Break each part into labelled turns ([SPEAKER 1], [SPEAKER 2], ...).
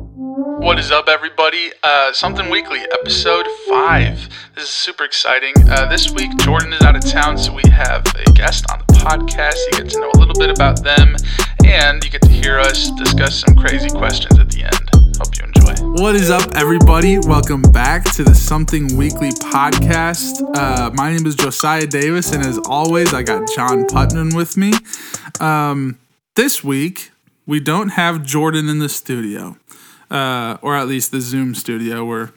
[SPEAKER 1] What is up, everybody? Uh, Something Weekly, episode five. This is super exciting. Uh, this week, Jordan is out of town, so we have a guest on the podcast. You get to know a little bit about them, and you get to hear us discuss some crazy questions at the end. Hope you enjoy. What is up, everybody? Welcome back to the Something Weekly podcast. Uh, my name is Josiah Davis, and as always, I got John Putnam with me. Um, this week, we don't have Jordan in the studio uh, or at least the Zoom studio where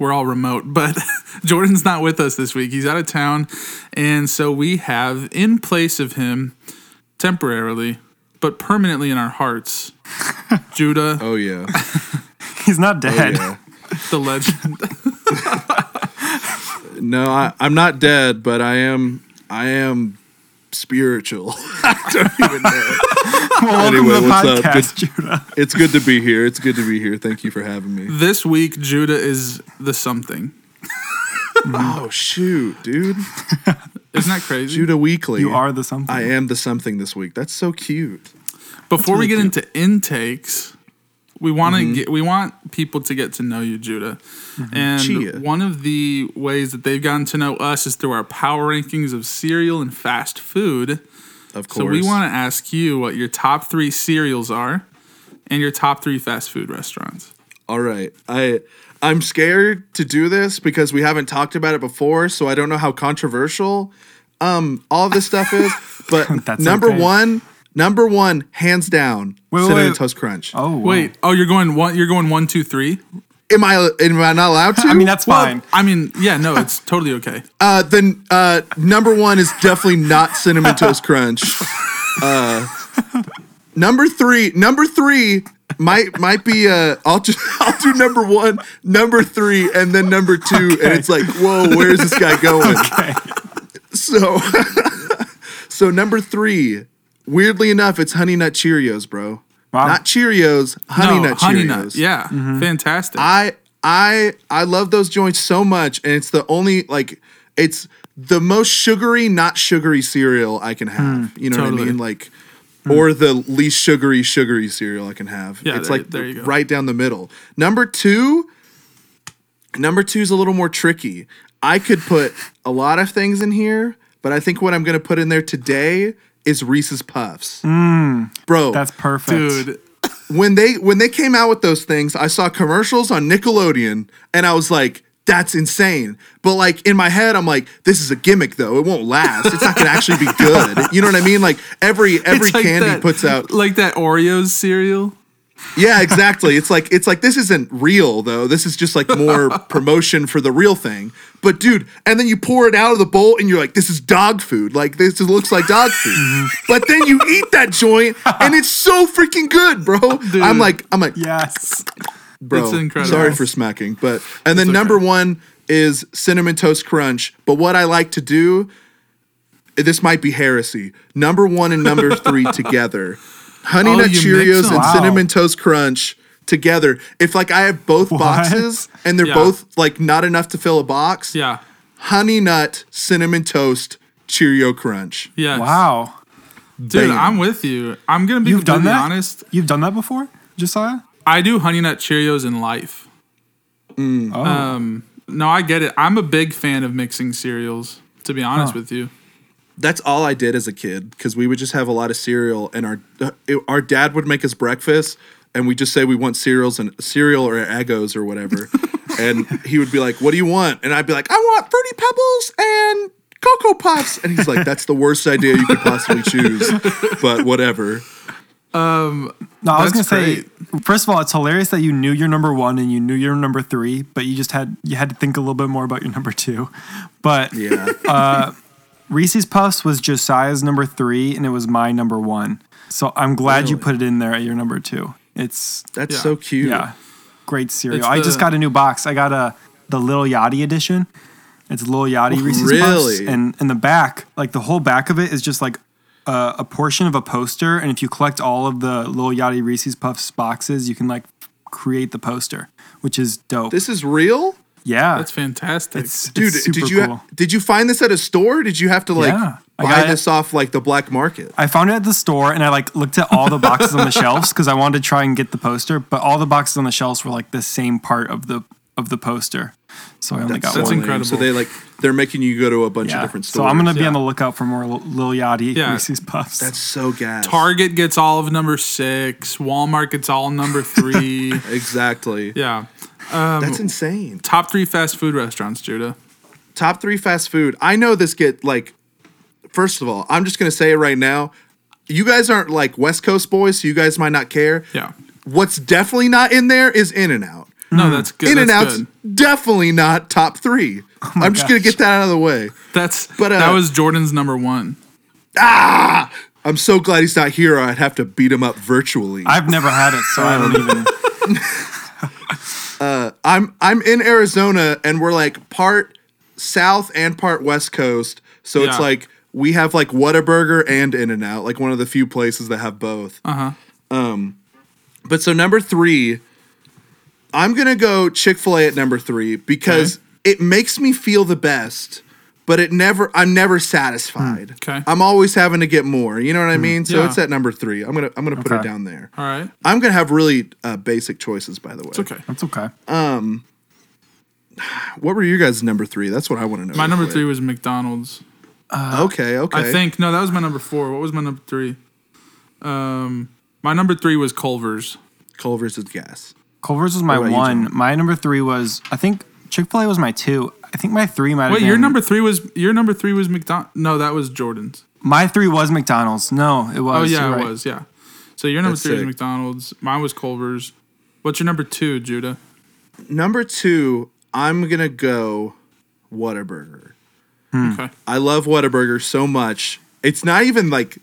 [SPEAKER 1] we're all remote. But Jordan's not with us this week. He's out of town. And so we have, in place of him, temporarily, but permanently in our hearts, Judah,
[SPEAKER 2] Oh yeah.
[SPEAKER 3] He's not dead.
[SPEAKER 2] yeah.
[SPEAKER 1] the legend.
[SPEAKER 2] No, I, I'm not dead, but I am. I am spiritual. I don't even know.
[SPEAKER 3] well, welcome
[SPEAKER 2] Anyway, what's
[SPEAKER 3] to
[SPEAKER 2] up?
[SPEAKER 3] the podcast, Judah.
[SPEAKER 2] It's good to be here. It's good to be here. Thank you for having me.
[SPEAKER 1] This week, Judah is the something.
[SPEAKER 2] Oh shoot, dude!
[SPEAKER 1] Isn't that crazy?
[SPEAKER 2] Judah Weekly.
[SPEAKER 3] You are the something.
[SPEAKER 2] I am the something this week. That's so cute.
[SPEAKER 1] Before we get into intakes, we want to
[SPEAKER 2] Mm-hmm.
[SPEAKER 1] get we want people to get to know you, Judah. And
[SPEAKER 2] Chia.
[SPEAKER 1] one of the ways that they've gotten to know us is through our power rankings of cereal and fast food.
[SPEAKER 2] Of
[SPEAKER 1] So
[SPEAKER 2] course.
[SPEAKER 1] we want to ask you what your top three cereals are, and your top three fast food restaurants.
[SPEAKER 2] All right. I I'm scared to do this because we haven't talked about it before, so I don't know how controversial um all this stuff is. But
[SPEAKER 3] That's
[SPEAKER 2] number
[SPEAKER 3] okay.
[SPEAKER 2] one, number one, hands down,
[SPEAKER 3] Wait, wait,
[SPEAKER 2] cinnamon
[SPEAKER 3] wait.
[SPEAKER 2] toast crunch.
[SPEAKER 3] Oh wow.
[SPEAKER 1] Wait, oh, you're going one. You're going one, two, three.
[SPEAKER 2] Am I am I not allowed to?
[SPEAKER 3] I mean that's fine.
[SPEAKER 1] I mean, yeah, no, it's totally okay.
[SPEAKER 2] Uh, then uh, number one is definitely not cinnamon toast crunch. Uh, number three, number three might might be uh, I'll just I'll do number one, number three, and then number two, and it's like whoa, where's this guy going? So, so number three, weirdly enough, it's Honey Nut Cheerios, bro.
[SPEAKER 3] Wow.
[SPEAKER 2] Not Cheerios, Honey
[SPEAKER 1] no,
[SPEAKER 2] Nut Cheerios. Mm-hmm.
[SPEAKER 1] honey nut. Yeah, fantastic.
[SPEAKER 2] I I I love those joints so much, and it's the only like it's the most sugary, not sugary cereal I can have. you know
[SPEAKER 1] Hmm,
[SPEAKER 2] what
[SPEAKER 1] totally. Hmm.
[SPEAKER 2] I mean? Like or the least sugary, sugary cereal I can have.
[SPEAKER 1] Yeah,
[SPEAKER 2] it's
[SPEAKER 1] there-
[SPEAKER 2] like
[SPEAKER 1] there you go.
[SPEAKER 2] right down the middle. Number two, number two is a little more tricky. I could put a lot of things in here, but I think what I'm gonna put in there today is Reese's Puffs.
[SPEAKER 1] Hmm.
[SPEAKER 2] Bro,
[SPEAKER 3] That's perfect.
[SPEAKER 1] Dude,
[SPEAKER 2] when they when they came out with those things, I saw commercials on Nickelodeon and I was like, that's insane. But like in my head, I'm like, this is a gimmick though. It won't last. It's not gonna actually be good. You know what I mean? Like every every
[SPEAKER 1] it's like
[SPEAKER 2] candy
[SPEAKER 1] that-
[SPEAKER 2] puts out.
[SPEAKER 1] like that Oreos cereal.
[SPEAKER 2] Yeah, exactly. It's like it's like this isn't real though. This is just like more promotion for the real thing. But dude, and then you pour it out of the bowl and you're like, this is dog food. Like this is- looks like dog food. but then you eat that joint and it's so freaking good, bro. I'm like, I'm like,
[SPEAKER 3] Yes.
[SPEAKER 2] bro.
[SPEAKER 1] It's incredible.
[SPEAKER 2] Sorry for smacking, but and then
[SPEAKER 1] okay.
[SPEAKER 2] number one is cinnamon toast crunch. But what I like to do, this might be heresy. Number one and number three together, honey
[SPEAKER 1] Oh,
[SPEAKER 2] nut
[SPEAKER 1] you mix
[SPEAKER 2] Cheerios
[SPEAKER 1] them.
[SPEAKER 2] and
[SPEAKER 3] Wow.
[SPEAKER 2] cinnamon toast crunch together. If like I have both boxes and they're
[SPEAKER 1] Yeah.
[SPEAKER 2] both like not enough to fill a box,
[SPEAKER 1] Yeah,
[SPEAKER 2] honey nut cinnamon toast Cheerio crunch.
[SPEAKER 1] yeah.
[SPEAKER 3] Wow.
[SPEAKER 1] Dude,
[SPEAKER 2] Bam.
[SPEAKER 1] I'm with you. I'm gonna be
[SPEAKER 3] You've done
[SPEAKER 1] completely
[SPEAKER 3] that.
[SPEAKER 1] honest.
[SPEAKER 3] You've done that before, Josiah.
[SPEAKER 1] I do honey nut Cheerios in life.
[SPEAKER 2] Mm.
[SPEAKER 1] Um,
[SPEAKER 3] Oh.
[SPEAKER 1] No, I get it. I'm a big fan of mixing cereals. To be honest with you,
[SPEAKER 2] that's all I did as a kid because we would just have a lot of cereal, and our uh, it- our dad would make us breakfast, and we just say we want cereals and cereal or egos or whatever, and he would be like, "What do you want?" And I'd be like, "I want fruity pebbles and cocoa puffs," and he's like, "That's the worst idea you could possibly choose," but whatever.
[SPEAKER 3] no, I was gonna
[SPEAKER 1] that's
[SPEAKER 3] say. First of all, it's hilarious that you knew your number one and you knew your number three, but you just had you had to think a little bit more about your number two. But
[SPEAKER 2] Yeah,
[SPEAKER 3] Reese's Puffs was Josiah's number three, and it was my number one. So I'm glad you put it in there at your number two. It's
[SPEAKER 2] that's
[SPEAKER 1] Yeah.
[SPEAKER 2] so cute.
[SPEAKER 3] Uh, Yeah. Great cereal.
[SPEAKER 1] It's
[SPEAKER 3] I
[SPEAKER 1] the-
[SPEAKER 3] just got a new box. I got a the Lil Yachty edition. It's Lil Yachty Reese's Puffs.
[SPEAKER 2] Really?
[SPEAKER 3] And in the back, like the whole back of it is just like a, a portion of a poster. And if you collect all of the Lil Yachty Reese's Puffs boxes, you can like create the poster, which is dope.
[SPEAKER 2] This is real,
[SPEAKER 3] yeah.
[SPEAKER 1] that's fantastic.
[SPEAKER 3] it's,
[SPEAKER 2] dude.
[SPEAKER 3] it's super
[SPEAKER 2] did you
[SPEAKER 3] cool.
[SPEAKER 2] did you find this at a store? Did you have to like
[SPEAKER 3] Yeah. I
[SPEAKER 2] buy
[SPEAKER 3] got
[SPEAKER 2] this
[SPEAKER 3] it.
[SPEAKER 2] off like the black market.
[SPEAKER 3] I found it at the store, and I like looked at all the boxes on the shelves because I wanted to try and get the poster. But all the boxes on the shelves were like the same part of the of the poster, so I only got
[SPEAKER 4] That's
[SPEAKER 3] one.
[SPEAKER 2] Lame.
[SPEAKER 4] incredible.
[SPEAKER 2] So they like they're making you go to a bunch
[SPEAKER 3] Yeah.
[SPEAKER 2] of different stores.
[SPEAKER 3] So I'm gonna be
[SPEAKER 4] yeah.
[SPEAKER 3] on the lookout for more Lil- Lil Yachty
[SPEAKER 4] Yeah.
[SPEAKER 3] Reese's Puffs.
[SPEAKER 2] That's so gas.
[SPEAKER 4] Target gets all of number six. Walmart gets all number three.
[SPEAKER 2] Exactly.
[SPEAKER 4] yeah.
[SPEAKER 3] Um,
[SPEAKER 2] That's insane.
[SPEAKER 4] Top three fast food restaurants, Judah.
[SPEAKER 2] Top three fast food. I know this get like. First of all, I'm just gonna say it right now. You guys aren't like West Coast boys, so you guys might not care.
[SPEAKER 4] Yeah.
[SPEAKER 2] What's definitely not in there is In and Out.
[SPEAKER 4] No, that's good.
[SPEAKER 2] Hmm. In and
[SPEAKER 4] that's
[SPEAKER 2] Out's
[SPEAKER 4] good.
[SPEAKER 2] definitely not top three. I'm just gonna
[SPEAKER 3] Oh gosh.
[SPEAKER 2] get that out of the way.
[SPEAKER 4] That's
[SPEAKER 2] But, uh,
[SPEAKER 4] that was Jordan's number one.
[SPEAKER 2] I'm so glad he's not here. or I'd have to beat him up virtually.
[SPEAKER 3] I've never had it, so I don't even.
[SPEAKER 2] I'm I'm in Arizona and we're like part south and part west coast. So it's
[SPEAKER 4] Yeah.
[SPEAKER 2] like we have like Whataburger and In and Out, like one of the few places that have both. Uh-huh. Um but so number three, I'm gonna go Chick-fil-A at number three because it makes me feel the best, but it never I'm never satisfied.
[SPEAKER 4] Hmm, Okay. Hmm,
[SPEAKER 2] I'm always having to get more. You know what I mean? So
[SPEAKER 4] Yeah.
[SPEAKER 2] it's at number three. I'm gonna I'm gonna put it
[SPEAKER 3] Okay.
[SPEAKER 2] down there.
[SPEAKER 4] All right.
[SPEAKER 2] I'm gonna have really uh, basic choices, by the way.
[SPEAKER 4] It's okay.
[SPEAKER 3] That's okay.
[SPEAKER 2] What were your guys' number three? That's what I want to know.
[SPEAKER 4] My
[SPEAKER 2] real
[SPEAKER 4] number
[SPEAKER 2] quick.
[SPEAKER 4] three was McDonald's.
[SPEAKER 2] okay, okay.
[SPEAKER 4] I think no, that was my number four. What was my number three? Um, my number three was Culver's.
[SPEAKER 2] Culver's is gas.
[SPEAKER 3] Culver's was my
[SPEAKER 2] about you,
[SPEAKER 3] one. my number three was I think Chick Fil A was my two. I think my three might. have
[SPEAKER 4] Wait, your
[SPEAKER 3] been-
[SPEAKER 4] number three was your number three was McDonald. No, that was Jordan's.
[SPEAKER 3] My three was McDonald's. No, it
[SPEAKER 4] Oh
[SPEAKER 3] was.
[SPEAKER 4] yeah,
[SPEAKER 3] you're
[SPEAKER 4] it
[SPEAKER 3] right.
[SPEAKER 4] was. Yeah. So your number
[SPEAKER 2] That's
[SPEAKER 4] three was
[SPEAKER 2] sick.
[SPEAKER 4] McDonald's. Mine was Culver's. What's your number two, Judah?
[SPEAKER 2] Number two, I'm gonna go Whataburger. Hmm.
[SPEAKER 4] Okay.
[SPEAKER 2] I love Whataburger so much. It's not even like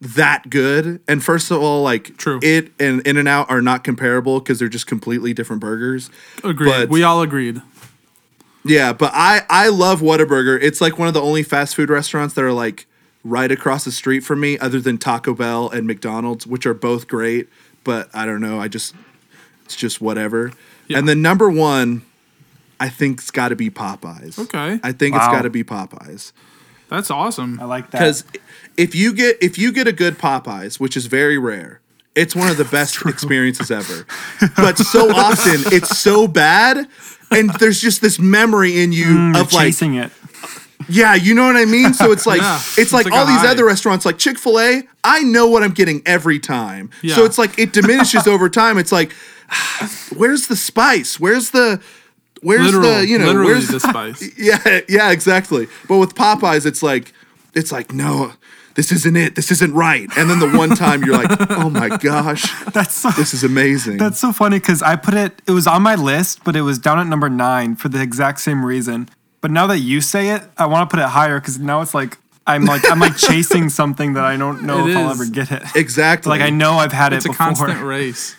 [SPEAKER 2] that good. And first of all, like
[SPEAKER 4] True.
[SPEAKER 2] it and In and Out are not comparable because they're just completely different burgers.
[SPEAKER 4] Agreed.
[SPEAKER 2] But-
[SPEAKER 4] we all agreed.
[SPEAKER 2] Yeah, but I I love Whataburger. It's like one of the only fast food restaurants that are like right across the street from me, other than Taco Bell and McDonald's, which are both great. But I don't know. I just it's just whatever. And then number one, I think it's got to be Popeyes.
[SPEAKER 4] Okay.
[SPEAKER 2] I think it's
[SPEAKER 3] Wow.
[SPEAKER 2] got to be Popeyes
[SPEAKER 4] That's awesome.
[SPEAKER 3] I like that.
[SPEAKER 2] because if you get if you get a good Popeyes, which is very rare, it's one of the best experiences ever. But so often it's so bad, and there's just this memory in you
[SPEAKER 3] Mm, You're
[SPEAKER 2] of like
[SPEAKER 3] chasing it.
[SPEAKER 2] yeah, you know what I mean? So it's like
[SPEAKER 4] Yeah,
[SPEAKER 2] it's,
[SPEAKER 4] it's
[SPEAKER 2] like,
[SPEAKER 4] like
[SPEAKER 2] all
[SPEAKER 4] a
[SPEAKER 2] these
[SPEAKER 4] high.
[SPEAKER 2] other restaurants like Chick-fil-A, I know what I'm getting every time.
[SPEAKER 4] Yeah.
[SPEAKER 2] So it's like it diminishes over time. It's like where's the spice? Where's the where's
[SPEAKER 4] Literal,
[SPEAKER 2] the you know
[SPEAKER 4] literally
[SPEAKER 2] where's
[SPEAKER 4] the spice.
[SPEAKER 2] Yeah, yeah, exactly. But with Popeyes it's like it's like no, this isn't it. This isn't right. And then the one time you're like, "Oh my gosh,
[SPEAKER 3] That's so.
[SPEAKER 2] this is amazing."
[SPEAKER 3] That's so funny because I put it. It was on my list, but it was down at number nine for the exact same reason. But now that you say it, I want to put it higher because now it's like I'm like I'm like chasing something that I don't know
[SPEAKER 4] It
[SPEAKER 3] if I'll
[SPEAKER 4] is.
[SPEAKER 3] ever get it.
[SPEAKER 2] exactly.
[SPEAKER 3] Like I know I've had
[SPEAKER 4] It's
[SPEAKER 3] it
[SPEAKER 4] a
[SPEAKER 3] before.
[SPEAKER 4] constant race.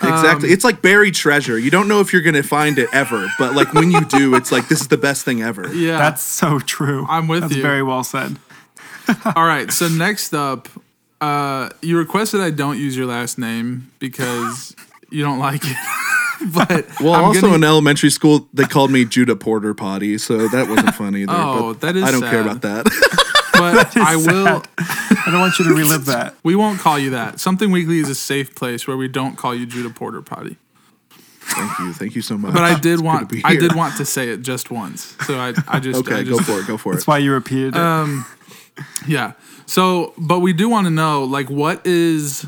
[SPEAKER 4] um,
[SPEAKER 2] Exactly. it's like buried treasure. You don't know if you're going to find it ever, but like when you do, it's like this is the best thing ever.
[SPEAKER 4] Yeah.
[SPEAKER 3] That's so true.
[SPEAKER 4] I'm with
[SPEAKER 3] That's
[SPEAKER 4] you.
[SPEAKER 3] Very well said.
[SPEAKER 4] All right. So next up, uh, you requested I don't use your last name because you don't like it. but
[SPEAKER 2] Well,
[SPEAKER 4] I'm
[SPEAKER 2] also
[SPEAKER 4] gonna-
[SPEAKER 2] in elementary school, they called me Judah Porter Potty, so that wasn't fun either.
[SPEAKER 4] Oh,
[SPEAKER 2] but
[SPEAKER 4] that is
[SPEAKER 2] I don't care
[SPEAKER 4] sad.
[SPEAKER 2] about that.
[SPEAKER 4] but I will.
[SPEAKER 3] I don't want you to relive that.
[SPEAKER 4] We won't call you that. Something Weekly is a safe place where we don't call you Judah Porter Potty.
[SPEAKER 2] thank you, thank you so much.
[SPEAKER 4] But I
[SPEAKER 2] It's good
[SPEAKER 4] did
[SPEAKER 2] to
[SPEAKER 4] want.
[SPEAKER 2] be
[SPEAKER 4] I
[SPEAKER 2] here.
[SPEAKER 4] did want to say it just once. So I, I just.
[SPEAKER 2] Okay,
[SPEAKER 4] I
[SPEAKER 2] go
[SPEAKER 4] just,
[SPEAKER 2] for it. Go for it.
[SPEAKER 3] That's why you repeated it.
[SPEAKER 4] Uh, Yeah. So, but we do want to know, like, what is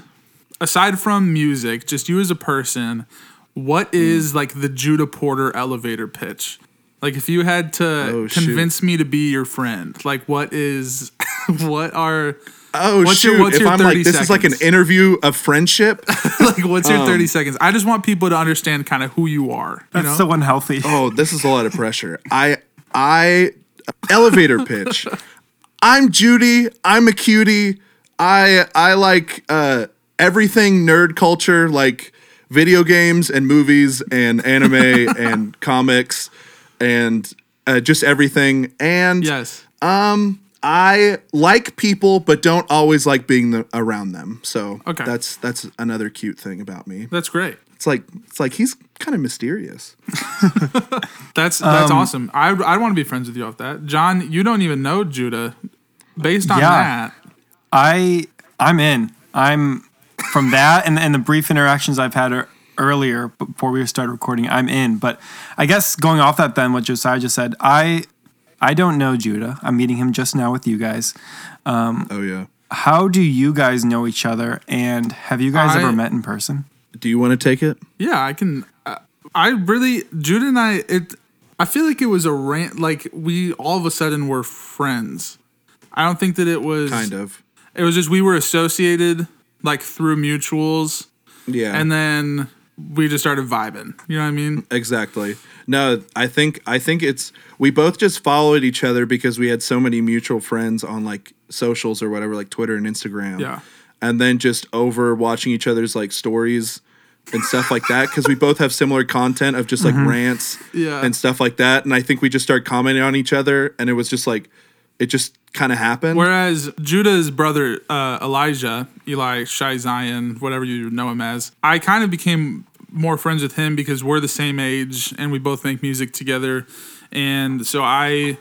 [SPEAKER 4] aside from music, just you as a person, what
[SPEAKER 2] Hmm.
[SPEAKER 4] is like the Judah Porter elevator pitch? Like, if you had to
[SPEAKER 2] Oh, shoot.
[SPEAKER 4] convince me to be your friend, like, what is, what are,
[SPEAKER 2] Oh
[SPEAKER 4] What's your-
[SPEAKER 2] shoot!
[SPEAKER 4] what's
[SPEAKER 2] if
[SPEAKER 4] your
[SPEAKER 2] I'm like,
[SPEAKER 4] 30
[SPEAKER 2] this is like an
[SPEAKER 4] seconds?
[SPEAKER 2] interview of friendship.
[SPEAKER 4] like, what's your
[SPEAKER 2] Um.
[SPEAKER 4] thirty seconds? I just want people to understand kind of who you are. You
[SPEAKER 3] That's
[SPEAKER 4] know?
[SPEAKER 3] so unhealthy.
[SPEAKER 2] Oh, this is a lot of pressure. I I elevator pitch. I'm Judy. I'm a cutie. I I like uh, everything nerd culture, like video games and movies and anime and comics and uh, just everything. And
[SPEAKER 4] yes.
[SPEAKER 2] I like people, but don't always like being the, around them. So
[SPEAKER 4] Okay.
[SPEAKER 2] that's that's another cute thing about me.
[SPEAKER 4] That's great.
[SPEAKER 2] It's like it's like he's kind of mysterious. Um,
[SPEAKER 4] That's that's awesome. I I want to be friends with you off that. John, you don't even know Judah Based on
[SPEAKER 3] Yeah.
[SPEAKER 4] that,
[SPEAKER 3] I I'm in. I'm from that and and the brief interactions I've had er- earlier before we started recording. I'm in, but I guess going off that then what Josiah just said, I I don't know Judah. I'm meeting him just now with you guys.
[SPEAKER 2] Oh yeah.
[SPEAKER 3] How do you guys know each other and have you guys
[SPEAKER 4] I-
[SPEAKER 3] ever met in person?
[SPEAKER 2] Do you want to take it?
[SPEAKER 4] yeah, I can. Uh, I really, Judah and I, it. I feel like it was a rant. Like we all of a sudden were friends. I don't think that it was.
[SPEAKER 2] Kind of.
[SPEAKER 4] It was just we were associated like through mutuals,
[SPEAKER 2] Yeah.
[SPEAKER 4] and then we just started vibing. You know what I mean?
[SPEAKER 2] Exactly. No, I think I think it's we both just followed each other because we had so many mutual friends on like socials or whatever, like Twitter and Instagram.
[SPEAKER 4] Yeah.
[SPEAKER 2] And then just over watching each other's like stories and stuff like that because we both have similar content of just like rants
[SPEAKER 4] Mm-hmm. Yeah.
[SPEAKER 2] and stuff like that. And I think we just started commenting on each other, and it was just like it just kind of happened.
[SPEAKER 4] Whereas Judah's brother uh, Elijah, Eli Shai Zion, whatever you know him as, I kind of became more friends with him because we're the same age and we both make music together, and so I,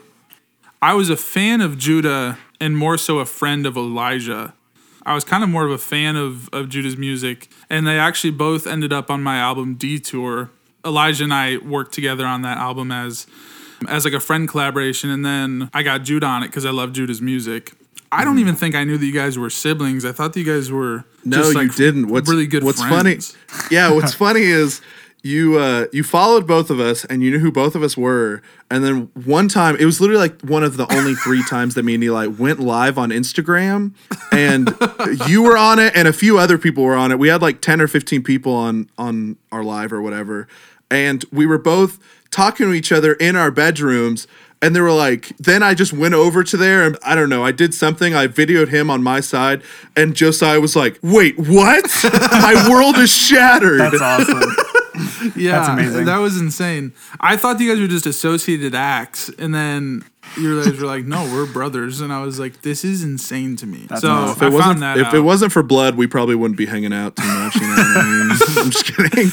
[SPEAKER 4] I was a fan of Judah and more so a friend of Elijah. I was kind of more of a fan of, of Judah's music, and they actually both ended up on my album Detour. Elijah and I worked together on that album as as like a friend collaboration, and then I got Judah on it because I love Judah's music. I don't even think I knew that you guys were siblings. I thought that you guys were
[SPEAKER 2] Mm. No,
[SPEAKER 4] just,
[SPEAKER 2] you
[SPEAKER 4] like,
[SPEAKER 2] didn't. What's
[SPEAKER 4] really good?
[SPEAKER 2] What's
[SPEAKER 4] friends.
[SPEAKER 2] funny? Yeah, what's funny is you uh, you followed both of us and you knew who both of us were, and then one time it was literally like one of the only three times that me and Eli went live on Instagram, and you were on it, and a few other people were on it. We had like ten or fifteen people on on our live or whatever, and we were both talking to each other in our bedrooms. And they were like, then I just went over to there and I don't know, I did something. I videoed him on my side, and Josiah was like, wait, what? my world is shattered.
[SPEAKER 3] That's awesome.
[SPEAKER 4] Yeah,
[SPEAKER 3] That's amazing.
[SPEAKER 4] That was insane. I thought you guys were just associated acts, and then you guys were like, "No, we're brothers." And I was like, "This is insane to me." so
[SPEAKER 3] nuts. If
[SPEAKER 4] I
[SPEAKER 2] it wasn't-
[SPEAKER 4] found that
[SPEAKER 2] if
[SPEAKER 4] out.
[SPEAKER 2] it wasn't for blood, we probably wouldn't be hanging out too much. You know what I mean? I'm just kidding.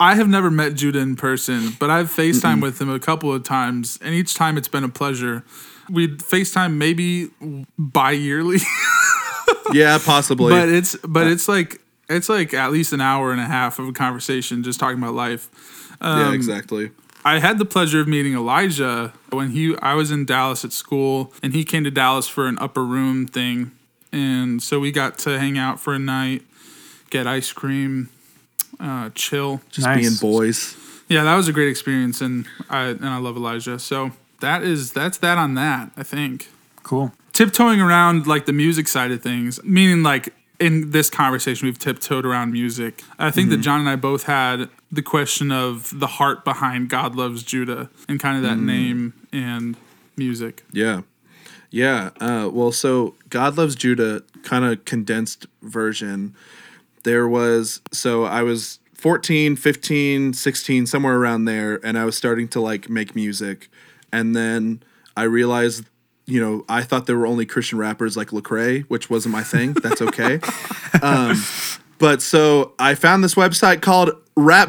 [SPEAKER 4] I have never met Judah in person, but I've FaceTime with him a couple of times, and each time it's been a pleasure. We'd FaceTime maybe bi-yearly,
[SPEAKER 2] Yeah, possibly.
[SPEAKER 4] but it's but it's like it's like at least an hour and a half of a conversation just talking about life. um,
[SPEAKER 2] yeah, exactly.
[SPEAKER 4] I had the pleasure of meeting Elijah when he I was in Dallas at school and he came to Dallas for an upper room thing. And so we got to hang out for a night, get ice cream, uh, chill.
[SPEAKER 2] Just
[SPEAKER 3] Nice.
[SPEAKER 2] being boys.
[SPEAKER 4] Yeah, that was a great experience and I and I love Elijah. So that is that's that on that, I think.
[SPEAKER 3] Cool.
[SPEAKER 4] Tiptoeing around like the music side of things, meaning like in this conversation we've tiptoed around music. I think
[SPEAKER 2] Mm-hmm.
[SPEAKER 4] that John and I both had the question of the heart behind God Loves Judah and kind of that
[SPEAKER 2] Mm.
[SPEAKER 4] name and music.
[SPEAKER 2] Yeah. Yeah. Uh, well, so God Loves Judah, kind of condensed version. There was, so I was 14, 15, 16, somewhere around there, and I was starting to like make music. And then I realized, you know, I thought there were only Christian rappers like Lecrae, which wasn't my thing. That's okay. Um, But so I found this website called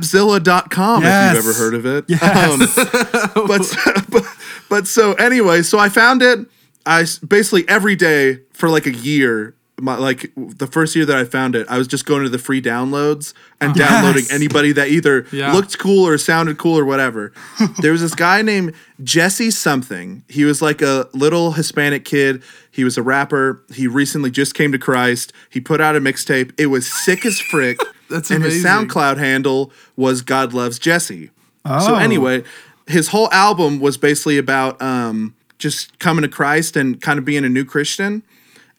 [SPEAKER 2] rapzilla.com if
[SPEAKER 3] Yes.
[SPEAKER 2] you've ever heard of it. Um, but, so- but but so anyway, so I found it I s- basically every day for like a year my, like the first year that I found it, I was just going to the free downloads and downloading anybody that either
[SPEAKER 4] Yeah.
[SPEAKER 2] looked cool or sounded cool or whatever. there was this guy named Jesse something. He was like a little Hispanic kid. He was a rapper. He recently just came to Christ. He put out a mixtape. It was sick as frick.
[SPEAKER 4] That's
[SPEAKER 2] and his
[SPEAKER 4] amazing.
[SPEAKER 2] SoundCloud handle was God Loves Jesse. So
[SPEAKER 3] Oh.
[SPEAKER 2] anyway, his whole album was basically about um, just coming to Christ and kind of being a new Christian.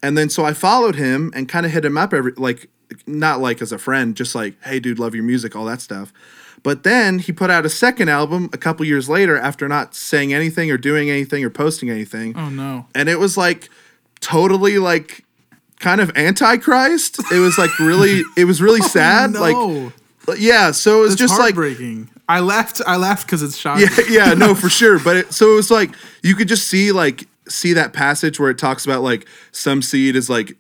[SPEAKER 2] And then so I followed him and kind of hit him up every like not like as a friend, just like, hey dude, love your music, all that stuff. But then he put out a second album a couple years later after not saying anything or doing anything or posting anything.
[SPEAKER 4] Oh no.
[SPEAKER 2] And it was like totally like kind of antichrist. It was like really it was really sad.
[SPEAKER 4] no.
[SPEAKER 2] Like yeah, so it was
[SPEAKER 4] It's
[SPEAKER 2] just like
[SPEAKER 4] heartbreaking. I laughed I laughed cuz it's shocking.
[SPEAKER 2] yeah, yeah, no, for sure. But it, so it was like you could just see like see that passage where it talks about like some seed is like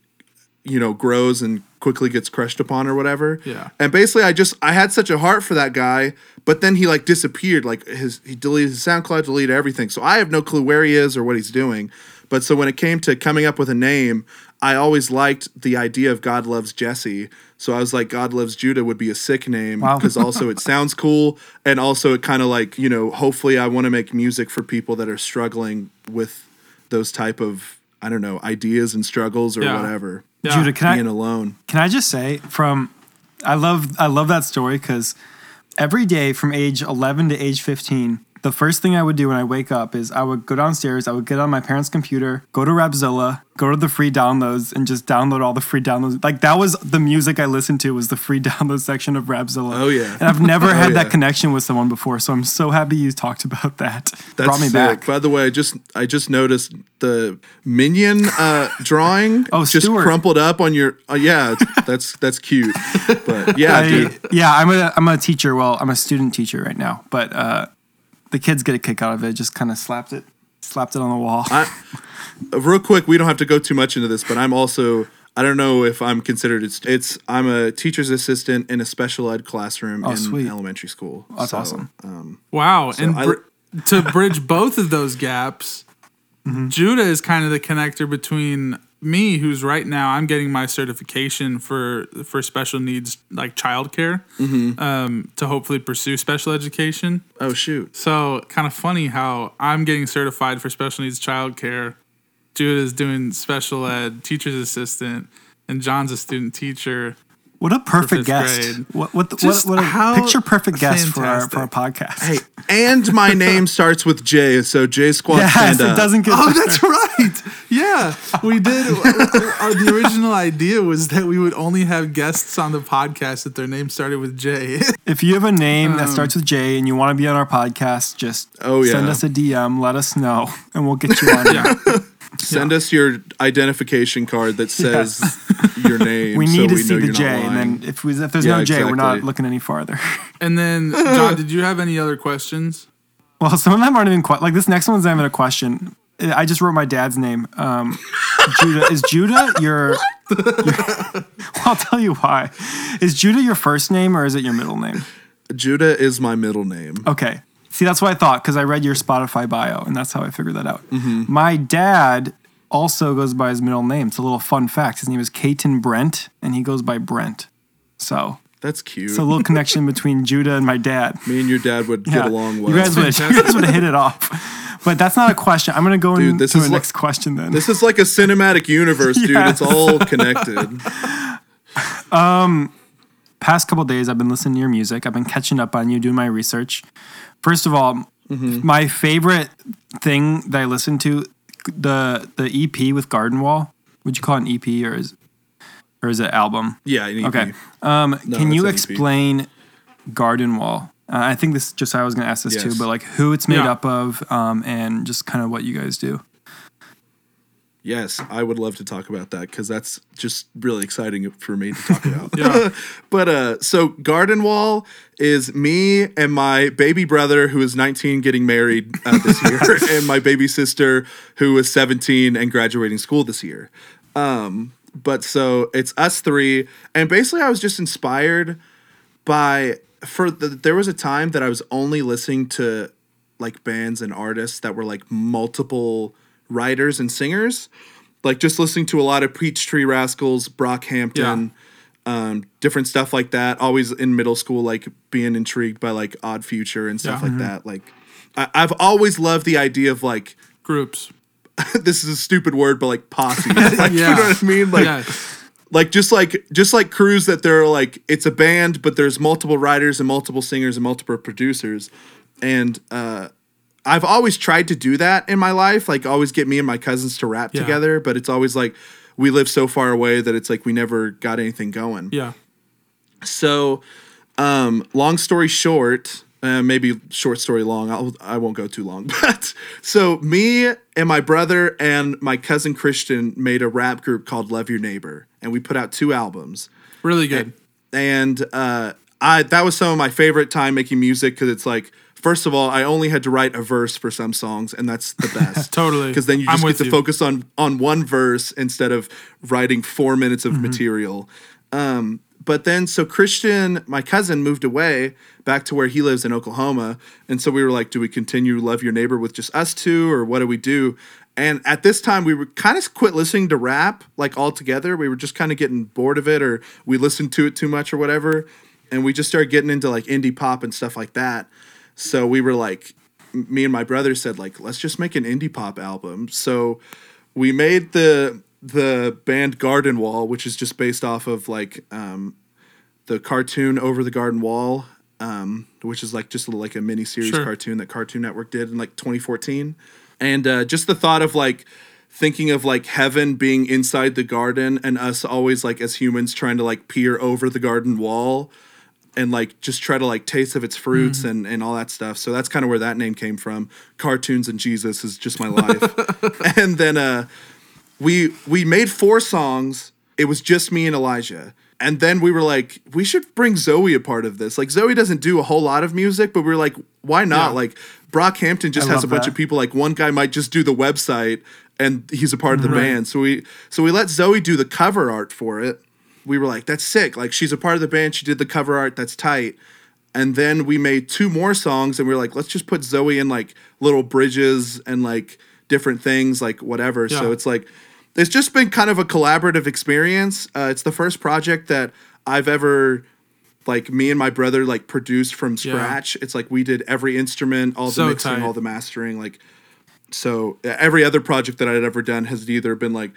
[SPEAKER 2] you know grows and quickly gets crushed upon or whatever.
[SPEAKER 4] Yeah.
[SPEAKER 2] And basically, I just I had such a heart for that guy, but then he like disappeared. Like his he deleted his SoundCloud, deleted everything. So I have no clue where he is or what he's doing. But so when it came to coming up with a name, I always liked the idea of God loves Jesse. So I was like, God loves Judah would be a sick name
[SPEAKER 3] Wow.
[SPEAKER 2] because also it sounds cool, and also it kind of like you know, hopefully I want to make music for people that are struggling with those type of I don't know ideas and struggles or
[SPEAKER 4] Yeah.
[SPEAKER 2] whatever.
[SPEAKER 4] Yeah.
[SPEAKER 3] Judah, can I,
[SPEAKER 2] Being alone.
[SPEAKER 3] Can I just say from I love I love that story cuz every day from age 11 to age 15 the first thing I would do when I wake up is I would go downstairs, I would get on my parents' computer, go to Rapzilla, go to the free downloads and just download all the free downloads. Like that was the music I listened to was the free download section of Rapzilla.
[SPEAKER 2] Oh, yeah.
[SPEAKER 3] And I've never had
[SPEAKER 2] yeah.
[SPEAKER 3] that connection with someone before, so I'm so happy you talked about that.
[SPEAKER 2] That's
[SPEAKER 3] Brought me
[SPEAKER 2] sick.
[SPEAKER 3] back.
[SPEAKER 2] By the way, I just I just noticed the minion uh, drawing
[SPEAKER 3] Oh,
[SPEAKER 2] just
[SPEAKER 3] Stuart.
[SPEAKER 2] crumpled up on your. Uh, yeah, that's that's cute. But yeah,
[SPEAKER 3] I-
[SPEAKER 2] dude,
[SPEAKER 3] yeah, I'm a I'm a teacher. Well, I'm a student teacher right now, but uh, the kids get a kick out of it. Just kind of slapped it, slapped it on the wall.
[SPEAKER 2] uh, real quick, we don't have to go too much into this, but I'm also I don't know if I'm considered it's it's I'm a teacher's assistant in a special ed classroom in
[SPEAKER 3] Oh, sweet. Oh,
[SPEAKER 2] elementary school.
[SPEAKER 3] That's
[SPEAKER 2] So,
[SPEAKER 3] awesome.
[SPEAKER 4] Wow. and
[SPEAKER 2] I-
[SPEAKER 4] br- to bridge both of those gaps,
[SPEAKER 2] Mm-hmm.
[SPEAKER 4] Judah is kind of the connector between me, who's right now I'm getting my certification for for special needs like childcare,
[SPEAKER 2] Mm-hmm.
[SPEAKER 4] um, to hopefully pursue special education.
[SPEAKER 2] Oh shoot.
[SPEAKER 4] So kind of funny how I'm getting certified for special needs childcare. Judah is doing special ed, teacher's assistant, and John's a student teacher.
[SPEAKER 3] what a perfect
[SPEAKER 4] fifth
[SPEAKER 3] guest!
[SPEAKER 4] grade.
[SPEAKER 3] What what, the, what
[SPEAKER 4] Just
[SPEAKER 3] what a
[SPEAKER 4] how
[SPEAKER 3] picture perfect guest for our,
[SPEAKER 4] fantastic.
[SPEAKER 3] for our podcast.
[SPEAKER 2] Hey, and my name starts with J, so J Squad
[SPEAKER 3] yes,
[SPEAKER 2] stand
[SPEAKER 3] it
[SPEAKER 2] up.
[SPEAKER 3] doesn't get.
[SPEAKER 4] Oh, that's right. Yeah, we did. Our, the original idea was that we would only have guests on the podcast if their name started with J.
[SPEAKER 3] if you have a name that starts with J and you want to be on our podcast, just
[SPEAKER 2] Oh, yeah.
[SPEAKER 3] send us a DM, let us know, and we'll get you on.
[SPEAKER 4] yeah,
[SPEAKER 2] Send us your identification card that says your name.
[SPEAKER 3] We
[SPEAKER 2] so
[SPEAKER 3] need to
[SPEAKER 2] we
[SPEAKER 3] see
[SPEAKER 2] know
[SPEAKER 3] the
[SPEAKER 2] you're not
[SPEAKER 3] J, and
[SPEAKER 2] lying.
[SPEAKER 3] then if, we, if there's
[SPEAKER 2] Yeah,
[SPEAKER 3] no J, we're not
[SPEAKER 2] exactly.
[SPEAKER 3] looking any farther.
[SPEAKER 4] and then John, did you have any other questions?
[SPEAKER 3] Well, some of them aren't even que- like this next one's not even a question. I just wrote my dad's name. Um, Judah is Judah your, your- I'll tell you why. Is Judah your first name or is it your middle name?
[SPEAKER 2] Judah is my middle name.
[SPEAKER 3] Okay. See, that's what I thought because I read your Spotify bio and that's how I figured that out. My dad also goes by his middle name. It's a little fun fact. His name is Caton Brent and he goes by Brent. So
[SPEAKER 2] That's cute.
[SPEAKER 3] it's a little connection between Judah and my dad.
[SPEAKER 2] Me and your dad would get along well.
[SPEAKER 3] You guys would you guys would have hit it off. But that's not a question. I'm gonna go
[SPEAKER 2] Dude,
[SPEAKER 3] into
[SPEAKER 2] this
[SPEAKER 3] the
[SPEAKER 2] is like-
[SPEAKER 3] next question then.
[SPEAKER 2] this is like a cinematic universe, dude. It's
[SPEAKER 3] Yes.
[SPEAKER 2] all connected.
[SPEAKER 3] Past couple days, I've been listening to your music. I've been catching up on you, doing my research. First of all,
[SPEAKER 2] Mm-hmm.
[SPEAKER 3] my favorite thing that I listened to the the EP with Garden Wall. Would you call it an EP or is or is it album?
[SPEAKER 2] Yeah. an EP.
[SPEAKER 3] Okay. Um, can
[SPEAKER 2] it's
[SPEAKER 3] you
[SPEAKER 2] an E EP.
[SPEAKER 3] explain Garden Wall? Uh, I think this just I was going to ask this too,
[SPEAKER 2] Yes.
[SPEAKER 3] but like who it's made
[SPEAKER 4] Yeah.
[SPEAKER 3] up of um, and just kind of what you guys do.
[SPEAKER 2] Yes, I would love to talk about that because that's just really exciting for me to talk about.
[SPEAKER 4] Yeah.
[SPEAKER 2] but uh, so Garden Wall is me and my baby brother who is 19 getting married uh, this year, and my baby sister who is 17 and graduating school this year. Um, but so it's us three, and basically I was just inspired by for the, there was a time that I was only listening to like bands and artists that were like multiple writers and singers, like just listening to a lot of Peachtree Rascals, Brockhampton, um, different stuff like that. Always in middle school, like being intrigued by like Odd Future and stuff
[SPEAKER 4] Yeah.
[SPEAKER 2] like that. Like I, I've always loved the idea of like
[SPEAKER 4] Groups.
[SPEAKER 2] this is a stupid word, but like posse. Like, You
[SPEAKER 4] Yeah.
[SPEAKER 2] know what I mean? Like
[SPEAKER 4] yes.
[SPEAKER 2] like just like just like crews that there are like it's a band but there's multiple writers and multiple singers and multiple producers and uh i've always tried to do that in my life like always get me and my cousins to rap
[SPEAKER 4] Yeah.
[SPEAKER 2] together but it's always like we live so far away that it's like we never got anything going
[SPEAKER 4] Yeah.
[SPEAKER 2] so, um, long story short, uh, maybe short story long. I'll, I won't go too long. But so, me and my brother and my cousin Christian made a rap group called Love Your Neighbor, and we put out two albums
[SPEAKER 4] Really good.
[SPEAKER 2] and uh, I that was some of my favorite time making music because it's like first of all I only had to write a verse for some songs and that's the best
[SPEAKER 4] Totally.
[SPEAKER 2] because then you
[SPEAKER 4] I'm
[SPEAKER 2] just
[SPEAKER 4] with
[SPEAKER 2] get to
[SPEAKER 4] you.
[SPEAKER 2] focus
[SPEAKER 4] Mm-hmm.
[SPEAKER 2] on on one verse instead of writing four minutes of material. Um, but then so Christian, my cousin, moved away back to where he lives in Oklahoma, and so we were like, do we continue love your neighbor with just us two, or what do we do? And at this time, we were kind of quit listening to rap like altogether. We were just kind of getting bored of it, or we listened to it too much, or whatever. And we just started getting into like indie pop and stuff like that. So we were like, m- me and my brother said like, let's just make an indie pop album. So we made the the band Garden Wall, which is just based off of like um, the cartoon Over the Garden Wall, um, which is like just a, like a mini series
[SPEAKER 4] Sure.
[SPEAKER 2] cartoon that Cartoon Network did in like 2014, and uh, just the thought of like thinking of like heaven being inside the garden and us always like as humans trying to like peer over the garden wall and like just try to like taste of its fruits
[SPEAKER 3] Mm-hmm.
[SPEAKER 2] and and all that stuff. So that's kind of where that name came from. Cartoons and Jesus is just my life. and then uh we we made four songs. It was just me and Elijah. And then we were like, we should bring Zoe a part of this. Like Zoe doesn't do a whole lot of music, but we were like, why not? Like Brockhampton just
[SPEAKER 3] I
[SPEAKER 2] has a
[SPEAKER 3] love
[SPEAKER 2] bunch
[SPEAKER 3] that.
[SPEAKER 2] of people. Like one guy might just do the website and he's a part of the band. So we so we let Zoe do the cover art for it. We were like, that's sick. Like she's a part of the band. She did the cover art. That's tight. And then we made two more songs and we were like, let's just put Zoe in like little bridges and like different things, like whatever. So
[SPEAKER 4] Yeah.
[SPEAKER 2] it's like, it's just been kind of a collaborative experience. Uh, it's the first project that I've ever, like, me and my brother, like, produced from scratch. It's like we did every instrument, all the
[SPEAKER 4] So
[SPEAKER 2] mixing,
[SPEAKER 4] tight.
[SPEAKER 2] all the mastering. Like, so uh, every other project that I'd ever done has either been like,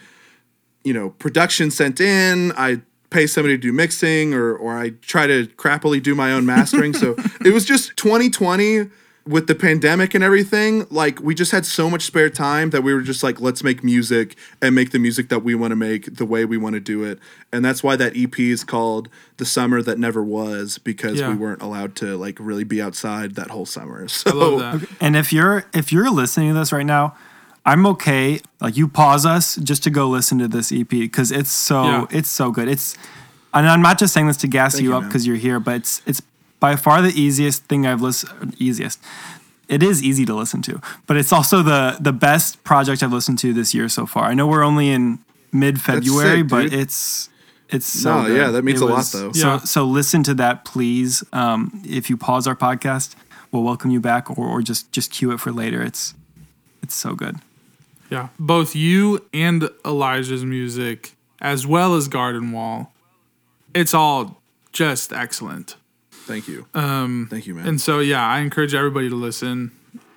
[SPEAKER 2] you know, production sent in. I pay somebody to do mixing, or or I try to crappily do my own mastering. so it was just 2020 with the pandemic and everything. Like we just had so much spare time that we were just like, let's make music and make the music that we want to make the way we want to do it. And that's why that EP is called "The Summer That Never Was" because
[SPEAKER 4] Yeah.
[SPEAKER 2] we weren't allowed to like really be outside that whole summer. So
[SPEAKER 4] I love that.
[SPEAKER 3] And if you're if you're listening to this right now, I'm okay. Like you pause us just to go listen to this EP because it's so
[SPEAKER 4] Yeah.
[SPEAKER 3] it's so good. It's and I'm not just saying this to gas you,
[SPEAKER 2] you,
[SPEAKER 3] up
[SPEAKER 2] man.
[SPEAKER 3] because you're here, but it's it's by far the easiest thing I've listened easiest. It is easy to listen to, but it's also the the best project I've listened to this year so far. I know we're only in mid February,
[SPEAKER 2] sick,
[SPEAKER 3] but
[SPEAKER 2] dude.
[SPEAKER 3] it's it's so
[SPEAKER 2] No, yeah,
[SPEAKER 3] good.
[SPEAKER 2] that means
[SPEAKER 3] It
[SPEAKER 2] a lot, though.
[SPEAKER 3] So
[SPEAKER 4] Yeah.
[SPEAKER 3] so listen to that, please. Um, if you pause our podcast, we'll welcome you back, or, or just just cue it for later. It's it's so good.
[SPEAKER 4] Yeah. Both you and Elijah's music, as well as Garden Wall, it's all just excellent.
[SPEAKER 2] thank you, um, thank you, man.
[SPEAKER 4] And so, yeah, I encourage everybody to listen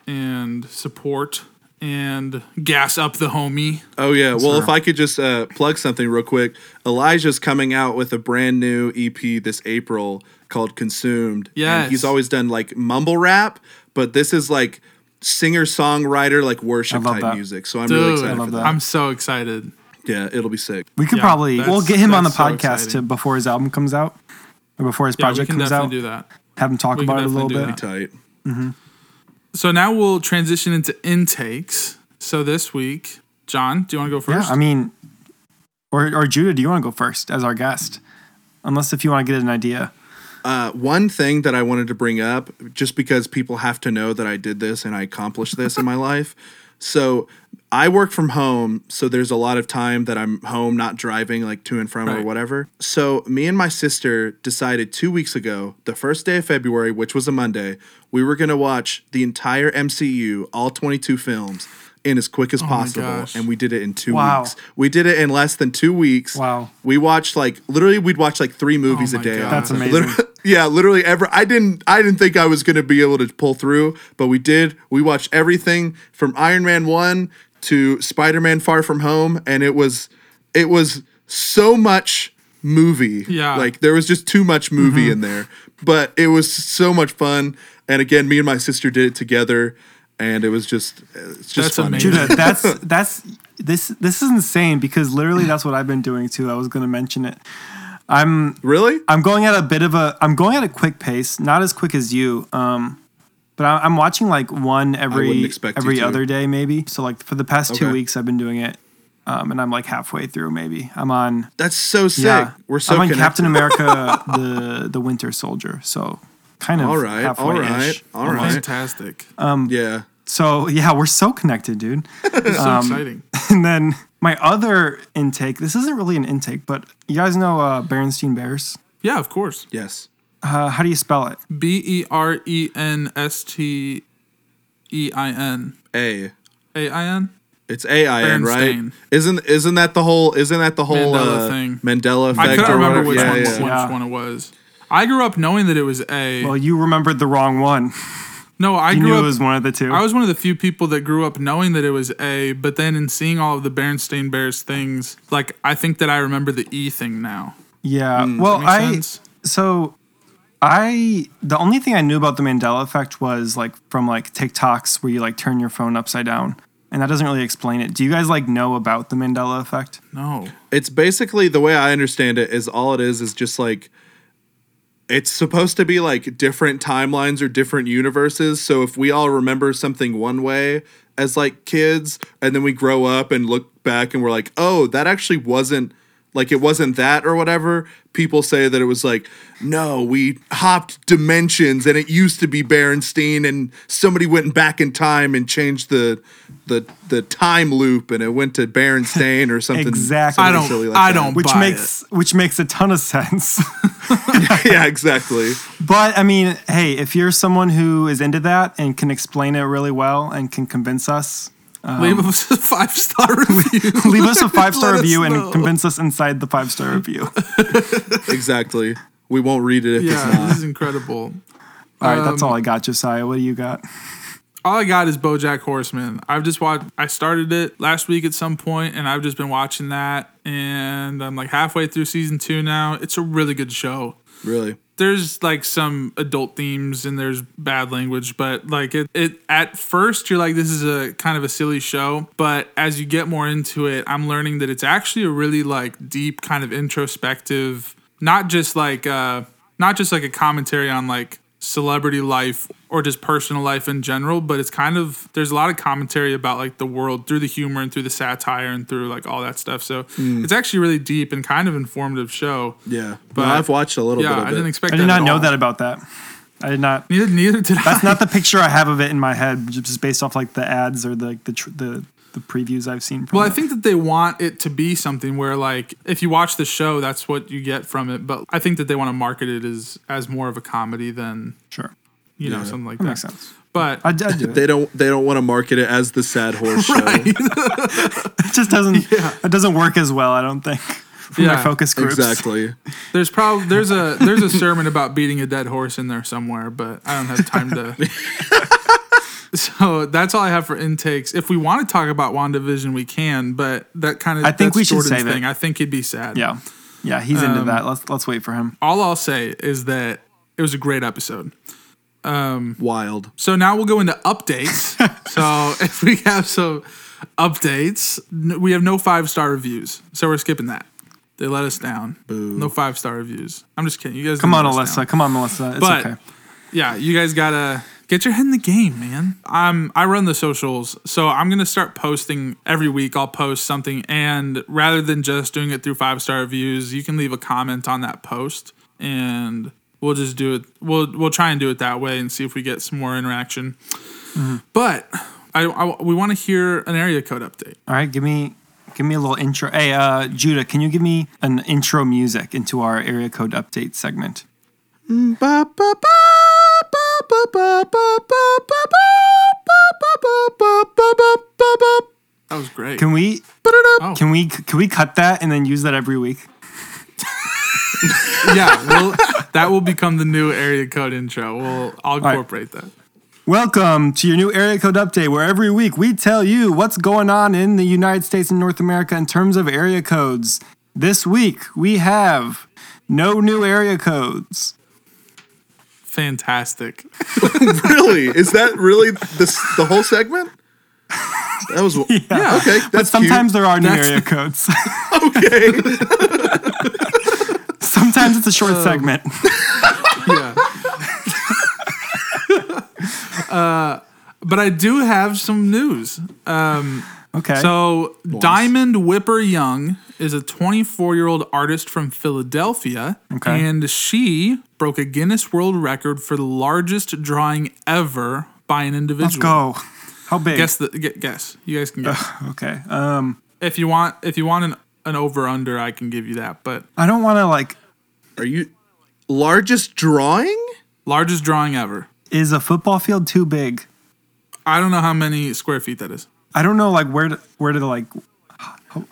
[SPEAKER 4] and support and gas up the homie.
[SPEAKER 2] Oh yeah. Well, if I could just uh, plug something real quick, Elijah's coming out with a brand new EP this April called "Consumed."
[SPEAKER 4] Yes.
[SPEAKER 2] And he's always done like mumble rap, but this is like singer songwriter like worship
[SPEAKER 3] love
[SPEAKER 2] type
[SPEAKER 3] that.
[SPEAKER 2] music. So I'm really
[SPEAKER 4] Dude,
[SPEAKER 2] excited
[SPEAKER 3] love
[SPEAKER 2] for
[SPEAKER 3] that.
[SPEAKER 2] that.
[SPEAKER 4] I'm so excited.
[SPEAKER 2] Yeah, it'll be sick.
[SPEAKER 3] We could
[SPEAKER 4] Yeah,
[SPEAKER 3] probably we'll
[SPEAKER 4] that's-
[SPEAKER 3] get him on the
[SPEAKER 4] that's so
[SPEAKER 3] podcast
[SPEAKER 4] exciting.
[SPEAKER 3] to before his album comes out or before his
[SPEAKER 4] Yeah, we
[SPEAKER 3] project
[SPEAKER 4] can
[SPEAKER 3] comes
[SPEAKER 4] definitely
[SPEAKER 3] out.
[SPEAKER 4] do that.
[SPEAKER 3] Have him talk
[SPEAKER 4] We can
[SPEAKER 3] about it a little
[SPEAKER 4] definitely do
[SPEAKER 3] bit.
[SPEAKER 4] that.
[SPEAKER 2] Tight.
[SPEAKER 4] So now we'll transition into intakes. So this week, John, do you want to go
[SPEAKER 3] Yeah,
[SPEAKER 4] first?
[SPEAKER 3] I mean, or or Judah, do you want to go first as our guest? Unless if you want to get an idea.
[SPEAKER 2] Uh, one thing that I wanted to bring up, just because people have to know that I did this and I accomplished this in my life. So I work from home, so there's a lot of time that I'm home, not driving like to and from or
[SPEAKER 4] Right.
[SPEAKER 2] whatever. So me and my sister decided two weeks ago, the first day of February, which was a Monday, we were gonna watch the entire MCU, all 22 films, in as quick as possible,
[SPEAKER 4] gosh.
[SPEAKER 2] and we did it in two
[SPEAKER 3] Wow.
[SPEAKER 2] weeks. We did it in less than two weeks.
[SPEAKER 3] Wow.
[SPEAKER 2] We watched like literally, we'd watch like three movies
[SPEAKER 4] my
[SPEAKER 2] a day.
[SPEAKER 4] God.
[SPEAKER 3] That's amazing.
[SPEAKER 2] Literally- yeah, literally ever. I didn't. I didn't think I was gonna be able to pull through, but we did. We watched everything from Iron Man one to Spider Man Far From Home, and it was, it was so much movie.
[SPEAKER 4] Yeah. Mm-hmm.
[SPEAKER 2] like there was just too much movie in there, but it was so much fun. And again, me and my sister did it together, and it was just, it's just
[SPEAKER 4] That's
[SPEAKER 2] funny.
[SPEAKER 4] amazing.
[SPEAKER 3] Judah, that's that's this this is insane because literally that's what I've been doing too. I was going to mention it. uh,
[SPEAKER 2] Really?
[SPEAKER 3] I'm going at a bit of a I'm going at a quick pace, not as quick as you. Um, but I, I'm watching like one every
[SPEAKER 2] wouldn't expect you
[SPEAKER 3] every
[SPEAKER 2] to.
[SPEAKER 3] other day maybe. So like for the past two
[SPEAKER 2] Okay.
[SPEAKER 3] weeks, I've been doing it, um, and I'm like halfway through maybe. I'm on
[SPEAKER 2] That's so sick.
[SPEAKER 3] yeah,
[SPEAKER 2] We're so
[SPEAKER 3] I'm on
[SPEAKER 2] connected.
[SPEAKER 3] Captain America the the Winter Soldier. So kind of
[SPEAKER 2] All right,
[SPEAKER 3] halfway
[SPEAKER 2] all right, all right.
[SPEAKER 4] Fantastic.
[SPEAKER 2] yeah.
[SPEAKER 3] So yeah, we're so connected, dude.
[SPEAKER 4] so
[SPEAKER 3] Um,
[SPEAKER 4] exciting.
[SPEAKER 3] and then my other intake. This isn't really an intake, but you guys know uh, Berenstein Bears.
[SPEAKER 4] Yeah, of course.
[SPEAKER 2] Yes.
[SPEAKER 3] Uh, how do you spell it?
[SPEAKER 4] B E R E N S T E I N.
[SPEAKER 2] A.
[SPEAKER 4] A I N?
[SPEAKER 2] It's A I N, right?
[SPEAKER 4] Bernstein.
[SPEAKER 2] Isn't isn't that the whole isn't that the whole
[SPEAKER 4] Mandela
[SPEAKER 2] uh,
[SPEAKER 4] thing.
[SPEAKER 2] Mandela effect?
[SPEAKER 4] I couldn't
[SPEAKER 2] or
[SPEAKER 4] remember
[SPEAKER 2] whatever?
[SPEAKER 4] which,
[SPEAKER 2] yeah,
[SPEAKER 4] one,
[SPEAKER 2] yeah.
[SPEAKER 3] Yeah.
[SPEAKER 4] which one it was. I grew up knowing that it was A.
[SPEAKER 3] Well, you remembered the wrong one.
[SPEAKER 4] no, I
[SPEAKER 3] You
[SPEAKER 4] grew
[SPEAKER 3] knew
[SPEAKER 4] up.
[SPEAKER 3] it was one of the two.
[SPEAKER 4] I was one of the few people that grew up knowing that it was A, but then in seeing all of the Berenstain Bears things, like I think that I remember the E thing now.
[SPEAKER 3] yeah. well,
[SPEAKER 4] Hmm, that
[SPEAKER 3] Oh, I
[SPEAKER 4] makes sense.
[SPEAKER 3] so I the only thing I knew about the Mandela effect was like from like TikToks where you like turn your phone upside down, and that doesn't really explain it. Do you guys like know about the Mandela effect?
[SPEAKER 4] No,
[SPEAKER 2] It's basically the way I understand it is all it is is just like it's supposed to be like different timelines or different universes. So if we all remember something one way as like kids and then we grow up and look back and we're like, "Oh, that actually wasn't like it wasn't that or whatever." People say that it was like, "No, we hopped dimensions and it used to be Berenstain and somebody went back in time and changed the the the time loop and it went to Berenstain or something."
[SPEAKER 3] Exactly.
[SPEAKER 2] something
[SPEAKER 4] I don't-
[SPEAKER 2] silly like
[SPEAKER 4] I
[SPEAKER 2] that.
[SPEAKER 4] don't
[SPEAKER 3] Which
[SPEAKER 4] buy
[SPEAKER 3] makes which makes a ton of sense.
[SPEAKER 2] yeah, exactly.
[SPEAKER 3] But I mean, hey, if you're someone who is into that and can explain it really well and can convince us,
[SPEAKER 4] leave us a five star review.
[SPEAKER 3] Um, leave us a five star
[SPEAKER 4] Let us
[SPEAKER 3] review
[SPEAKER 4] know.
[SPEAKER 3] and convince us inside the five star review.
[SPEAKER 2] Exactly. We won't read it if it's
[SPEAKER 4] Yeah,
[SPEAKER 2] not.
[SPEAKER 4] this is incredible.
[SPEAKER 3] All right, that's all I got, Josiah. What do you got?
[SPEAKER 4] All Um, I got is BoJack Horseman. I've just watched. I started it last week at some point, and I've just been watching that. And I'm like halfway through season two now. It's a really good show.
[SPEAKER 2] Really.
[SPEAKER 4] there's like some adult themes and there's bad language, but like it, it at first you're like, this is a kind of a silly show. But as you get more into it, I'm learning that it's actually a really like deep kind of introspective, not just like uh not just like a commentary on like celebrity life or just personal life in general, but it's kind of there's a lot of commentary about like the world through the humor and through the satire and through like all that stuff. So it's actually really deep and kind of informative show.
[SPEAKER 2] Hmm. Yeah. But
[SPEAKER 4] But-
[SPEAKER 2] I've watched a little
[SPEAKER 4] Yeah,
[SPEAKER 2] bit of
[SPEAKER 4] I
[SPEAKER 2] it.
[SPEAKER 4] didn't expect.
[SPEAKER 3] I did
[SPEAKER 4] that
[SPEAKER 3] not
[SPEAKER 4] at
[SPEAKER 3] know
[SPEAKER 4] all.
[SPEAKER 3] that about that. I did not.
[SPEAKER 4] Neither, neither did I.
[SPEAKER 3] That's not the picture I have of it in my head, just based off like the ads or the the tr- the, the previews I've seen. From
[SPEAKER 4] well, I
[SPEAKER 3] it.
[SPEAKER 4] think that they want it to be something where, like, if you watch the show, that's what you get from it. But I think that they want to market it as as more of a comedy than
[SPEAKER 3] sure
[SPEAKER 4] you know
[SPEAKER 2] Yeah.
[SPEAKER 4] something like
[SPEAKER 3] that
[SPEAKER 4] that.
[SPEAKER 3] makes sense.
[SPEAKER 4] But
[SPEAKER 3] I, I do it.
[SPEAKER 2] they don't they don't want to market it as the sad horse show.
[SPEAKER 3] it just doesn't. It doesn't work as well. I don't think. For
[SPEAKER 4] Yeah,
[SPEAKER 3] my focus groups.
[SPEAKER 2] Exactly.
[SPEAKER 4] there's probably there's a there's a sermon about beating a dead horse in there somewhere, but I don't have time to. so that's all I have for intakes. If we want to talk about Wandavision, we can, but that kind of
[SPEAKER 3] I think
[SPEAKER 4] that's
[SPEAKER 3] we should
[SPEAKER 4] Jordan's
[SPEAKER 3] save it.
[SPEAKER 4] thing. I think he'd be sad.
[SPEAKER 3] Yeah, yeah. He's
[SPEAKER 4] Um,
[SPEAKER 3] into that. Let's let's wait for him.
[SPEAKER 4] All I'll say is that it was a great episode.
[SPEAKER 2] Wild.
[SPEAKER 4] So now we'll go into updates. so if we have some updates, n- we have no five star reviews. So we're skipping that. They let us down. No five star reviews. I'm just kidding. You guys
[SPEAKER 3] Come on,
[SPEAKER 4] didn't let us
[SPEAKER 3] Alyssa.
[SPEAKER 4] down.
[SPEAKER 3] Come on, Melissa. It's
[SPEAKER 4] But
[SPEAKER 3] okay.
[SPEAKER 4] yeah, you guys gotta get your head in the game, man. I'm I run the socials, so I'm gonna start posting every week. I'll post something, and rather than just doing it through five star reviews, you can leave a comment on that post, and we'll just do it. We'll we'll try and do it that way and see if we get some more interaction.
[SPEAKER 2] Mm-hmm.
[SPEAKER 4] But I, I we want to hear an area code update.
[SPEAKER 3] All right, give me give me a little intro. Hey, uh, Judah, can you give me an intro music into our area code update segment?
[SPEAKER 2] Ba, ba, ba, ba, ba, ba, ba, ba, ba, ba, ba, ba, ba, ba, ba, ba.
[SPEAKER 4] That was great.
[SPEAKER 3] Can we
[SPEAKER 4] Oh.
[SPEAKER 3] can we can we cut that and then use that every week?
[SPEAKER 4] yeah, well, that will become the new area code intro. We'll I'll
[SPEAKER 3] right.
[SPEAKER 4] incorporate that.
[SPEAKER 3] Welcome to your new area code update, where every week we tell you what's going on in the United States and North America in terms of area codes. This week we have no new area codes.
[SPEAKER 4] Fantastic.
[SPEAKER 2] Really? Is that really this the whole segment? That was yeah. Okay, that's
[SPEAKER 3] but sometimes there are new
[SPEAKER 4] That's-
[SPEAKER 3] area codes.
[SPEAKER 2] cute. okay.
[SPEAKER 3] sometimes it's a short segment.
[SPEAKER 4] yeah. uh, but I do have some news.
[SPEAKER 3] Okay.
[SPEAKER 4] So Diamond Whipper Young is a 24 year old artist from Philadelphia,
[SPEAKER 3] Okay.
[SPEAKER 4] and she broke a Guinness World Record for the largest drawing ever by an individual.
[SPEAKER 3] let's go. How big?
[SPEAKER 4] Guess the gu- guess. You guys can guess.
[SPEAKER 3] okay. Um.
[SPEAKER 4] if you want, if you want an an over under, I can give you that. But
[SPEAKER 3] I don't want to like.
[SPEAKER 2] Are you largest drawing?
[SPEAKER 4] Largest drawing ever.
[SPEAKER 3] Is a football field too big?
[SPEAKER 4] I don't know how many square feet that is.
[SPEAKER 3] I don't know like where to, where to like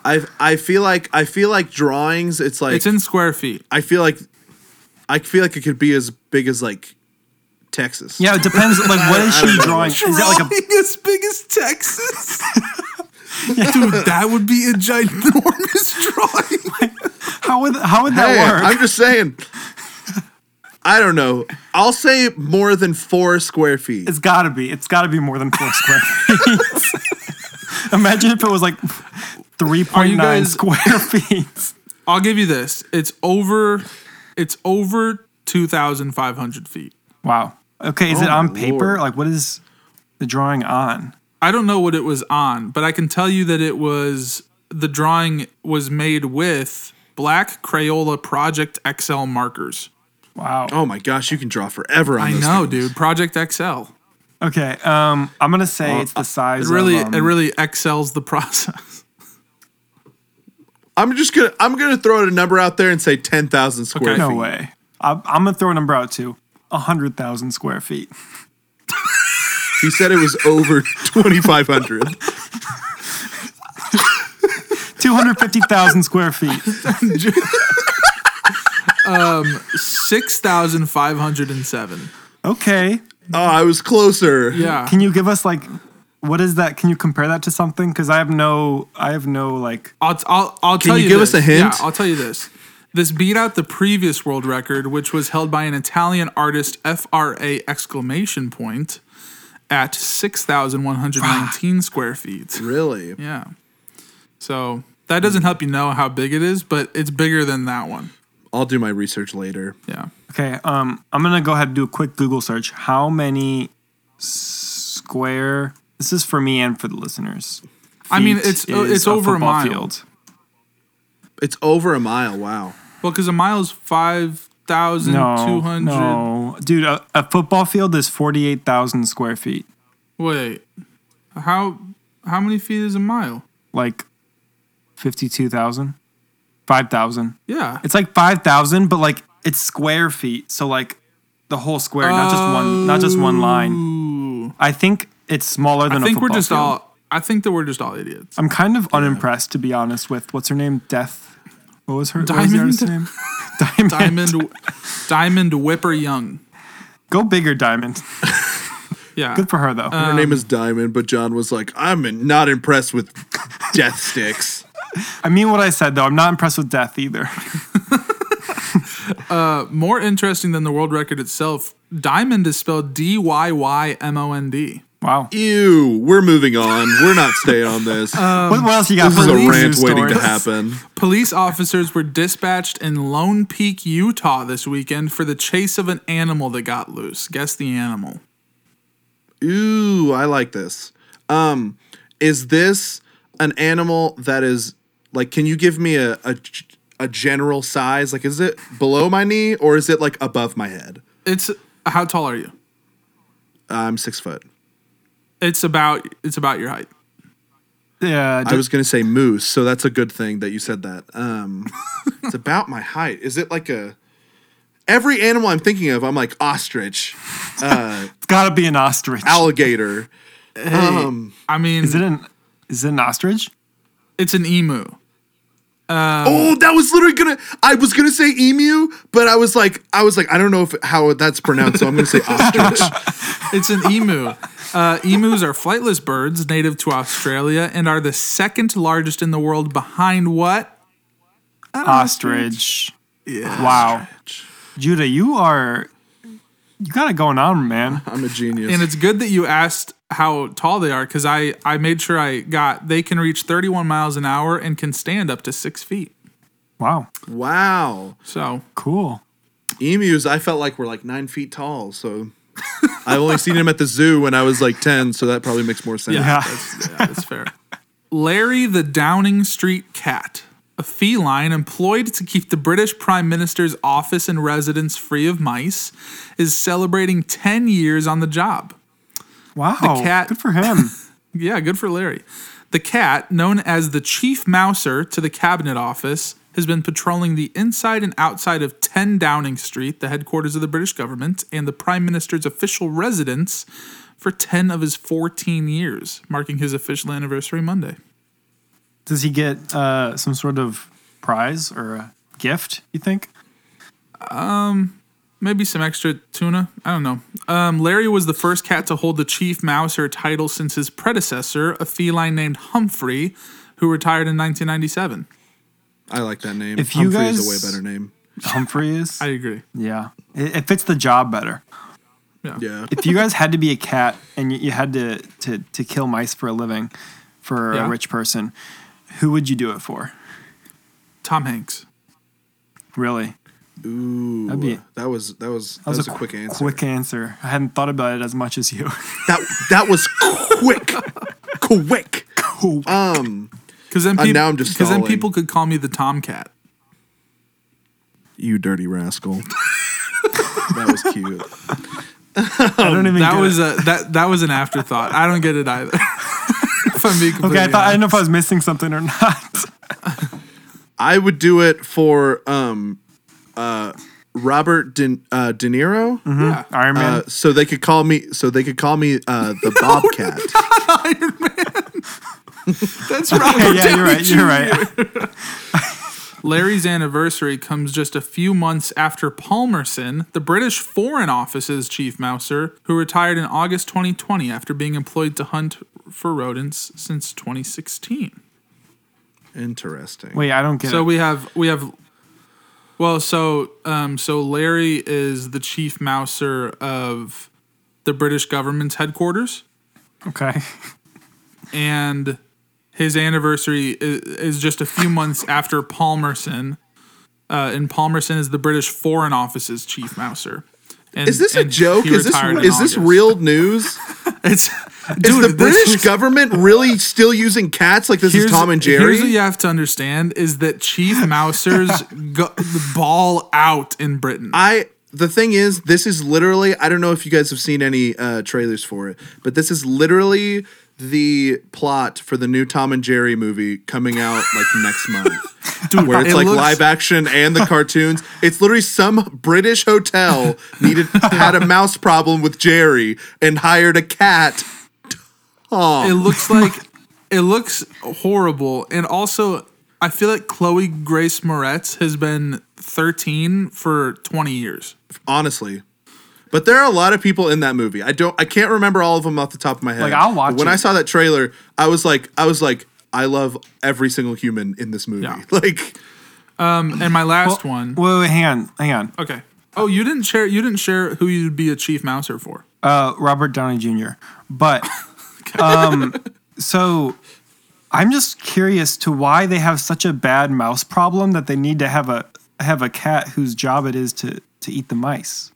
[SPEAKER 2] I I feel like I feel like drawings. It's like
[SPEAKER 4] It's in square feet.
[SPEAKER 2] I feel like I feel like it could be as big as like Texas.
[SPEAKER 3] Yeah, it depends like what is she drawing? Is it like a
[SPEAKER 4] as big as Texas? Dude, that would be a ginormous drawing.
[SPEAKER 3] how would how would that
[SPEAKER 2] Hey,
[SPEAKER 3] work?
[SPEAKER 2] I'm just saying. I don't know. I'll say more than four square feet.
[SPEAKER 3] It's got to be. It's got to be more than four square feet. Imagine if it was like three point nine
[SPEAKER 4] guys-
[SPEAKER 3] square feet.
[SPEAKER 4] I'll give you this. It's over. It's over two thousand five hundred feet.
[SPEAKER 3] Wow. Okay, is
[SPEAKER 2] Oh
[SPEAKER 3] it on
[SPEAKER 2] my
[SPEAKER 3] paper?
[SPEAKER 2] lord.
[SPEAKER 3] Like, what is the drawing on?
[SPEAKER 4] I don't know what it was on, but I can tell you that it was the drawing was made with black Crayola Project XL markers.
[SPEAKER 3] Wow.
[SPEAKER 2] Oh my gosh, you can draw forever on
[SPEAKER 4] I
[SPEAKER 2] those
[SPEAKER 4] know,
[SPEAKER 2] things.
[SPEAKER 4] dude. Project XL.
[SPEAKER 3] Okay. Um, I'm gonna say it's the size.
[SPEAKER 4] It really,
[SPEAKER 3] of, um,
[SPEAKER 4] it really excels the process.
[SPEAKER 2] I'm just gonna I'm gonna throw a number out there and say ten thousand square
[SPEAKER 4] Okay.
[SPEAKER 2] feet.
[SPEAKER 3] um, No way. I, I'm gonna throw a number out too. hundred thousand square feet.
[SPEAKER 2] He said it was over twenty five hundred.
[SPEAKER 3] Two hundred fifty thousand square feet.
[SPEAKER 4] Six thousand five hundred and seven.
[SPEAKER 3] Okay.
[SPEAKER 2] Oh, I was closer.
[SPEAKER 4] Yeah.
[SPEAKER 3] Can you give us like, what is that? Can you compare that to something? Because I have no, I have no like.
[SPEAKER 4] I'll, t- I'll, I'll tell
[SPEAKER 2] you
[SPEAKER 4] you.
[SPEAKER 2] give us
[SPEAKER 4] this.
[SPEAKER 2] a hint?
[SPEAKER 4] Yeah, I'll tell you this. This beat out the previous world record, which was held by an Italian artist, FRA exclamation point, at six thousand one hundred nineteen square feet.
[SPEAKER 2] Really?
[SPEAKER 4] Yeah. So that doesn't help you know how big it is, but it's bigger than that one.
[SPEAKER 2] I'll do my research later.
[SPEAKER 4] Yeah.
[SPEAKER 3] Okay, um, I'm gonna go ahead and do a quick Google search. How many square? This is for me and for the listeners.
[SPEAKER 4] I mean,
[SPEAKER 3] feet
[SPEAKER 4] it's- uh,
[SPEAKER 3] is
[SPEAKER 4] it's over a
[SPEAKER 3] football
[SPEAKER 4] mile.
[SPEAKER 2] It's over a mile. Wow.
[SPEAKER 4] Well, because a mile is five thousand two
[SPEAKER 3] No,
[SPEAKER 4] hundred.
[SPEAKER 3] no, dude, a, a football field is forty-eight thousand square feet.
[SPEAKER 4] Wait, how how many feet is a mile?
[SPEAKER 3] Like fifty-two thousand, five thousand.
[SPEAKER 4] Yeah.
[SPEAKER 3] It's like five thousand, but like it's square feet. So like the whole square, not just one, not just one line.
[SPEAKER 4] Ooh.
[SPEAKER 3] I think it's smaller than
[SPEAKER 4] Oh. I
[SPEAKER 3] a
[SPEAKER 4] think we're
[SPEAKER 3] football
[SPEAKER 4] just
[SPEAKER 3] field.
[SPEAKER 4] all. I think that we're just all idiots.
[SPEAKER 3] I'm kind of unimpressed, to be honest, with what's her name? Death. What was her What was the
[SPEAKER 4] Diamond?
[SPEAKER 3] artist's name? Diamond.
[SPEAKER 4] Diamond, Diamond Whipper Young.
[SPEAKER 3] Go bigger, Diamond.
[SPEAKER 4] Yeah.
[SPEAKER 3] Good for her, though.
[SPEAKER 2] Her
[SPEAKER 4] Um,
[SPEAKER 2] name is Diamond, but John was like, I'm not impressed with death sticks.
[SPEAKER 3] I mean what I said, though. I'm not impressed with Death either.
[SPEAKER 4] More interesting than the world record itself. Diamond is spelled D Y Y M O N D.
[SPEAKER 3] Wow.
[SPEAKER 2] Ew, we're moving on. We're not staying on this.
[SPEAKER 4] Uh,
[SPEAKER 3] what, what else you got
[SPEAKER 2] Um, this is
[SPEAKER 3] for
[SPEAKER 2] a
[SPEAKER 3] the news
[SPEAKER 2] rant
[SPEAKER 3] story?
[SPEAKER 2] waiting to happen.
[SPEAKER 4] Police officers were dispatched in Lone Peak, Utah this weekend for the chase of an animal that got loose. Guess the animal.
[SPEAKER 2] Ooh, I like this. Um, is this an animal that is like? Can you give me a a, a general size? Like, is it below my knee or is it like above my head?
[SPEAKER 4] It's how tall are you?
[SPEAKER 2] I'm six foot.
[SPEAKER 4] It's about it's about your height.
[SPEAKER 3] Yeah,
[SPEAKER 2] I was gonna say moose, so that's a good thing that you said that. Um, it's about my height. Is it like a every animal I'm thinking of? I'm like ostrich,
[SPEAKER 3] it's got to be an ostrich.
[SPEAKER 2] alligator. Um,
[SPEAKER 4] I mean,
[SPEAKER 3] Is it an is it an ostrich?
[SPEAKER 4] it's an emu.
[SPEAKER 2] oh, that was literally gonna. I was gonna say emu, but I was like, I was like, I don't know if how that's pronounced, so I'm gonna say ostrich.
[SPEAKER 4] It's an emu. Uh, emus are flightless birds native to Australia and are the second largest in the world behind what?
[SPEAKER 3] Ostrich. Wow. Judah, you are you got it going on, man.
[SPEAKER 2] I'm a genius.
[SPEAKER 4] And it's good that you asked how tall they are because I, I made sure I got they can reach 31 miles an hour and can stand up to six feet.
[SPEAKER 3] Wow.
[SPEAKER 2] wow,
[SPEAKER 4] So
[SPEAKER 3] Cool.
[SPEAKER 2] emus. I felt like were like nine feet tall, so. I only seen him at the zoo when I was like ten, so that probably makes more sense.
[SPEAKER 3] Yeah.
[SPEAKER 4] that's, yeah, that's fair. Larry the Downing Street Cat, a feline employed to keep the British Prime Minister's office and residence free of mice, is celebrating 10 years on the job.
[SPEAKER 3] Wow.
[SPEAKER 4] cat-
[SPEAKER 3] Good for him.
[SPEAKER 4] Yeah, good for Larry. The cat, known as the chief mouser to the cabinet office, has been patrolling the inside and outside of 10 Downing Street, the headquarters of the British government, and the Prime Minister's official residence for 10 of his 14 years, marking his official anniversary Monday.
[SPEAKER 3] Does he get uh, some sort of prize or a gift? You think?
[SPEAKER 4] Maybe some extra tuna. I don't know. Um, Larry was the first cat to hold the chief mouser title since his predecessor, a feline named Humphrey, who retired in 1997.
[SPEAKER 2] I like that name.
[SPEAKER 3] If you
[SPEAKER 2] Humphrey is
[SPEAKER 3] guys-
[SPEAKER 2] a way better name.
[SPEAKER 3] Humphrey is.
[SPEAKER 4] I agree.
[SPEAKER 3] yeah, it, it fits the job better.
[SPEAKER 2] Yeah.
[SPEAKER 3] If you guys had to be a cat and you, you had to, to to kill mice for a living, for
[SPEAKER 4] Yeah.
[SPEAKER 3] a rich person, who would you do it for?
[SPEAKER 4] Tom Hanks.
[SPEAKER 3] Really?
[SPEAKER 2] Ooh,
[SPEAKER 3] That'd be-
[SPEAKER 2] that was that was that,
[SPEAKER 3] That
[SPEAKER 2] was, a
[SPEAKER 3] qu-
[SPEAKER 2] quick answer.
[SPEAKER 3] Quick answer. I hadn't thought about it as much as you.
[SPEAKER 2] That that was quick, quick. Um,
[SPEAKER 4] Because then,
[SPEAKER 2] Uh,
[SPEAKER 4] peop-
[SPEAKER 2] now I'm just
[SPEAKER 4] 'cause then
[SPEAKER 2] stalling.
[SPEAKER 4] people could call me the Tomcat.
[SPEAKER 2] you dirty rascal. that was cute.
[SPEAKER 3] I don't even.
[SPEAKER 4] Oh, That
[SPEAKER 3] get
[SPEAKER 4] was
[SPEAKER 3] it.
[SPEAKER 4] a, that that was an afterthought. I don't get it either. if I'm being completely
[SPEAKER 3] okay. I thought I
[SPEAKER 4] honest.
[SPEAKER 3] didn't know if I was missing something or not.
[SPEAKER 2] I would do it for um, uh, Robert De, uh, De Niro.
[SPEAKER 4] Yeah.
[SPEAKER 3] Iron Man.
[SPEAKER 2] Uh, so they could call me. So they could call me uh, the Bobcat.
[SPEAKER 4] That's right.
[SPEAKER 3] Okay, yeah, you're right. You're right.
[SPEAKER 4] Larry's anniversary comes just a few months after Palmerston, the British Foreign Office's chief mouser, who retired in August 2020 after being employed to hunt for rodents since 2016.
[SPEAKER 2] Interesting.
[SPEAKER 3] Wait, I don't get
[SPEAKER 4] So
[SPEAKER 3] it.
[SPEAKER 4] we have we have well, so um so Larry is the chief mouser of the British government's headquarters
[SPEAKER 3] Okay.
[SPEAKER 4] and his anniversary is, is just a few months after Palmerston. Uh, and Palmerston is the British Foreign Office's chief mouser. And,
[SPEAKER 2] Is this a
[SPEAKER 4] and
[SPEAKER 2] joke?
[SPEAKER 4] he
[SPEAKER 2] Is this
[SPEAKER 4] retired in
[SPEAKER 2] is this
[SPEAKER 4] August.
[SPEAKER 2] real news?
[SPEAKER 4] It's,
[SPEAKER 2] Is
[SPEAKER 4] dude,
[SPEAKER 2] the British
[SPEAKER 4] this-
[SPEAKER 2] government really still using cats like this is
[SPEAKER 4] here's-
[SPEAKER 2] Tom and Jerry?
[SPEAKER 4] Here's what you have to understand: is that chief mousers go, ball out in Britain.
[SPEAKER 2] I the thing is, this is literally I don't know if you guys have seen any uh, trailers for it, but this is literally the plot for the new Tom and Jerry movie coming out like next month. where it's
[SPEAKER 4] it
[SPEAKER 2] like
[SPEAKER 4] looks-
[SPEAKER 2] live action and the cartoons. It's literally some British hotel needed had a mouse problem with Jerry and hired a cat. Oh.
[SPEAKER 4] It looks like it looks horrible, and also I feel like Chloe Grace Moretz has been 13 for 20 years.
[SPEAKER 2] honestly. But there are a lot of people in that movie. I don't I can't remember all of them off the top of my head.
[SPEAKER 3] Like, I'll watch
[SPEAKER 2] But when
[SPEAKER 3] it.
[SPEAKER 2] I saw that trailer, I was like I was like I love every single human in this movie.
[SPEAKER 4] Yeah.
[SPEAKER 2] Like
[SPEAKER 4] And my last one.
[SPEAKER 3] Oh, Wait, wait, hang on, hang on.
[SPEAKER 4] Okay. Oh, you didn't share. You didn't share who you'd be a chief mouser for.
[SPEAKER 3] Uh, Robert Downey Jr. But, um, so I'm just curious to why they have such a bad mouse problem that they need to have a have a cat whose job it is to to eat the mice.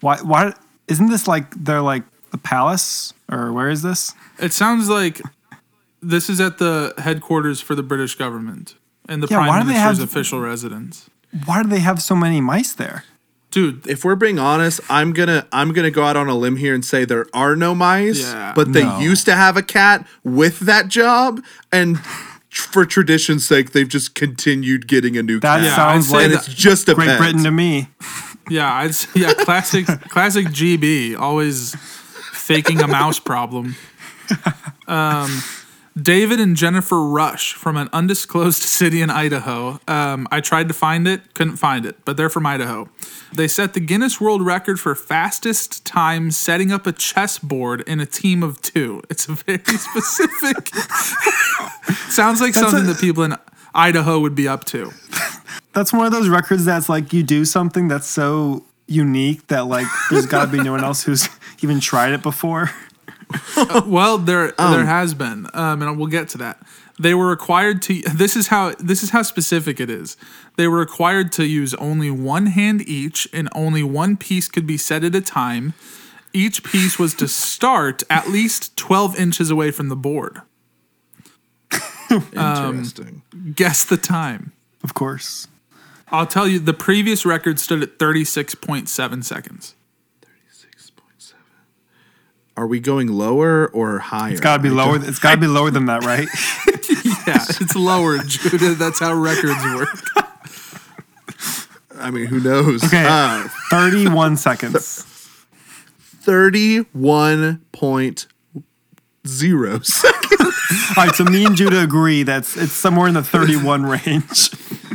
[SPEAKER 3] Why? Why isn't this like they're like the palace or where is this?
[SPEAKER 4] It sounds like this is at the headquarters for the British government and the
[SPEAKER 3] Yeah, why
[SPEAKER 4] prime
[SPEAKER 3] do they
[SPEAKER 4] minister's
[SPEAKER 3] have-
[SPEAKER 4] official residence.
[SPEAKER 3] Why do they have so many mice there?
[SPEAKER 4] Dude,
[SPEAKER 2] if we're being honest, I'm gonna I'm gonna go out on a limb here and say there are no mice,
[SPEAKER 4] Yeah.
[SPEAKER 2] but they
[SPEAKER 3] No.
[SPEAKER 2] used to have a cat with that job, and tr- for tradition's sake, they've just continued getting a new
[SPEAKER 3] That
[SPEAKER 2] cat.
[SPEAKER 3] sounds
[SPEAKER 4] I'd say
[SPEAKER 3] like
[SPEAKER 2] and it's just a
[SPEAKER 3] Great
[SPEAKER 2] pet.
[SPEAKER 3] Britain to me.
[SPEAKER 4] yeah, I'd, s- yeah, classic, classic GB, always faking a mouse problem. Um, David and Jennifer Rush from an undisclosed city in Idaho. Um, I tried to find it, couldn't find it, but they're from Idaho. They set the Guinness World Record for fastest time setting up a chessboard in a team of two. It's a very specific. sounds like something that people in Idaho would be up to.
[SPEAKER 3] That's one of those records that's like you do something that's so unique that like there's got to be no one else who's even tried it before.
[SPEAKER 4] Well, there there has been, um, and we'll get to that. They were required to. This is how this is how specific it is. They were required to use only one hand each, and only one piece could be set at a time. Each piece was to start at least twelve inches away from the board.
[SPEAKER 2] Interesting.
[SPEAKER 4] Guess the time.
[SPEAKER 3] Of course.
[SPEAKER 4] I'll tell you. The previous record stood at thirty six point seven seconds.
[SPEAKER 2] are we going lower or higher?
[SPEAKER 3] It's got to be
[SPEAKER 2] I
[SPEAKER 3] lower. It's got to be lower than that, right?
[SPEAKER 4] Yeah, it's lower, Judah. That's how records work.
[SPEAKER 2] I mean, who knows?
[SPEAKER 3] Okay.
[SPEAKER 2] Uh,
[SPEAKER 3] 31 seconds.
[SPEAKER 2] 31.0 seconds.
[SPEAKER 3] All right, so me and Judah agree that's it's somewhere in the 31 range.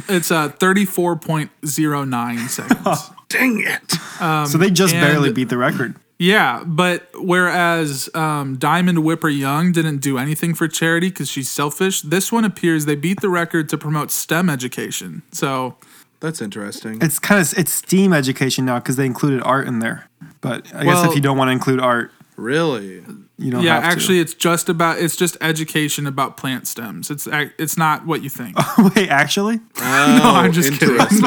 [SPEAKER 4] It's uh, 34.09 seconds.
[SPEAKER 2] Dang it.
[SPEAKER 3] so they just
[SPEAKER 4] Um, and-
[SPEAKER 3] barely beat the record.
[SPEAKER 4] yeah, but whereas um, Diamond Whipper Young didn't do anything for charity because she's selfish, this one appears they beat the record to promote STEM education. So
[SPEAKER 2] That's interesting.
[SPEAKER 3] It's kind of it's STEAM education now because they included art in there. But I guess
[SPEAKER 4] Well-
[SPEAKER 3] if you don't want to include art,
[SPEAKER 2] Really?
[SPEAKER 3] you don't
[SPEAKER 4] yeah,
[SPEAKER 3] have to.
[SPEAKER 4] actually, it's just about it's just education about plant stems. It's ac- it's not what you think.
[SPEAKER 3] Wait, actually?
[SPEAKER 4] no, I'm just kidding.
[SPEAKER 2] interesting.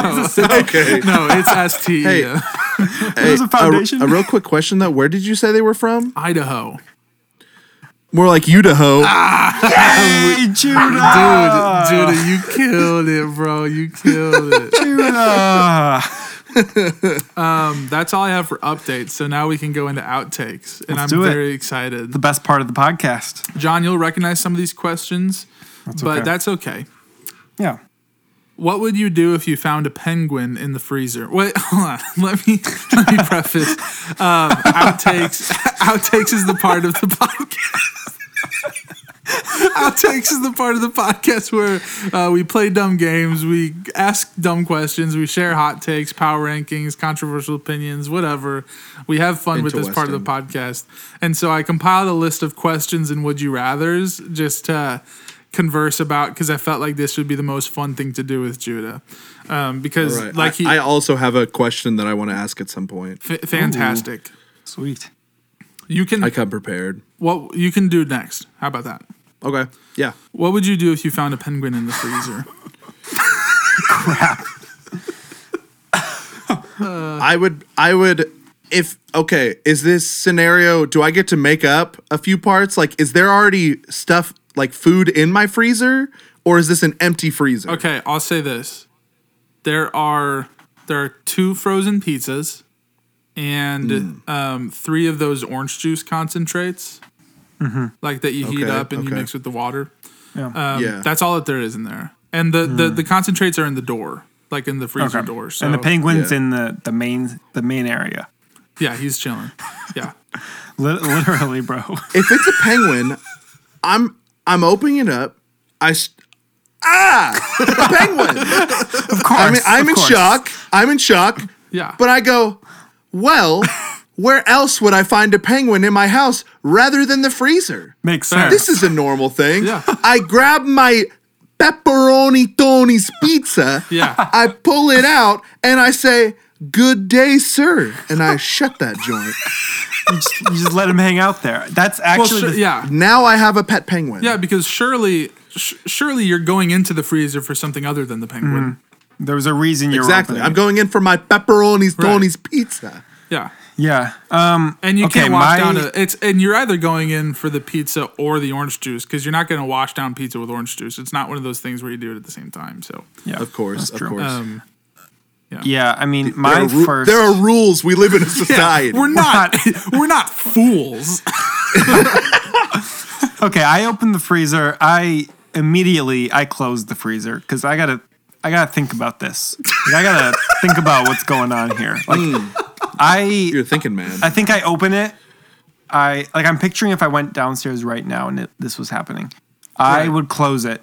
[SPEAKER 4] No,
[SPEAKER 2] Okay.
[SPEAKER 4] no, it's E. ST
[SPEAKER 2] Hey.
[SPEAKER 4] yeah.
[SPEAKER 2] Hey,
[SPEAKER 3] a foundation.
[SPEAKER 2] A, real quick question though. Where did you say they were from?
[SPEAKER 4] Idaho.
[SPEAKER 2] More like Idaho.
[SPEAKER 4] Ah,
[SPEAKER 3] Hey, Judah!
[SPEAKER 4] Dude, dude, you killed it, bro. You killed it.
[SPEAKER 3] Judah!
[SPEAKER 4] Um, That's all I have for updates. So now we can go into outtakes, and
[SPEAKER 3] Let's
[SPEAKER 4] I'm
[SPEAKER 3] do it.
[SPEAKER 4] very excited.
[SPEAKER 3] the best part of the podcast.
[SPEAKER 4] John, you'll recognize some of these questions, but
[SPEAKER 3] okay.
[SPEAKER 4] that's okay.
[SPEAKER 3] Yeah.
[SPEAKER 4] What would you do if you found a penguin in the freezer? Wait, hold on. Let me let me preface. Um, outtakes. Outtakes is the part of the podcast. outtakes is the part of the podcast where uh, we play dumb games, we ask dumb questions, we share hot takes, power rankings, controversial opinions, whatever. We have fun with this part of the podcast, and so I compiled a list of questions and would you rather's just to converse about because I felt like this would be the most fun thing to do with Judah, um, because
[SPEAKER 2] Right.
[SPEAKER 4] like
[SPEAKER 2] I,
[SPEAKER 4] he
[SPEAKER 2] I also have a question that I want to ask at some point.
[SPEAKER 4] f- fantastic.
[SPEAKER 3] Sweet.
[SPEAKER 4] You can
[SPEAKER 2] I come prepared.
[SPEAKER 4] what you can do next. How about that?
[SPEAKER 2] Okay. Yeah.
[SPEAKER 4] What would you do if you found a penguin in the freezer? Uh.
[SPEAKER 2] I would I would if okay, is this scenario do I get to make up a few parts? Like is there already stuff like food in my freezer or is this an empty freezer?
[SPEAKER 4] Okay, I'll say this. There are there are two frozen pizzas and
[SPEAKER 2] Hmm.
[SPEAKER 4] um, three of those orange juice concentrates. Like that you heat
[SPEAKER 2] Mm-hmm. Okay,
[SPEAKER 4] up and you
[SPEAKER 2] okay.
[SPEAKER 4] mix with the water.
[SPEAKER 3] Yeah.
[SPEAKER 4] Um,
[SPEAKER 2] Yeah. Hmm.
[SPEAKER 4] That's all that there is in there. And the, the, the concentrates are in the door, like in the freezer door. So
[SPEAKER 3] and the penguins
[SPEAKER 2] Yeah.
[SPEAKER 3] in the, the main the main area.
[SPEAKER 4] yeah, he's chilling. Yeah.
[SPEAKER 3] Lit literally, bro.
[SPEAKER 2] If it's a penguin, I'm I'm opening it up. I st- ah, the penguin.
[SPEAKER 3] Of course.
[SPEAKER 2] I mean, I'm
[SPEAKER 3] of
[SPEAKER 2] in
[SPEAKER 3] course.
[SPEAKER 2] shock. I'm in shock.
[SPEAKER 4] Yeah.
[SPEAKER 2] But I go, well, where else would I find a penguin in my house rather than the freezer?
[SPEAKER 3] Makes
[SPEAKER 4] Fair.
[SPEAKER 3] sense.
[SPEAKER 2] This is a normal thing.
[SPEAKER 4] Yeah.
[SPEAKER 2] I grab my pepperoni Tony's pizza.
[SPEAKER 4] Yeah.
[SPEAKER 2] I pull it out and I say, "Good day, sir," and I shut that joint.
[SPEAKER 3] you, just, you just let him hang out there. That's
[SPEAKER 4] well,
[SPEAKER 3] actually
[SPEAKER 4] sure,
[SPEAKER 3] the-
[SPEAKER 4] yeah.
[SPEAKER 2] Now I have a pet penguin.
[SPEAKER 4] Yeah, because surely sh- surely you're going into the freezer for something other than the penguin.
[SPEAKER 3] there was a reason you
[SPEAKER 2] Exactly.
[SPEAKER 3] were
[SPEAKER 2] I'm
[SPEAKER 3] opening
[SPEAKER 2] going in for my pepperonis
[SPEAKER 4] Right.
[SPEAKER 2] Tony's pizza.
[SPEAKER 4] Yeah.
[SPEAKER 3] it. Yeah. Um
[SPEAKER 4] And you
[SPEAKER 3] Hmm. Okay,
[SPEAKER 4] can't
[SPEAKER 3] my-
[SPEAKER 4] wash down a, it's and you're either going in for the pizza or the orange juice because you're not going to wash down pizza with orange juice. It's not one of those things where you do it at the same time. So
[SPEAKER 3] yeah,
[SPEAKER 2] Of course,
[SPEAKER 3] that's
[SPEAKER 2] of
[SPEAKER 3] true.
[SPEAKER 2] course.
[SPEAKER 4] um,
[SPEAKER 3] Yeah, I mean
[SPEAKER 2] there,
[SPEAKER 3] my
[SPEAKER 2] are ru-
[SPEAKER 3] first
[SPEAKER 2] there are rules. We live in a society.
[SPEAKER 4] we're not we're not fools.
[SPEAKER 3] Okay, I opened the freezer. I immediately I closed the freezer because I gotta I gotta think about this. Like, I gotta think about what's going on here. Like
[SPEAKER 2] Hmm.
[SPEAKER 3] I
[SPEAKER 2] You're thinking, man.
[SPEAKER 3] I think I open it. I like I'm picturing if I went downstairs right now and it, this was happening. I would close it.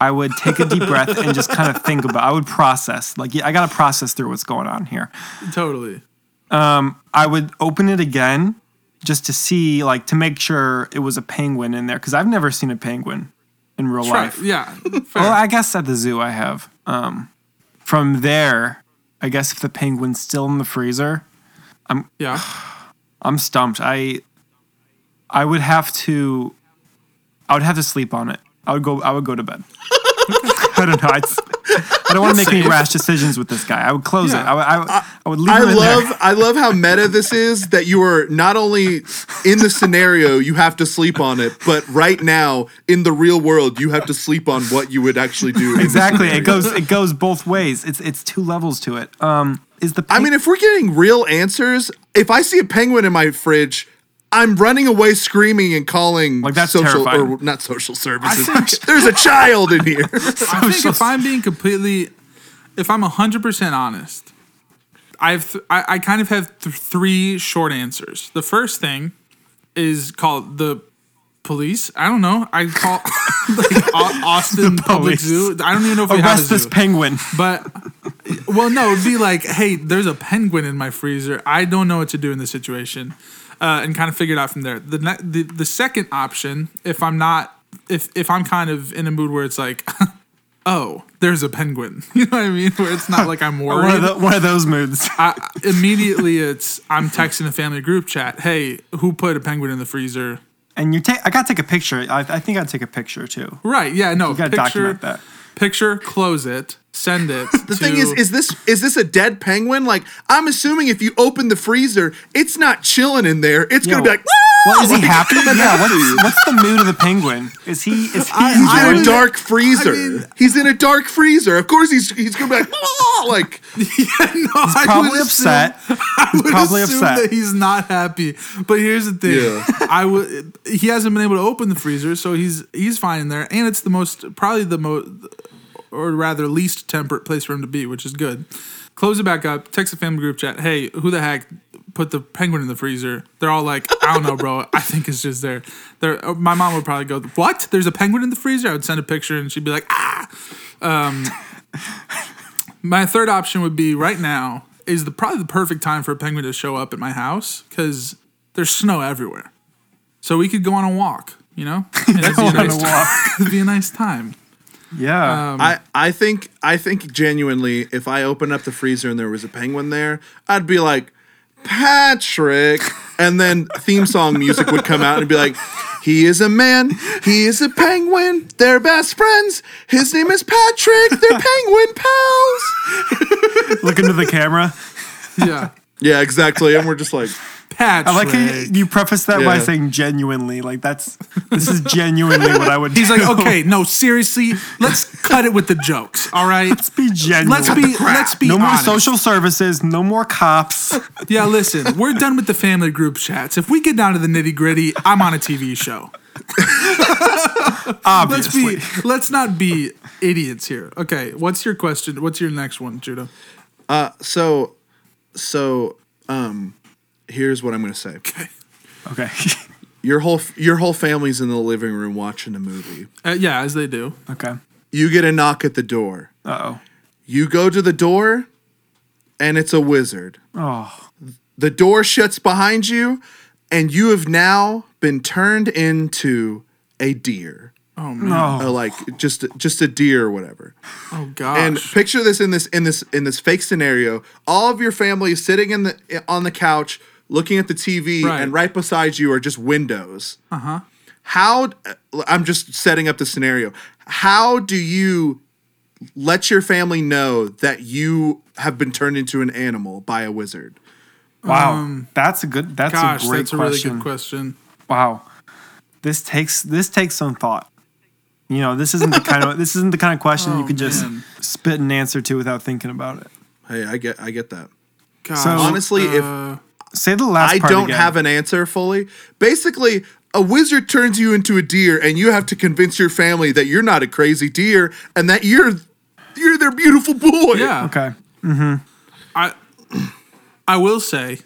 [SPEAKER 3] I would take a deep breath and just kind of think about. I would process. Like yeah, I got to process through what's going on here.
[SPEAKER 4] totally.
[SPEAKER 3] I would open it again just to see like to make sure it was a penguin in there cuz I've never seen a penguin in real
[SPEAKER 4] Right.
[SPEAKER 3] life.
[SPEAKER 4] Yeah. Fair.
[SPEAKER 3] Well, I guess at the zoo I have. Um, from there, I guess if the penguin's still in the freezer,
[SPEAKER 4] yeah.
[SPEAKER 3] I'm stumped. I I would have to I would have to sleep on it. I would go I would go to bed. I don't know. I'd, s- I don't want to make any rash decisions with this guy. I would close it.
[SPEAKER 4] Yeah.
[SPEAKER 3] I would I, would- I would leave
[SPEAKER 2] I
[SPEAKER 3] him in there.
[SPEAKER 2] love I love how meta this is that you are not only in the scenario you have to sleep on it, but right now in the real world you have to sleep on what you would actually do. in the
[SPEAKER 3] Exactly. It
[SPEAKER 2] scenario.
[SPEAKER 3] goes it goes both ways. It's it's two levels to it. Um is the
[SPEAKER 2] I mean, if we're getting real answers, if I see a penguin in my fridge, I'm running away screaming and calling
[SPEAKER 3] Like, that's
[SPEAKER 2] social
[SPEAKER 3] terrifying.
[SPEAKER 2] or not social services.
[SPEAKER 4] I think-
[SPEAKER 2] There's a child in here.
[SPEAKER 4] I think if I'm being completely, if I'm 100% honest, I've th- I, I kind of have th- three short answers. The first thing is called the police. I don't know. I call like, Au- Austin Public
[SPEAKER 3] police.
[SPEAKER 4] Zoo. I don't even know if we have a
[SPEAKER 3] Arrest
[SPEAKER 4] zoo.
[SPEAKER 3] this penguin.
[SPEAKER 4] But well, no, it'd be like, hey, there's a penguin in my freezer. I don't know what to do in this situation, uh, and kind of figure it out from there. The, ne- the the second option, if I'm not, if if I'm kind of in a mood where it's like, oh, there's a penguin. You know what I mean? Where it's not like I'm
[SPEAKER 3] One of,
[SPEAKER 4] worried.
[SPEAKER 3] the, one of those moods.
[SPEAKER 4] I, immediately, it's I'm texting the family group chat. Hey, who put a penguin in the freezer?
[SPEAKER 3] And you take. I gotta take a picture. I, I think I'd take a picture too.
[SPEAKER 4] Right? Yeah. No.
[SPEAKER 3] You gotta
[SPEAKER 4] picture.
[SPEAKER 3] document that.
[SPEAKER 4] Picture. Close it. Send it.
[SPEAKER 2] The thing is, is this is this a dead penguin? Like, I'm assuming if you open the freezer, it's not chilling in there. It's gonna be like, "Woo!"
[SPEAKER 3] Well, is he happy? yeah. What's, what's the mood of the penguin? Is he? Is he?
[SPEAKER 2] He's
[SPEAKER 4] I
[SPEAKER 2] in a
[SPEAKER 4] mean-
[SPEAKER 2] dark freezer.
[SPEAKER 4] I mean-
[SPEAKER 2] he's in a dark freezer. Of course, he's he's gonna be like, "Whoa!" like
[SPEAKER 4] he's
[SPEAKER 3] probably upset.
[SPEAKER 4] I would
[SPEAKER 3] probably
[SPEAKER 4] assume
[SPEAKER 3] upset.
[SPEAKER 4] that he's not happy. But here's the thing:
[SPEAKER 2] Yeah.
[SPEAKER 4] I would. He hasn't been able to open the freezer, so he's he's fine in there, and it's the most probably the most, or rather least temperate place for him to be, which is good. Close it back up. Text the family group chat. Hey, who the heck put the penguin in the freezer? They're all like, I don't know, bro. I think it's just there. There. oh, My mom would probably go, What? There's a penguin in the freezer? I would send a picture, and she'd be like, Ah. My third option would be right now is the probably the perfect time for a penguin to show up at my house because there's snow everywhere. So we could go on a walk, you know? And it'd, be a
[SPEAKER 3] On a
[SPEAKER 4] nice
[SPEAKER 3] walk.
[SPEAKER 4] it'd be a nice time.
[SPEAKER 3] Yeah.
[SPEAKER 4] um,
[SPEAKER 2] I, I think I think genuinely, if I opened up the freezer and there was a penguin there, I'd be like, Patrick, and then theme song music would come out and be like, he is a man, he is a penguin, they're best friends. His name is Patrick, they're penguin pals.
[SPEAKER 3] Look into the camera.
[SPEAKER 4] Yeah.
[SPEAKER 2] Yeah, exactly. And we're just like,
[SPEAKER 4] Patrick.
[SPEAKER 3] I like how you, you preface that by
[SPEAKER 2] Yeah.
[SPEAKER 3] saying genuinely. Like that's this is genuinely what I would.
[SPEAKER 4] He's like,
[SPEAKER 3] do.
[SPEAKER 4] okay, no, seriously, let's cut it with the jokes, all right?
[SPEAKER 3] Let's be genuine.
[SPEAKER 4] Let's be let's be
[SPEAKER 3] no
[SPEAKER 4] honest.
[SPEAKER 3] more social services. No more cops.
[SPEAKER 4] Yeah, listen, we're done with the family group chats. If we get down to the nitty gritty, I'm on a TV show. Let's
[SPEAKER 3] Obviously.
[SPEAKER 4] be let's not be idiots here. Okay, what's your question? What's your next one, Judah?
[SPEAKER 2] so, so, um, here's what I'm gonna say.
[SPEAKER 3] okay.
[SPEAKER 2] Your whole your whole family's in the living room watching a movie.
[SPEAKER 4] Uh, yeah, as they do.
[SPEAKER 3] okay.
[SPEAKER 2] You get a knock at the door.
[SPEAKER 3] Uh oh.
[SPEAKER 2] You go to the door, and it's a wizard.
[SPEAKER 3] Oh.
[SPEAKER 2] The door shuts behind you, and you have now been turned into a deer.
[SPEAKER 3] No.
[SPEAKER 4] Mm-hmm.
[SPEAKER 2] Uh, like just just a deer or whatever.
[SPEAKER 4] Oh gosh.
[SPEAKER 2] And picture this in this in this in this fake scenario. All of your family is sitting in the on the couch looking at the TV
[SPEAKER 4] Right.
[SPEAKER 2] and right beside you are just windows. Uh-huh. How uh, I'm just setting up the scenario. How do you let your family know that you have been turned into an animal by a wizard?
[SPEAKER 3] Wow. that's a good. That's
[SPEAKER 4] Um, gosh,
[SPEAKER 3] a great
[SPEAKER 4] that's a really
[SPEAKER 3] question.
[SPEAKER 4] good question.
[SPEAKER 3] wow. This takes this takes some thought. You know, this isn't the kind of this isn't the kind of question you
[SPEAKER 4] Oh,
[SPEAKER 3] could just
[SPEAKER 4] man.
[SPEAKER 3] spit an answer to without thinking about it.
[SPEAKER 2] Hey, I get I get that.
[SPEAKER 4] Gosh.
[SPEAKER 3] So-
[SPEAKER 2] Honestly, if-
[SPEAKER 4] uh,
[SPEAKER 3] Say the last.
[SPEAKER 2] I
[SPEAKER 3] part
[SPEAKER 2] don't
[SPEAKER 3] again.
[SPEAKER 2] have an answer fully. Basically, a wizard turns you into a deer, and you have to convince your family that you're not a crazy deer and that you're you're their beautiful boy.
[SPEAKER 4] yeah,
[SPEAKER 3] Okay.
[SPEAKER 4] I I will say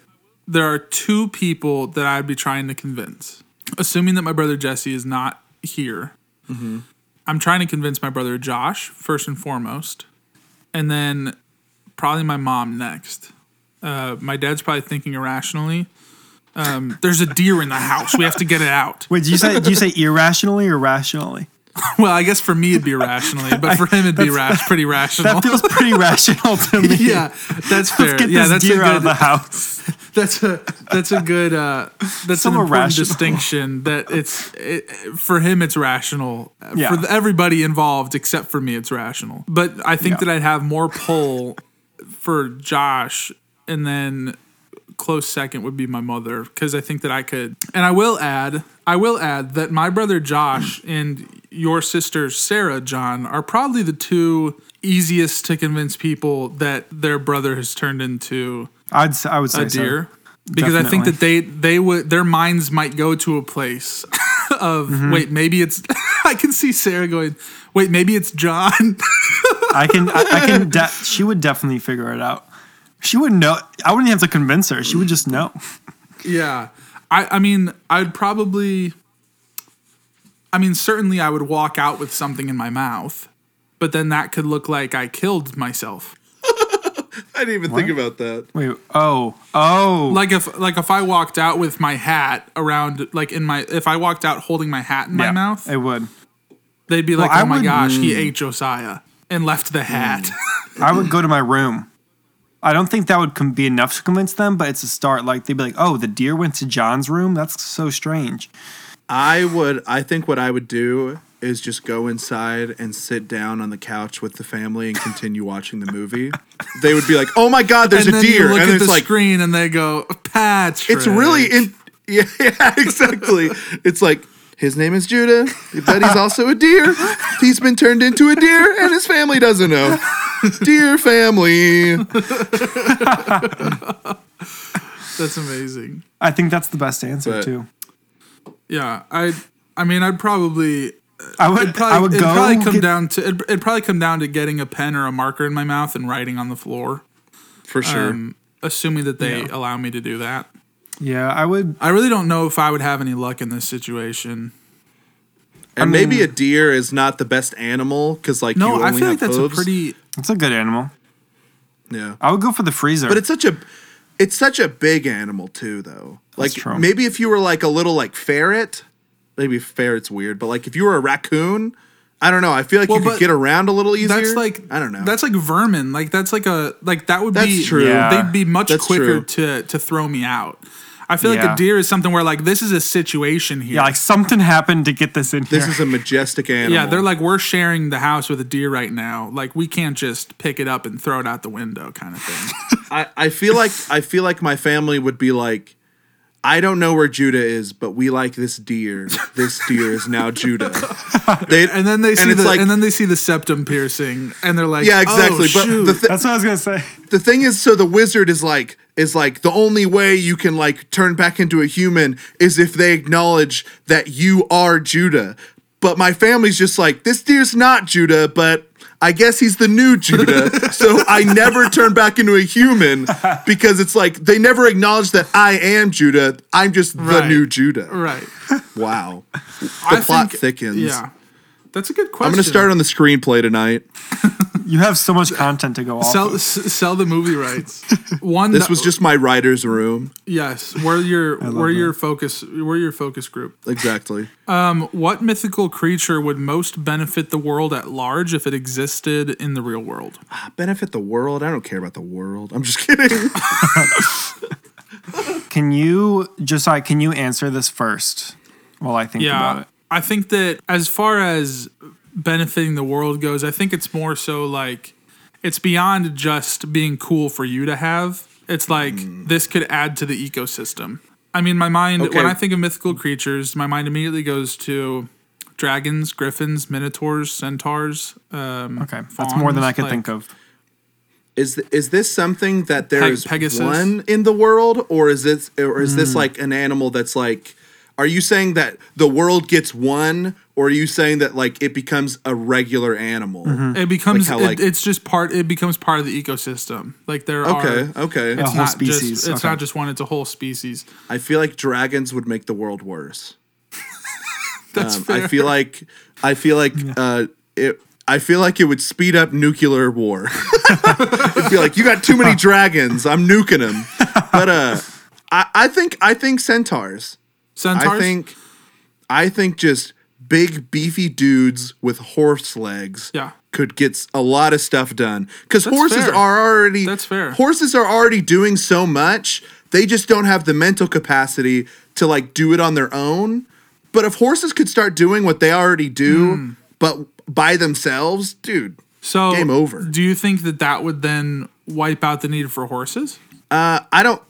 [SPEAKER 4] there are two people that I'd be trying to convince. Assuming that my brother Jesse is not here,
[SPEAKER 3] Mm-hmm.
[SPEAKER 4] I'm trying to convince my brother Josh first and foremost, and then probably my mom next. Uh, my dad's probably thinking irrationally. Um, there's a deer in the house. We have to get it out.
[SPEAKER 3] Wait, did you say did you say irrationally or rationally?
[SPEAKER 4] Well, I guess for me it'd be irrationally, but for him it'd be ra- pretty rational.
[SPEAKER 3] That feels pretty rational to me.
[SPEAKER 4] yeah, that's fair.
[SPEAKER 3] Let's get
[SPEAKER 4] yeah,
[SPEAKER 3] this
[SPEAKER 4] that's
[SPEAKER 3] deer
[SPEAKER 4] a good,
[SPEAKER 3] out of the house.
[SPEAKER 4] that's a that's a good uh that's
[SPEAKER 3] Somewhat
[SPEAKER 4] an important
[SPEAKER 3] rational.
[SPEAKER 4] distinction that it's it, for him it's rational
[SPEAKER 3] Yeah.
[SPEAKER 4] for the, everybody involved except for me it's rational but i think
[SPEAKER 3] Yeah.
[SPEAKER 4] that i'd have more pull for josh and then close second would be my mother because i think that i could and i will add i will add that my brother josh and your sister sarah john are probably the two easiest to convince people that their brother has turned into
[SPEAKER 3] I'd s- I would say
[SPEAKER 4] a deer. because I think
[SPEAKER 3] Definitely.
[SPEAKER 4] that they they would their minds might go to a place of
[SPEAKER 3] Mm-hmm.
[SPEAKER 4] wait maybe it's I can see Sarah going wait maybe it's John
[SPEAKER 3] I can, I, I can. De- she would definitely figure it out. She would know. I wouldn't have to convince her. She would just know.
[SPEAKER 4] yeah I I mean I'd probably I mean certainly I would walk out with something in my mouth but then that could look like I killed myself
[SPEAKER 2] I didn't even think about that.
[SPEAKER 3] Wait. Oh. Oh.
[SPEAKER 4] like if like if I walked out with my hat around like in my if I walked out holding my hat in my
[SPEAKER 3] Yeah,
[SPEAKER 4] mouth
[SPEAKER 3] It would.
[SPEAKER 4] they'd be like
[SPEAKER 3] I mm.
[SPEAKER 4] oh my
[SPEAKER 3] would-
[SPEAKER 4] gosh he ate Josiah and left the hat.
[SPEAKER 3] I would go to my room. I don't think that would com- be enough to convince them, but it's a start. Like they'd be like, "Oh, the deer went to John's room. That's so strange."
[SPEAKER 2] I would. I think what I would do is just go inside and sit down on the couch with the family and continue watching the movie. They would be like, "Oh my god, there's
[SPEAKER 4] and
[SPEAKER 2] a
[SPEAKER 4] then
[SPEAKER 2] deer!"
[SPEAKER 4] You look
[SPEAKER 2] and
[SPEAKER 4] at
[SPEAKER 2] it's
[SPEAKER 4] the
[SPEAKER 2] like,
[SPEAKER 4] screen and they go, Patrick.
[SPEAKER 2] "It's really in." Yeah, yeah, exactly. it's like his name is Judah, but he's also a deer. He's been turned into a deer, and his family doesn't know. Deer family.
[SPEAKER 4] That's amazing.
[SPEAKER 3] I think that's the best answer
[SPEAKER 2] But-
[SPEAKER 3] too.
[SPEAKER 4] Yeah, I. I mean, I'd probably.
[SPEAKER 3] I would.
[SPEAKER 4] It'd probably,
[SPEAKER 3] I would
[SPEAKER 4] it'd
[SPEAKER 3] go.
[SPEAKER 4] probably come
[SPEAKER 3] get-
[SPEAKER 4] down to. It'd, it'd probably come down to getting a pen or a marker in my mouth and writing on the floor.
[SPEAKER 2] For sure.
[SPEAKER 4] Um, assuming that they allow me to do that.
[SPEAKER 3] Yeah, I would.
[SPEAKER 4] I really don't know if I would have any luck in this situation.
[SPEAKER 2] and maybe a deer is not the best animal because, like, you
[SPEAKER 4] No,
[SPEAKER 2] only
[SPEAKER 4] I feel like
[SPEAKER 2] have
[SPEAKER 4] that's
[SPEAKER 2] hooves.
[SPEAKER 4] a pretty.
[SPEAKER 3] It's a good animal.
[SPEAKER 2] yeah.
[SPEAKER 3] I would go for the freezer.
[SPEAKER 2] But it's such a it's such a big animal too though. Like
[SPEAKER 3] true.
[SPEAKER 2] maybe if you were like a little like ferret, maybe ferret's weird, but like if you were a raccoon, I don't know. I feel like
[SPEAKER 4] Well,
[SPEAKER 2] you could
[SPEAKER 4] but
[SPEAKER 2] get around a little easier.
[SPEAKER 4] That's like
[SPEAKER 2] I don't know.
[SPEAKER 4] That's like vermin. Like that's like a like that would
[SPEAKER 2] That's
[SPEAKER 4] be
[SPEAKER 2] true.
[SPEAKER 3] Yeah.
[SPEAKER 4] They'd be much
[SPEAKER 2] That's
[SPEAKER 4] quicker
[SPEAKER 2] true.
[SPEAKER 4] to to throw me out. I feel like
[SPEAKER 3] Yeah.
[SPEAKER 4] a deer is something where like this is a situation here.
[SPEAKER 3] yeah, like something happened to get this in here.
[SPEAKER 2] this is a majestic animal.
[SPEAKER 4] Yeah, they're like we're sharing the house with a deer right now. Like we can't just pick it up and throw it out the window kind of thing.
[SPEAKER 2] I, I feel like I feel like my family would be like, I don't know where Judah is, but we like this deer. This deer is now Judah. They,
[SPEAKER 4] And then they see
[SPEAKER 2] it's
[SPEAKER 4] the
[SPEAKER 2] like-
[SPEAKER 4] and then they see the septum piercing and they're like,
[SPEAKER 2] yeah, exactly.
[SPEAKER 4] Oh, shoot.
[SPEAKER 2] but the, thi-
[SPEAKER 3] that's what I was gonna say.
[SPEAKER 2] the thing is so the wizard is like is like the only way you can like turn back into a human is if they acknowledge that you are Judah. But my family's just like this deer's not Judah, but I guess he's the new Judah. so I never turn back into a human because it's like they never acknowledge that I am Judah. I'm just the
[SPEAKER 4] Right.
[SPEAKER 2] new Judah.
[SPEAKER 4] right.
[SPEAKER 2] Wow. The
[SPEAKER 4] I
[SPEAKER 2] plot
[SPEAKER 4] think-
[SPEAKER 2] thickens.
[SPEAKER 4] Yeah, that's a good question.
[SPEAKER 2] I'm going to start on the screenplay tonight.
[SPEAKER 3] You have so much content to go off.
[SPEAKER 4] sell s- sell the movie rights. One.
[SPEAKER 2] This was just my writer's room.
[SPEAKER 4] yes. Where your
[SPEAKER 3] that.
[SPEAKER 4] where your focus where your focus group. Um,
[SPEAKER 2] Exactly.
[SPEAKER 4] What mythical creature would most benefit the world at large if it existed in the real world?
[SPEAKER 2] benefit the world. I don't care about the world. I'm just kidding.
[SPEAKER 3] Can you, Josiah? Can you answer this first? While I think
[SPEAKER 4] Yeah.
[SPEAKER 3] about it.
[SPEAKER 4] I think that as far as benefiting the world goes, I think it's more so like it's beyond just being cool for you to have. It's like
[SPEAKER 3] Hmm.
[SPEAKER 4] this could add to the ecosystem. I mean, my mind,
[SPEAKER 2] Okay.
[SPEAKER 4] when I think of mythical creatures, my mind immediately goes to dragons, griffins, minotaurs, centaurs. Um,
[SPEAKER 3] Okay, that's more than I
[SPEAKER 4] fawns,
[SPEAKER 3] could
[SPEAKER 4] like-
[SPEAKER 3] think of.
[SPEAKER 2] is th- is this something that there
[SPEAKER 4] Peg-
[SPEAKER 2] is
[SPEAKER 4] Pegasus? Hmm.
[SPEAKER 2] one in the world, or is this or is this like an animal that's like? Are you saying that the world gets one, or are you saying that like it becomes a regular animal?
[SPEAKER 4] It becomes,
[SPEAKER 2] how,
[SPEAKER 4] it-
[SPEAKER 2] like-
[SPEAKER 4] it's just part, it becomes part of the ecosystem. Like there are.
[SPEAKER 2] Okay, okay.
[SPEAKER 3] A
[SPEAKER 4] It's
[SPEAKER 3] whole
[SPEAKER 4] not
[SPEAKER 3] species.
[SPEAKER 4] Just, it's
[SPEAKER 3] Okay.
[SPEAKER 4] not just one. It's a whole species.
[SPEAKER 2] I feel like dragons would make the world worse.
[SPEAKER 4] That's
[SPEAKER 2] Um,
[SPEAKER 4] fair.
[SPEAKER 2] I feel like I feel like uh, it. I feel like it would speed up nuclear war. It'd be like you got too many dragons. I'm nuking them. But uh, I, I think I think centaurs.
[SPEAKER 4] Centaurs.
[SPEAKER 2] I think I think just big beefy dudes with horse legs
[SPEAKER 4] Yeah.
[SPEAKER 2] could get s- a lot of stuff done cuz horses
[SPEAKER 4] fair.
[SPEAKER 2] are already
[SPEAKER 4] That's fair.
[SPEAKER 2] Horses are already doing so much. They just don't have the mental capacity to like do it on their own. But if horses could start doing what they already do
[SPEAKER 4] Hmm.
[SPEAKER 2] but by themselves, dude.
[SPEAKER 4] So
[SPEAKER 2] Game over.
[SPEAKER 4] Do you think that that would then wipe out the need for horses?
[SPEAKER 2] I don't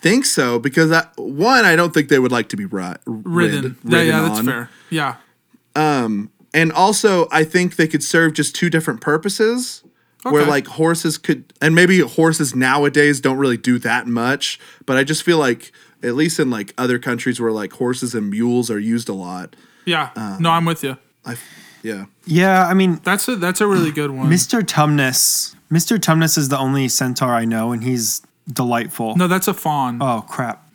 [SPEAKER 2] think so because I, one I don't think they would like to be ri-
[SPEAKER 4] Ridden.
[SPEAKER 2] rid-
[SPEAKER 4] yeah, yeah, that's
[SPEAKER 2] on.
[SPEAKER 4] fair. Yeah.
[SPEAKER 2] And also, I think they could serve just two different purposes. where
[SPEAKER 4] Okay.
[SPEAKER 2] like horses could and maybe horses nowadays don't really do that much but i just feel like at least in like other countries where like horses and mules are used a lot
[SPEAKER 4] Yeah.
[SPEAKER 2] Uh,
[SPEAKER 4] no, I'm with you.
[SPEAKER 2] i f- yeah
[SPEAKER 3] Yeah, I mean,
[SPEAKER 4] That's a that's a really good one.
[SPEAKER 3] Mr. Tumnus. Mr. Tumnus is the only centaur I know, and he's delightful.
[SPEAKER 4] no, that's a fawn.
[SPEAKER 3] Oh crap!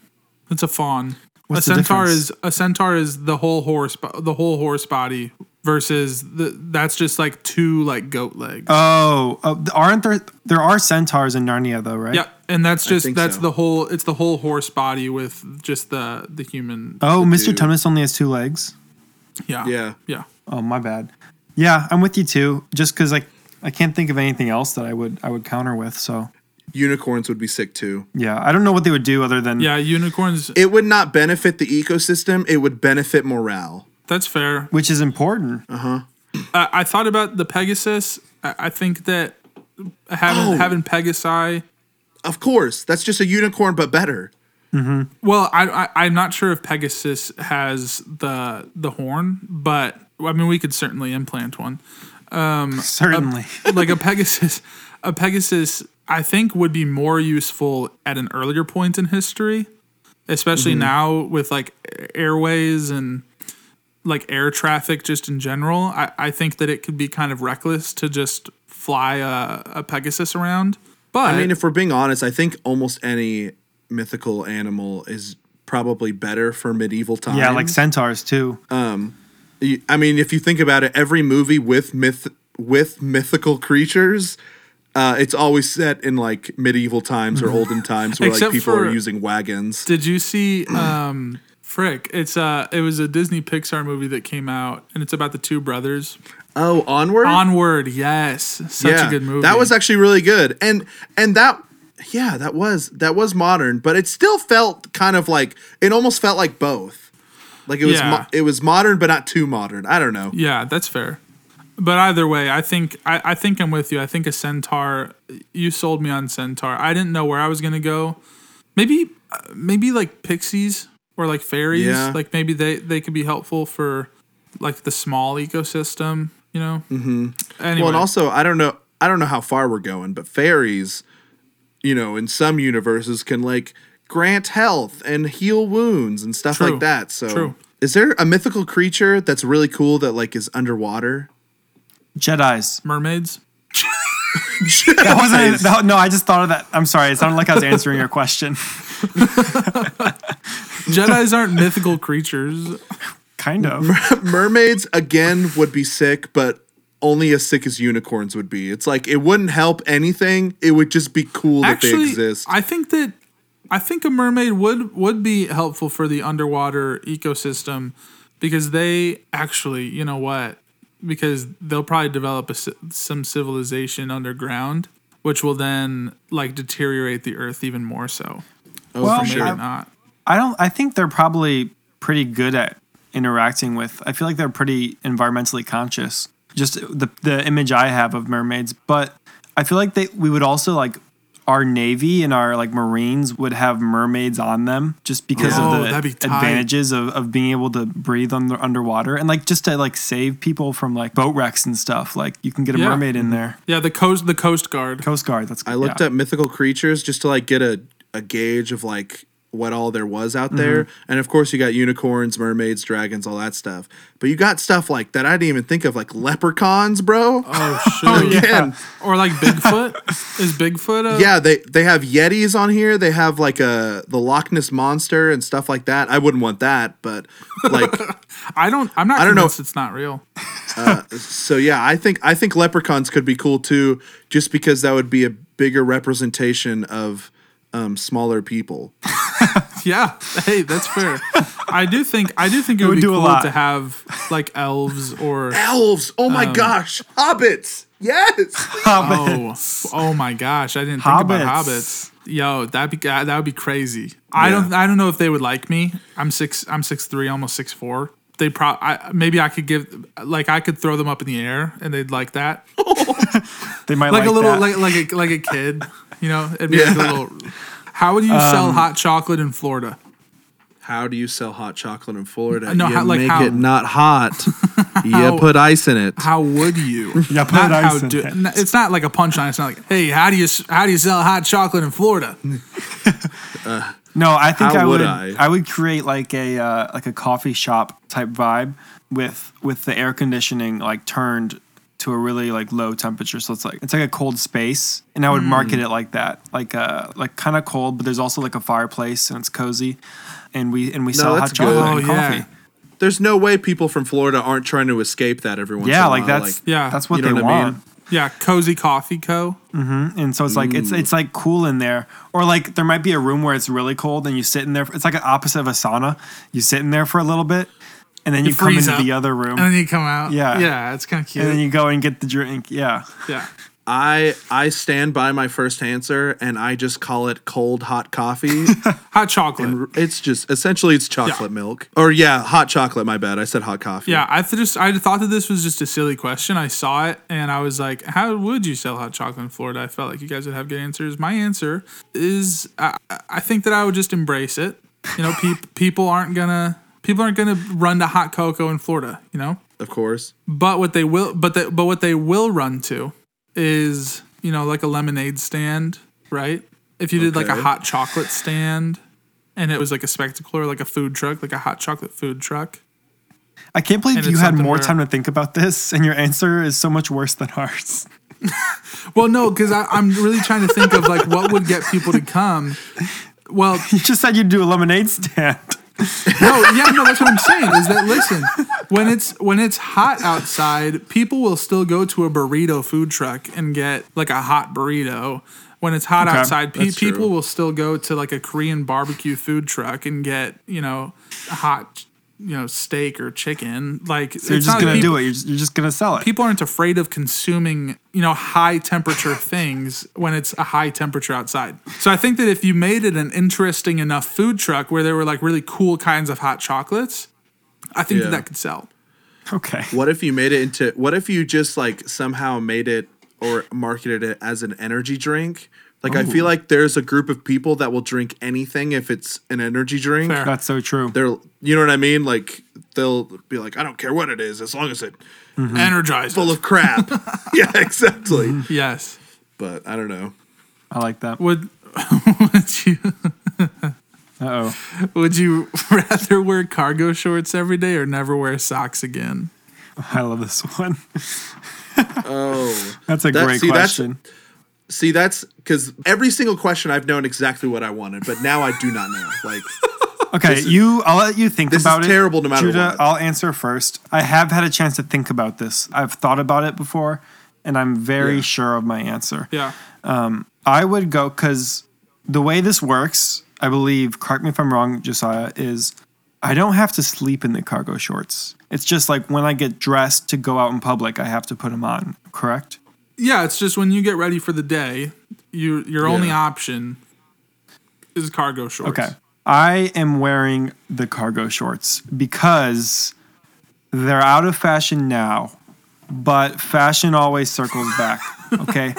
[SPEAKER 4] That's a fawn.
[SPEAKER 3] What's
[SPEAKER 4] a
[SPEAKER 3] the
[SPEAKER 4] centaur
[SPEAKER 3] difference?
[SPEAKER 4] is a centaur is the whole horse bo- the whole horse body versus the that's just like two like goat legs.
[SPEAKER 3] Oh, oh, aren't there? There are centaurs in Narnia, though, right?
[SPEAKER 4] yeah, and that's just
[SPEAKER 2] think
[SPEAKER 4] that's
[SPEAKER 2] so.
[SPEAKER 4] the whole it's the whole horse body with just the the human.
[SPEAKER 3] Oh, Mr.
[SPEAKER 2] dude.
[SPEAKER 3] Tumnus only has two legs.
[SPEAKER 4] yeah.
[SPEAKER 2] Uh, Yeah.
[SPEAKER 4] Yeah.
[SPEAKER 3] Oh, my bad. Yeah, I'm with you too. Just because like I can't think of anything else that I would I would counter with. So
[SPEAKER 2] unicorns would be sick too
[SPEAKER 3] yeah, I don't know what they would do other than
[SPEAKER 4] Yeah, unicorns
[SPEAKER 2] it would not benefit the ecosystem it would benefit morale
[SPEAKER 4] that's fair.
[SPEAKER 3] which is important.
[SPEAKER 4] I, I thought about the Pegasus. I, I think that having
[SPEAKER 2] Oh.
[SPEAKER 4] having Pegasi
[SPEAKER 2] of course that's just a unicorn but better
[SPEAKER 4] Well, I, I I'm not sure if Pegasus has the the horn, but I mean we could certainly implant one.
[SPEAKER 3] Certainly.
[SPEAKER 4] Like a Pegasus, a Pegasus I think would be more useful at an earlier point in history, especially
[SPEAKER 2] Mm-hmm.
[SPEAKER 4] now with like airways and like air traffic just in general. I, I think that it could be kind of reckless to just fly a, a Pegasus around. But
[SPEAKER 2] i mean if we're being honest i think almost any mythical animal is probably better for medieval times
[SPEAKER 3] yeah, like centaurs too.
[SPEAKER 2] You- I mean, if you think about it, every movie with myth with mythical creatures, uh, it's always set in like medieval times or olden times where like
[SPEAKER 4] Except
[SPEAKER 2] people
[SPEAKER 4] for-
[SPEAKER 2] are using wagons.
[SPEAKER 4] Did you see um Frick? It's uh it was a Disney Pixar movie that came out and it's about the two brothers.
[SPEAKER 2] Oh, onward.
[SPEAKER 4] Onward, yes. Such a good movie.
[SPEAKER 2] That was actually really good, and and that yeah, that was that was modern, but it still felt kind of like it almost felt like both. Like it was
[SPEAKER 4] Yeah.
[SPEAKER 2] mo- it was modern, but not too modern. I don't know.
[SPEAKER 4] Yeah, that's fair. But either way, I think I, I think I'm with you. I think a centaur you sold me on centaur. I didn't know where I was going to go. Maybe uh, maybe like pixies or like fairies,
[SPEAKER 2] Yeah.
[SPEAKER 4] like maybe they they could be helpful for like the small ecosystem, you know? Mhm. Anyway,
[SPEAKER 2] Mm-hmm. Well, and also I don't know I don't know how far we're going, but fairies, you know, in some universes can like grant health and heal wounds and stuff
[SPEAKER 4] True.
[SPEAKER 2] like that. So
[SPEAKER 4] True.
[SPEAKER 2] is there a mythical creature that's really cool that like is underwater?
[SPEAKER 3] Jedi's.
[SPEAKER 4] mermaids.
[SPEAKER 3] That wasn't. that- no, I just thought of that. I'm sorry. It sounded like I was answering your question.
[SPEAKER 4] Jedi's aren't mythical creatures.
[SPEAKER 3] Kind of.
[SPEAKER 2] Mermaids again would be sick, but only as sick as unicorns would be. It's like it wouldn't help anything. It would just be cool that they exist.
[SPEAKER 4] I think that I think a mermaid would would be helpful for the underwater ecosystem because they actually, you know what? Because they'll probably develop a, ci- some civilization underground, which will then like deteriorate the earth even more so.
[SPEAKER 2] oh,
[SPEAKER 3] Well,
[SPEAKER 2] for
[SPEAKER 4] Maybe
[SPEAKER 2] sure.
[SPEAKER 3] I-
[SPEAKER 4] not.
[SPEAKER 3] I don't. I think they're probably pretty good at interacting with. I feel like they're pretty environmentally conscious. Just the the image I have of mermaids, but I feel like they we would also like our navy and our like marines would have mermaids on them just because
[SPEAKER 4] Oh,
[SPEAKER 3] of
[SPEAKER 4] that'd
[SPEAKER 3] the
[SPEAKER 4] be tight.
[SPEAKER 3] advantages of, of being able to breathe on the underwater and like just to like save people from like boat wrecks and stuff like you can get a
[SPEAKER 4] Yeah. Mm-hmm.
[SPEAKER 3] mermaid in there
[SPEAKER 4] Yeah, the coast the coast guard.
[SPEAKER 3] coast guard that's
[SPEAKER 2] I looked
[SPEAKER 3] yeah.
[SPEAKER 2] up mythical creatures just to like get a, a gauge of like what all there was out there. And of course you got unicorns, mermaids, dragons, all that stuff. But you got stuff like that I didn't even think of, like leprechauns, bro.
[SPEAKER 4] Oh shoot.
[SPEAKER 2] Again.
[SPEAKER 4] Or like Bigfoot? Is Bigfoot a
[SPEAKER 2] Yeah, they they have yetis on here. They have like a the Loch Ness monster and stuff like that. I wouldn't want that, but like
[SPEAKER 4] I don't I'm not
[SPEAKER 2] I don't know.
[SPEAKER 4] convinced it's not real.
[SPEAKER 2] so yeah, I think I think leprechauns could be cool too just because that would be a bigger representation of um, smaller people.
[SPEAKER 4] Yeah. Hey, that's fair. I do think I do think it, would,
[SPEAKER 3] would
[SPEAKER 4] be
[SPEAKER 3] do a
[SPEAKER 4] cool
[SPEAKER 3] lot.
[SPEAKER 4] to have like elves or
[SPEAKER 2] elves. Oh my gosh, hobbits. Yes.
[SPEAKER 4] oh oh my gosh, I didn't think about
[SPEAKER 3] Hobbits.
[SPEAKER 4] hobbits. Yo, that'd be that would be crazy. I don't I don't know if they would like me. I'm six I'm six three, almost six four. They pro I, maybe I could give like I could throw them up in the air and they'd like that
[SPEAKER 3] they might
[SPEAKER 4] like, a little
[SPEAKER 3] that.
[SPEAKER 4] like like a, like a kid. You know, it'd be like a little. How would you sell hot chocolate in Florida?
[SPEAKER 2] How do you sell hot chocolate in Florida?
[SPEAKER 4] No,
[SPEAKER 2] you
[SPEAKER 4] how- like
[SPEAKER 2] make
[SPEAKER 4] how?
[SPEAKER 2] it not hot. Yeah, put ice in it.
[SPEAKER 4] How would you?
[SPEAKER 3] Yeah, put
[SPEAKER 4] Not
[SPEAKER 3] ice
[SPEAKER 4] how
[SPEAKER 3] in
[SPEAKER 4] do-
[SPEAKER 3] it.
[SPEAKER 4] n- It's not like a punchline. It's not like, hey, how do you s- how do you sell hot chocolate in Florida?
[SPEAKER 3] No, I think
[SPEAKER 2] How
[SPEAKER 3] I
[SPEAKER 2] would
[SPEAKER 3] would.
[SPEAKER 2] I?
[SPEAKER 3] I? would create like a uh, like a coffee shop type vibe with with the air conditioning like turned to a really like low temperature, so it's like it's like a cold space, and I would
[SPEAKER 2] Hmm.
[SPEAKER 3] market it like that, like uh like kind of cold, but there's also like a fireplace and it's cozy, and we and we sell hot
[SPEAKER 2] that's
[SPEAKER 3] chocolate
[SPEAKER 2] good.
[SPEAKER 4] Oh,
[SPEAKER 3] and
[SPEAKER 4] yeah.
[SPEAKER 3] coffee.
[SPEAKER 2] There's no way people from Florida aren't trying to escape that every once in
[SPEAKER 3] Yeah,
[SPEAKER 2] a while.
[SPEAKER 3] like that's
[SPEAKER 4] Yeah.
[SPEAKER 3] yeah, that's what
[SPEAKER 2] You know
[SPEAKER 3] they
[SPEAKER 2] what I mean?
[SPEAKER 3] want.
[SPEAKER 4] Yeah, cozy coffee co.
[SPEAKER 3] and so it's like it's
[SPEAKER 2] Mm.
[SPEAKER 3] it's like cool in there or like there might be a room where it's really cold and you sit in there it's like an opposite of a sauna you sit in there for a little bit and then you, come
[SPEAKER 4] freeze
[SPEAKER 3] into
[SPEAKER 4] up.
[SPEAKER 3] the other room
[SPEAKER 4] And then you come out.
[SPEAKER 3] Yeah.
[SPEAKER 4] yeah, it's kind of cute.
[SPEAKER 3] and then you go and get the drink yeah
[SPEAKER 4] yeah.
[SPEAKER 2] I I stand by my first answer and I just call it cold hot coffee.
[SPEAKER 4] Hot chocolate.
[SPEAKER 2] it's just essentially it's chocolate milk. Or yeah, hot chocolate, my bad. I said hot coffee.
[SPEAKER 4] yeah, I th- just I thought that this was just a silly question. I saw it and I was like, "How would you sell hot chocolate in Florida?" I felt like you guys would have good answers. My answer is, I, I- I think that I would just embrace it. You know, peop people aren't gonna people aren't gonna run to hot cocoa in Florida. You know,
[SPEAKER 2] Of course.
[SPEAKER 4] But what they will, but they, but what they will run to is you know like a lemonade stand, right? If you did like
[SPEAKER 2] Okay.
[SPEAKER 4] a hot chocolate stand, and it was like a spectacle or like a food truck, like a hot chocolate food truck.
[SPEAKER 3] i can't believe
[SPEAKER 4] And
[SPEAKER 3] you
[SPEAKER 4] it's
[SPEAKER 3] had
[SPEAKER 4] something
[SPEAKER 3] more
[SPEAKER 4] where-
[SPEAKER 3] time to think about this and your answer is so much worse than ours
[SPEAKER 4] Well, no, because I'm really trying to think of like what would get people to come. Well,
[SPEAKER 3] you just said you'd do a lemonade stand
[SPEAKER 4] no, yeah, no, that's what I'm saying. Is that listen, when it's when it's hot outside, people will still go to a burrito food truck and get like a hot burrito. When it's hot
[SPEAKER 3] Okay,
[SPEAKER 4] outside, pe-
[SPEAKER 2] that's true.
[SPEAKER 4] people will still go to like a Korean barbecue food truck and get you know a hot you know steak or chicken. Like
[SPEAKER 3] you're just gonna do it you're just, you're just gonna sell it
[SPEAKER 4] People aren't afraid of consuming, you know, high temperature things when it's a high temperature outside. So I think that if you made it an interesting enough food truck where there were like really cool kinds of hot chocolates, I think
[SPEAKER 2] Yeah.
[SPEAKER 4] that, that could sell.
[SPEAKER 3] okay
[SPEAKER 2] What if you made it into what if you just like somehow made it or marketed it as an energy drink? Like I
[SPEAKER 3] Oh.
[SPEAKER 2] feel like there's a group of people that will drink anything if it's an energy drink.
[SPEAKER 4] Fair.
[SPEAKER 3] that's so true
[SPEAKER 2] They're you know what I mean? Like they'll be like, I don't care what it is, as long as it's
[SPEAKER 4] Energized.
[SPEAKER 2] full of crap. yeah, exactly.
[SPEAKER 4] yes.
[SPEAKER 2] But I don't know.
[SPEAKER 3] i like that
[SPEAKER 4] Would would you
[SPEAKER 3] uh-oh
[SPEAKER 4] would you rather wear cargo shorts every day or never wear socks again?
[SPEAKER 3] i love this one
[SPEAKER 2] Oh.
[SPEAKER 3] that's a
[SPEAKER 2] That-
[SPEAKER 3] great
[SPEAKER 2] see, that's-
[SPEAKER 3] question
[SPEAKER 2] See, that's because every single question I've known exactly what I wanted, but now I do not know. Like,
[SPEAKER 3] Okay, you. I'll let you think
[SPEAKER 2] this is
[SPEAKER 3] about it.
[SPEAKER 2] terrible no matter
[SPEAKER 3] Judah,
[SPEAKER 2] what.
[SPEAKER 3] I'll answer first. I have had a chance to think about this. I've thought about it before, and I'm very
[SPEAKER 2] Yeah.
[SPEAKER 3] sure of my answer.
[SPEAKER 4] Yeah.
[SPEAKER 3] I would go because the way this works, I believe. Correct me if I'm wrong, Josiah. Is I don't have to sleep in the cargo shorts. It's just like when I get dressed to go out in public, I have to put them on. Correct.
[SPEAKER 4] Yeah, it's just when you get ready for the day, you your only
[SPEAKER 2] Yeah.
[SPEAKER 4] option is cargo shorts.
[SPEAKER 3] Okay. I am wearing the cargo shorts because they're out of fashion now, but fashion always circles back. Okay.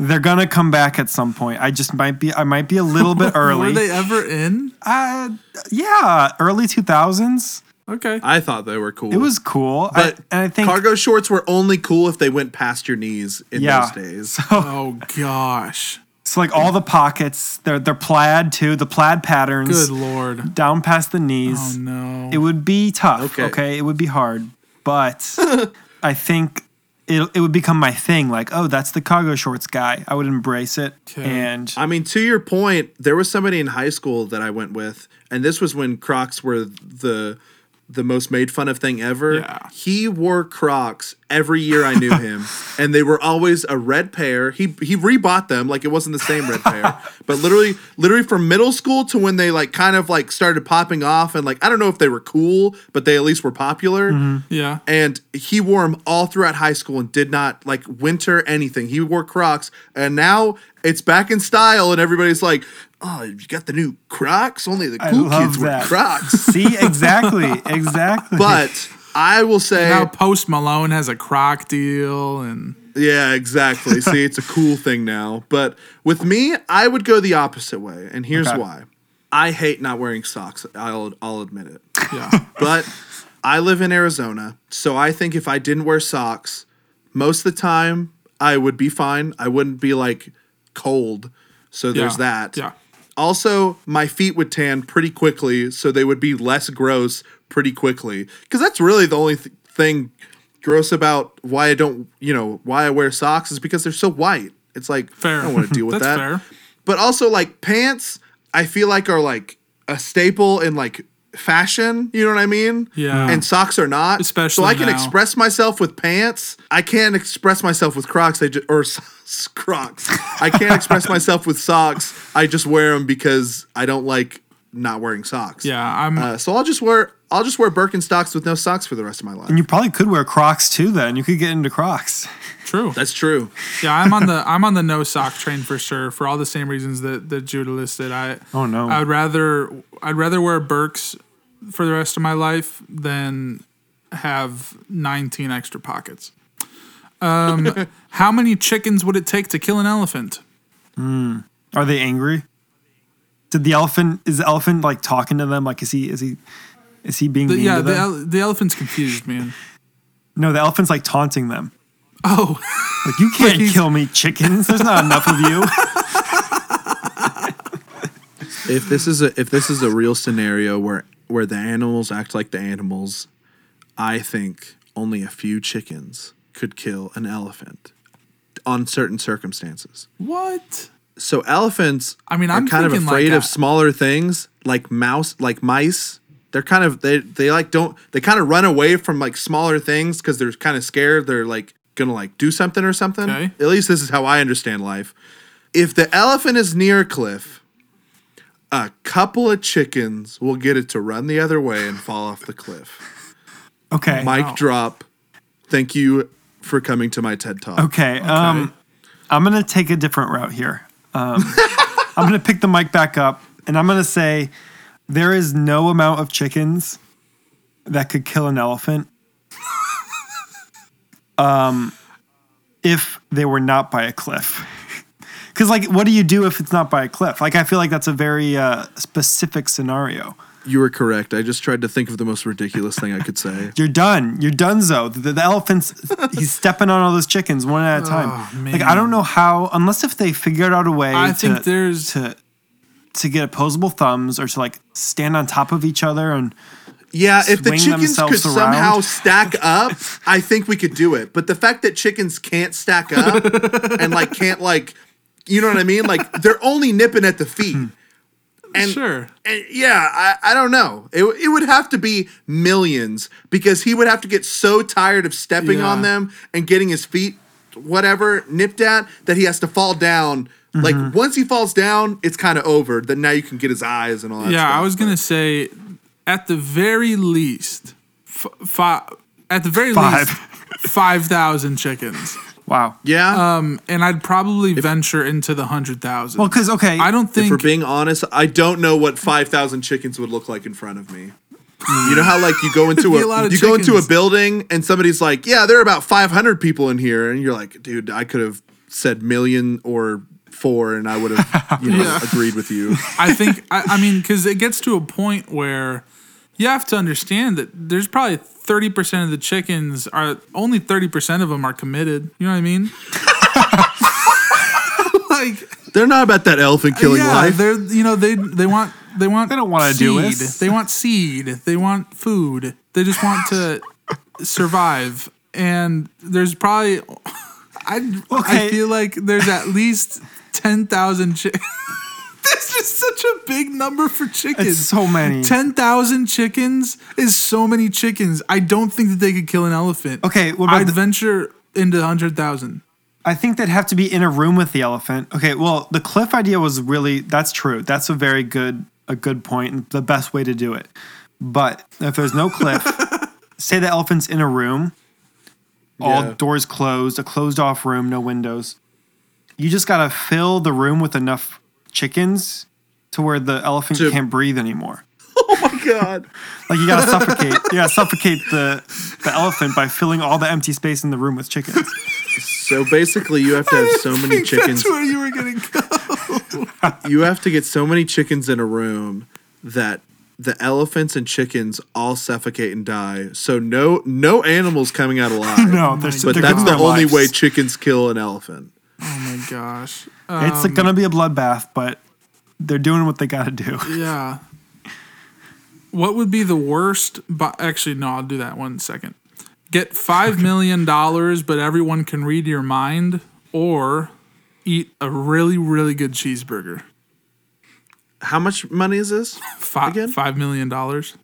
[SPEAKER 3] they're gonna come back at some point. I just might be I might be a little bit
[SPEAKER 4] Were
[SPEAKER 3] early.
[SPEAKER 4] they ever in?
[SPEAKER 3] uh, yeah, early two thousands.
[SPEAKER 4] Okay.
[SPEAKER 2] I thought they were cool.
[SPEAKER 3] It was cool. I,
[SPEAKER 2] but
[SPEAKER 3] and I think
[SPEAKER 2] cargo shorts were only cool if they went past your knees in
[SPEAKER 3] Yeah.
[SPEAKER 2] those days.
[SPEAKER 4] Oh gosh.
[SPEAKER 3] so like all the pockets, they're they're plaid too, the plaid patterns
[SPEAKER 4] Good lord.
[SPEAKER 3] down past the knees.
[SPEAKER 4] Oh no.
[SPEAKER 3] It would be tough.
[SPEAKER 2] Okay.
[SPEAKER 3] Okay. It would be hard. But I think it, it would become my thing. Like, oh, that's the cargo shorts guy. I would embrace it. And
[SPEAKER 2] I mean, to your point, there was somebody in high school that I went with, and this was when Crocs were the the most made fun of thing ever.
[SPEAKER 4] Yeah.
[SPEAKER 2] He wore Crocs every year I knew him, and they were always a red pair. He he rebought them like it wasn't the same red pair, but literally literally from middle school to when they like kind of like started popping off and like I don't know if they were cool, but they at least were popular
[SPEAKER 3] Mm-hmm.
[SPEAKER 4] yeah.
[SPEAKER 2] and he wore them all throughout high school and did not like winter anything. He wore Crocs, and now it's back in style, and everybody's like, "Oh, you got the new Crocs? Only the cool
[SPEAKER 3] love
[SPEAKER 2] kids wear
[SPEAKER 3] that.
[SPEAKER 2] Crocs."
[SPEAKER 3] see, exactly. Exactly.
[SPEAKER 2] but I will say,
[SPEAKER 4] Now Post Malone has a croc deal and
[SPEAKER 2] yeah, exactly. See, it's a cool thing now. But with me, I would go the opposite way, and here's
[SPEAKER 3] Okay.
[SPEAKER 2] why: I hate not wearing socks. I'll I'll admit it.
[SPEAKER 4] yeah.
[SPEAKER 2] but I live in Arizona, so I think if I didn't wear socks, most of the time I would be fine. I wouldn't be like cold. So there's that.
[SPEAKER 4] Yeah.
[SPEAKER 2] Also, my feet would tan pretty quickly, so they would be less gross pretty quickly. Because that's really the only th- thing gross about why I don't, you know, why I wear socks is because they're so white. It's like
[SPEAKER 4] Fair.
[SPEAKER 2] I don't want to deal with
[SPEAKER 4] That's
[SPEAKER 2] that.
[SPEAKER 4] fair.
[SPEAKER 2] But also, like pants, I feel like are like a staple in like fashion. You know what I mean?
[SPEAKER 4] Yeah.
[SPEAKER 2] And socks are not.
[SPEAKER 4] Especially
[SPEAKER 2] so I can
[SPEAKER 4] now.
[SPEAKER 2] express myself with pants. I can't express myself with Crocs. I just, or s- Crocs. I can't express myself with socks. I just wear them because I don't like not wearing socks.
[SPEAKER 4] Yeah, I'm.
[SPEAKER 2] Uh, so I'll just wear I'll just wear Birkenstocks with no socks for the rest of my life.
[SPEAKER 3] You probably could wear Crocs too. Then you could get into Crocs.
[SPEAKER 4] True.
[SPEAKER 2] That's true.
[SPEAKER 4] Yeah, I'm on the I'm on the no sock train for sure. For all the same reasons that that Judah listed. I
[SPEAKER 3] Oh, no.
[SPEAKER 4] I'd rather I'd rather wear Burks for the rest of my life than have 19 extra pockets. Um, how many chickens would it take to kill an elephant?
[SPEAKER 3] Are they angry? Did the elephant is the elephant like talking to them? Like is he is he is he being
[SPEAKER 4] The-
[SPEAKER 3] mean
[SPEAKER 4] yeah,
[SPEAKER 3] to
[SPEAKER 4] the
[SPEAKER 3] them?
[SPEAKER 4] ele- the elephant's confused, man.
[SPEAKER 3] no, the elephant's like taunting them.
[SPEAKER 4] Oh,
[SPEAKER 3] Like you can't
[SPEAKER 4] he's-
[SPEAKER 3] kill me, chickens. There's not enough of you.
[SPEAKER 2] If this is a if this is a real scenario where where the animals act like the animals, I think only a few chickens could kill an elephant on certain circumstances.
[SPEAKER 4] what?
[SPEAKER 2] So elephants
[SPEAKER 4] I mean,
[SPEAKER 2] are
[SPEAKER 4] I'm
[SPEAKER 2] kind of
[SPEAKER 4] thinking like uh,
[SPEAKER 2] afraid of
[SPEAKER 4] a-
[SPEAKER 2] smaller things like mouse like mice. They're kind of they they like don't they kind of run away from like smaller things cuz they're kind of scared they're like going to like do something or something.
[SPEAKER 4] Okay.
[SPEAKER 2] At least this is how I understand life. If the elephant is near a cliff, a couple of chickens will get it to run the other way and fall off the cliff.
[SPEAKER 3] Okay.
[SPEAKER 2] Mic drop. Thank you for coming to my TED talk.
[SPEAKER 3] okay. Um, I'm gonna take a different route here. Um, I'm gonna pick the mic back up, and I'm gonna say there is no amount of chickens that could kill an elephant. um, if they were not by a cliff. Because, like, what do you do if it's not by a cliff? Like, I feel like that's a very uh, specific scenario.
[SPEAKER 2] You were correct. I just tried to think of the most ridiculous thing I could say.
[SPEAKER 3] You're done. You're donezo. The, the elephant's he's stepping on all those chickens one at a time.
[SPEAKER 4] Oh,
[SPEAKER 3] like I don't know how, unless if they figured out a way
[SPEAKER 4] I
[SPEAKER 3] to,
[SPEAKER 4] think there's-
[SPEAKER 3] to to get opposable thumbs or to like stand on top of each other and
[SPEAKER 2] Yeah, if the
[SPEAKER 3] swing
[SPEAKER 2] chickens could
[SPEAKER 3] themselves
[SPEAKER 2] somehow
[SPEAKER 3] around.
[SPEAKER 2] stack up, I think we could do it. But the fact that chickens can't stack up and like can't like, you know what I mean? Like they're only nipping at the feet. And,
[SPEAKER 4] Hmm. Sure.
[SPEAKER 2] And yeah, I, I don't know. It, it would have to be millions because he would have to get so tired of stepping
[SPEAKER 4] Yeah.
[SPEAKER 2] on them and getting his feet, whatever, nipped at that he has to fall down.
[SPEAKER 4] Mm-hmm.
[SPEAKER 2] Like once he falls down, it's kind of over. Then now you can get his eyes and all that.
[SPEAKER 4] yeah,
[SPEAKER 2] stuff.
[SPEAKER 4] I was gonna say, at the very least, f- five. At the very
[SPEAKER 3] Five.
[SPEAKER 4] least, five thousand chickens.
[SPEAKER 3] wow.
[SPEAKER 2] Yeah.
[SPEAKER 4] Um, and I'd probably venture into the hundred thousand.
[SPEAKER 3] Well, because okay,
[SPEAKER 4] I don't
[SPEAKER 2] If we're
[SPEAKER 4] think.
[SPEAKER 2] being honest, I don't know what five thousand chickens would look like in front of me. You know how like you go into
[SPEAKER 4] Be
[SPEAKER 2] a,
[SPEAKER 4] a lot
[SPEAKER 2] you
[SPEAKER 4] of
[SPEAKER 2] go into a
[SPEAKER 4] chickens.
[SPEAKER 2] building and somebody's like, yeah, there are about five hundred people in here, and you're like, dude, I could have said million or four, and I would have you know, agreed with you.
[SPEAKER 4] I think. I, I mean, because it gets to a point where you have to understand that there's probably thirty percent of the chickens are only thirty percent of them are committed. You know what I mean? like,
[SPEAKER 2] They're not about that elephant killing
[SPEAKER 4] yeah,
[SPEAKER 2] life.
[SPEAKER 4] they're you know they they want they want
[SPEAKER 3] They don't wanna
[SPEAKER 4] seed.
[SPEAKER 3] do this.
[SPEAKER 4] They want seed. They want food. They just want to survive. And there's probably I I
[SPEAKER 3] Okay.
[SPEAKER 4] feel like there's at least ten thousand chickens. That's just such a big number for chickens.
[SPEAKER 3] it's so many.
[SPEAKER 4] ten thousand chickens is so many chickens. I don't think that they could kill an elephant.
[SPEAKER 3] Okay, what about
[SPEAKER 4] I'd
[SPEAKER 3] the-
[SPEAKER 4] venture into hundred thousand.
[SPEAKER 3] I think they'd have to be in a room with the elephant. Okay, well, the cliff idea was really that's true. That's a very good a good point and the best way to do it. But if there's no cliff, say the elephant's in a room, all
[SPEAKER 2] Yeah.
[SPEAKER 3] doors closed, a closed off room, no windows. You just gotta fill the room with enough chickens to where the elephant
[SPEAKER 2] To-
[SPEAKER 3] can't breathe anymore.
[SPEAKER 2] oh my god.
[SPEAKER 3] Like you gotta suffocate. You gotta suffocate the the elephant by filling all the empty space in the room with chickens.
[SPEAKER 2] So basically, you have to have so many chickens.
[SPEAKER 4] That's where you were gonna go.
[SPEAKER 2] You have to get so many chickens in a room that the elephants and chickens all suffocate and die. So no no animals coming out alive.
[SPEAKER 3] No, they're,
[SPEAKER 2] but
[SPEAKER 3] they're
[SPEAKER 2] that's
[SPEAKER 3] giving
[SPEAKER 2] the
[SPEAKER 3] their
[SPEAKER 2] only
[SPEAKER 3] lives.
[SPEAKER 2] way chickens kill an elephant.
[SPEAKER 4] Oh my gosh.
[SPEAKER 3] it's going to be a bloodbath, but they're doing what they got to do.
[SPEAKER 4] Yeah. What would be the worst? But actually, no. I'll do that one second. Get five million dollars, but everyone can read your mind, or eat a really, really good cheeseburger.
[SPEAKER 2] How much money is this?
[SPEAKER 4] Fi-
[SPEAKER 2] Again?
[SPEAKER 4] Five million dollars.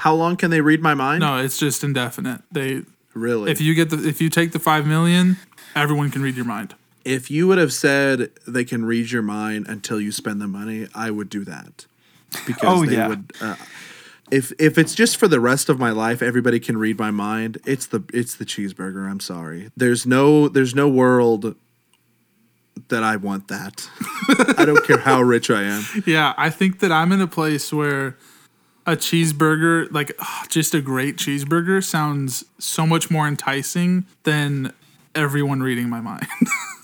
[SPEAKER 2] How long can they read my mind?
[SPEAKER 4] No, it's just indefinite. They
[SPEAKER 2] Really?
[SPEAKER 4] if you get the if you take the five million, everyone can read your mind.
[SPEAKER 2] if you would have said they can read your mind until you spend the money, I would do that because
[SPEAKER 3] Oh,
[SPEAKER 2] they
[SPEAKER 3] yeah.
[SPEAKER 2] would. Uh, if if it's just for the rest of my life, everybody can read my mind. It's the it's the cheeseburger. I'm sorry. There's no there's no world that I want that. I don't care how rich I am.
[SPEAKER 4] Yeah, I think that I'm in a place where a cheeseburger, like ugh, just a great cheeseburger, sounds so much more enticing than everyone reading my mind.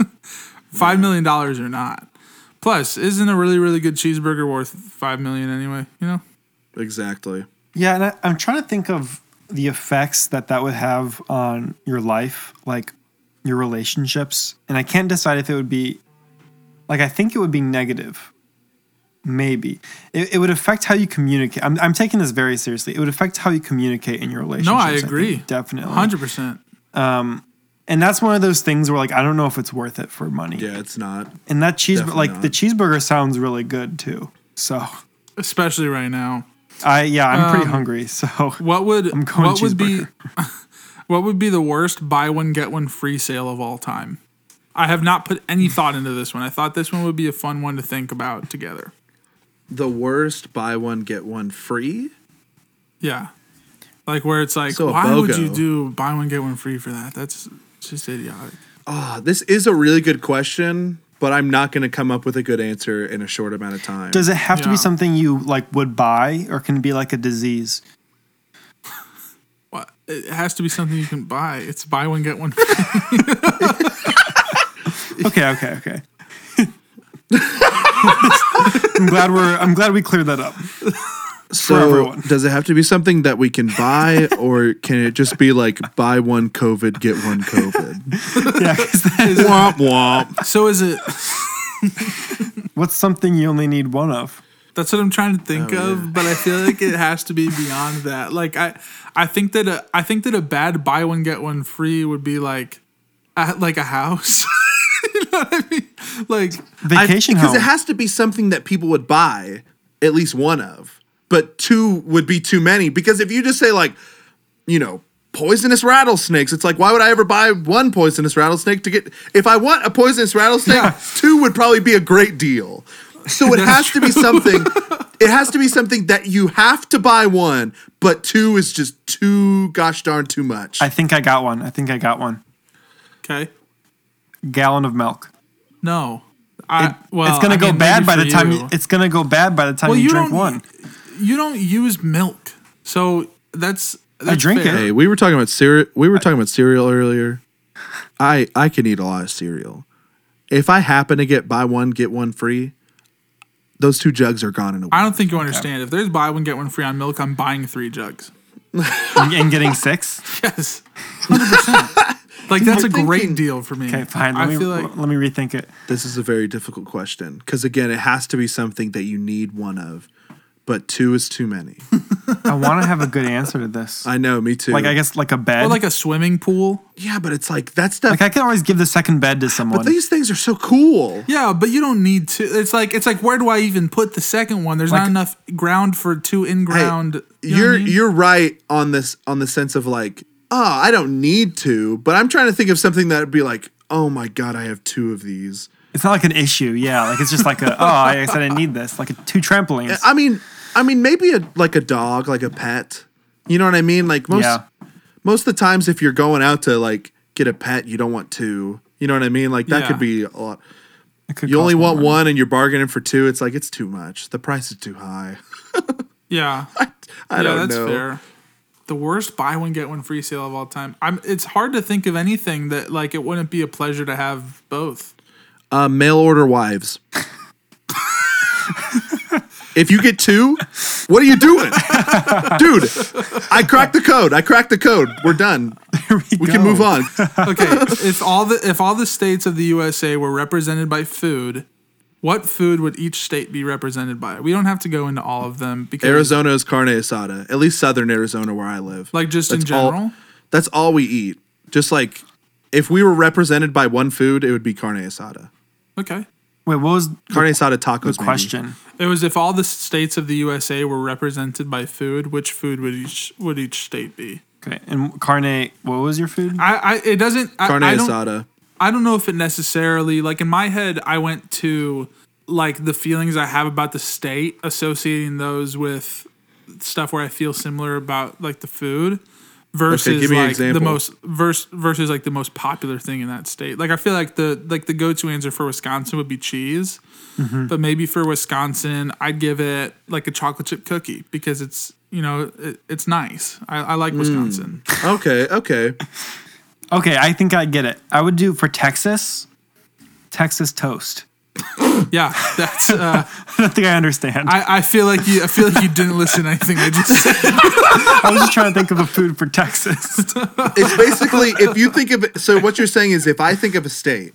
[SPEAKER 4] Five million dollars or not. Plus, isn't a really really good cheeseburger worth five million anyway? You know.
[SPEAKER 2] Exactly.
[SPEAKER 3] Yeah, and I, I'm trying to think of the effects that that would have on your life, like your relationships, and I can't decide if it would be like I think it would be negative. Maybe it, it would affect how you communicate. I'm, I'm taking this very seriously. It would affect how you communicate in your relationship.
[SPEAKER 4] agree.
[SPEAKER 3] definitely.
[SPEAKER 4] Hundred percent.
[SPEAKER 3] And that's one of those things where like I don't know if it's worth it for money.
[SPEAKER 2] Yeah, it's not.
[SPEAKER 3] And that cheese
[SPEAKER 2] Definitely
[SPEAKER 3] like
[SPEAKER 2] not.
[SPEAKER 3] the cheeseburger sounds really good too. So
[SPEAKER 4] Especially right now.
[SPEAKER 3] I yeah I'm pretty
[SPEAKER 4] Um,
[SPEAKER 3] hungry. So
[SPEAKER 4] What would
[SPEAKER 3] I'm going
[SPEAKER 4] what would be
[SPEAKER 3] cheeseburger.
[SPEAKER 4] what would be the worst buy one get one free sale of all time? I have not put any
[SPEAKER 3] Hmm.
[SPEAKER 4] thought into this one. I thought this one would be a fun one to think about together.
[SPEAKER 2] The worst buy one get one free.
[SPEAKER 4] Yeah. Like where it's like,
[SPEAKER 2] So a
[SPEAKER 4] why would
[SPEAKER 2] BOGO.
[SPEAKER 4] you do buy one get one free for that? That's just idiotic.
[SPEAKER 2] Ah, this is a really good question, but I'm not going to come up with a good answer in a short amount of time.
[SPEAKER 3] Does it have to
[SPEAKER 4] Yeah.
[SPEAKER 3] be something you like would buy, or can it be like a disease?
[SPEAKER 4] What? It has to be something you can buy. It's buy one get one. Free.
[SPEAKER 3] Okay, okay, okay. I'm glad we're. I'm glad we cleared that up.
[SPEAKER 2] so
[SPEAKER 3] everyone.
[SPEAKER 2] does it have to be something that we can buy or can it just be like buy one covid get one covid
[SPEAKER 3] Yeah. 'cause that-
[SPEAKER 2] womp womp
[SPEAKER 4] so is it?
[SPEAKER 3] What's something you only need one of?
[SPEAKER 4] That's what I'm trying to think
[SPEAKER 2] Oh,
[SPEAKER 4] of,
[SPEAKER 2] yeah.
[SPEAKER 4] but I feel like it has to be beyond that. Like I, I think that a, I think that a bad buy one get one free would be like, a, like a house. you know what I mean? Like
[SPEAKER 2] I-
[SPEAKER 3] Vacation
[SPEAKER 2] because
[SPEAKER 3] home.
[SPEAKER 2] it has to be something that people would buy at least one of but two would be too many because if you just say like you know poisonous rattlesnakes it's like why would i ever buy one poisonous rattlesnake to get if i want a poisonous rattlesnake two would probably be a great deal so it has to be something it has to be something that you have to buy one but two is just too gosh darn too much
[SPEAKER 3] I think I got one. I think I got one.
[SPEAKER 4] okay,
[SPEAKER 3] Gallon of milk.
[SPEAKER 4] no, I Uh, well
[SPEAKER 3] it's gonna
[SPEAKER 4] I
[SPEAKER 3] go
[SPEAKER 4] mean,
[SPEAKER 3] bad
[SPEAKER 4] maybe
[SPEAKER 3] by
[SPEAKER 4] for
[SPEAKER 3] the time.
[SPEAKER 4] you.
[SPEAKER 3] You, it's gonna go bad by the time
[SPEAKER 4] Well,
[SPEAKER 3] you,
[SPEAKER 4] you
[SPEAKER 3] drink
[SPEAKER 4] don't-
[SPEAKER 3] one.
[SPEAKER 4] you don't use milk, so that's, that's
[SPEAKER 3] drink
[SPEAKER 4] fair.
[SPEAKER 3] it.
[SPEAKER 2] Hey, we were talking about cereal. We were talking about cereal earlier. I I can eat a lot of cereal. If I happen to get buy one get one free, those two jugs are gone in a week.
[SPEAKER 4] I don't think you understand. If there's buy one get one free on milk, I'm buying three jugs.
[SPEAKER 3] and, and getting six.
[SPEAKER 4] Yes, hundred percent. Like that's a
[SPEAKER 2] thinking-
[SPEAKER 4] great deal for me.
[SPEAKER 3] Okay, fine. Let
[SPEAKER 4] I
[SPEAKER 3] me
[SPEAKER 4] feel like
[SPEAKER 3] let me rethink it.
[SPEAKER 2] This is a very difficult question because again, it has to be something that you need one of, but two is too many.
[SPEAKER 3] I want to have a good answer to this.
[SPEAKER 2] I know, me too.
[SPEAKER 3] Like I guess like a bed.
[SPEAKER 4] or
[SPEAKER 3] like,
[SPEAKER 4] like a swimming pool.
[SPEAKER 2] yeah, but it's like that stuff.
[SPEAKER 3] I can always give the second bed to someone.
[SPEAKER 2] but these things are so cool.
[SPEAKER 4] Yeah, but you don't need to. It's like it's like where do I even put the second one? There's
[SPEAKER 3] Like-
[SPEAKER 4] not enough ground for two in
[SPEAKER 2] Hey,
[SPEAKER 4] ground. you know what
[SPEAKER 2] you're
[SPEAKER 4] I mean?
[SPEAKER 2] you're right on this on the sense of like, oh, I don't need to, but I'm trying to think of something that would be like, oh my god, I have two of these.
[SPEAKER 3] It's not like an issue, yeah. Like it's just like a oh, I guess I didn't need this. Like a, two trampolines.
[SPEAKER 2] I mean, I mean maybe a like a dog, like a pet. You know what I mean? Like most
[SPEAKER 3] yeah,
[SPEAKER 2] most of the times if you're going out to like get a pet, you don't want two. You know what I mean? Like that
[SPEAKER 4] Yeah.
[SPEAKER 2] could be a lot.
[SPEAKER 3] It could
[SPEAKER 2] You only
[SPEAKER 3] cost more
[SPEAKER 2] want
[SPEAKER 3] money.
[SPEAKER 2] one and you're bargaining for two. It's like it's too much. The price is too high.
[SPEAKER 4] yeah,
[SPEAKER 2] I
[SPEAKER 4] yeah,
[SPEAKER 2] don't
[SPEAKER 4] that's
[SPEAKER 2] know.
[SPEAKER 4] fair. The worst buy one get one free sale of all time. I'm. It's hard to think of anything that like it wouldn't be a pleasure to have both.
[SPEAKER 2] Uh, mail order wives. If you get two, what are you doing? Dude, I cracked the code. I cracked the code. We're done.
[SPEAKER 3] we
[SPEAKER 2] We can move on.
[SPEAKER 4] Okay, if all the if all the states of the USA were represented by food, what food would each state be represented by? We don't have to go into all of them because
[SPEAKER 2] Arizona is carne asada, at least southern Arizona where I live.
[SPEAKER 4] Like, just in
[SPEAKER 2] All,
[SPEAKER 4] general?
[SPEAKER 2] that's all we eat. Just like if we were represented by one food, it would be carne asada.
[SPEAKER 4] Okay.
[SPEAKER 3] Wait, what was the
[SPEAKER 2] Carne asada tacos. maybe.
[SPEAKER 3] question?
[SPEAKER 4] It was if all the states of the USA were represented by food, which food would each would each state be?
[SPEAKER 3] Okay, and carne. What was your food?
[SPEAKER 4] I, I it doesn't I,
[SPEAKER 2] Carne
[SPEAKER 4] I don't,
[SPEAKER 2] asada.
[SPEAKER 4] I don't know if it necessarily like in my head I went to like the feelings I have about the state associating those with stuff where I feel similar about like the food versus
[SPEAKER 2] give me an
[SPEAKER 4] like the
[SPEAKER 2] example.
[SPEAKER 4] most verse versus like the most popular thing in that state. Like I feel like the like the go-to answer for Wisconsin would be cheese.
[SPEAKER 2] Mm-hmm.
[SPEAKER 4] But maybe for Wisconsin, I'd give it like a chocolate chip cookie because it's you know it, it's nice. I, I
[SPEAKER 2] Mm.
[SPEAKER 4] like Wisconsin.
[SPEAKER 2] Okay, okay.
[SPEAKER 3] Okay, I think I get it. I would do for Texas, Texas toast.
[SPEAKER 4] Yeah, that's. Uh,
[SPEAKER 3] I don't think I understand. I,
[SPEAKER 4] I, I feel like you. I feel like you didn't listen. to anything I just said.
[SPEAKER 3] was just trying to think of a food for Texas.
[SPEAKER 2] It's basically if you think of it. So what you're saying is if I think of a state,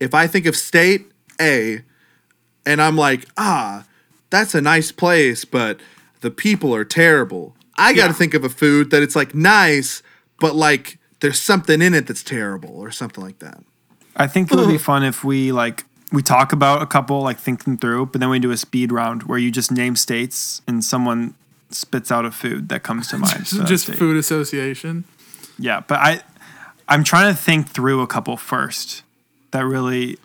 [SPEAKER 2] if I think of state A, and I'm like, ah, that's a nice place, but the people are terrible. I got to think of a food that it's like nice, but like there's something in it that's terrible or something like that.
[SPEAKER 3] I think it would be fun if we like we talk about a couple like thinking through, but then we do a speed round where you just name states and someone spits out a food that comes to mind. for that
[SPEAKER 4] just
[SPEAKER 3] state.
[SPEAKER 4] food association.
[SPEAKER 3] Yeah, but I I'm trying to think through a couple first. That really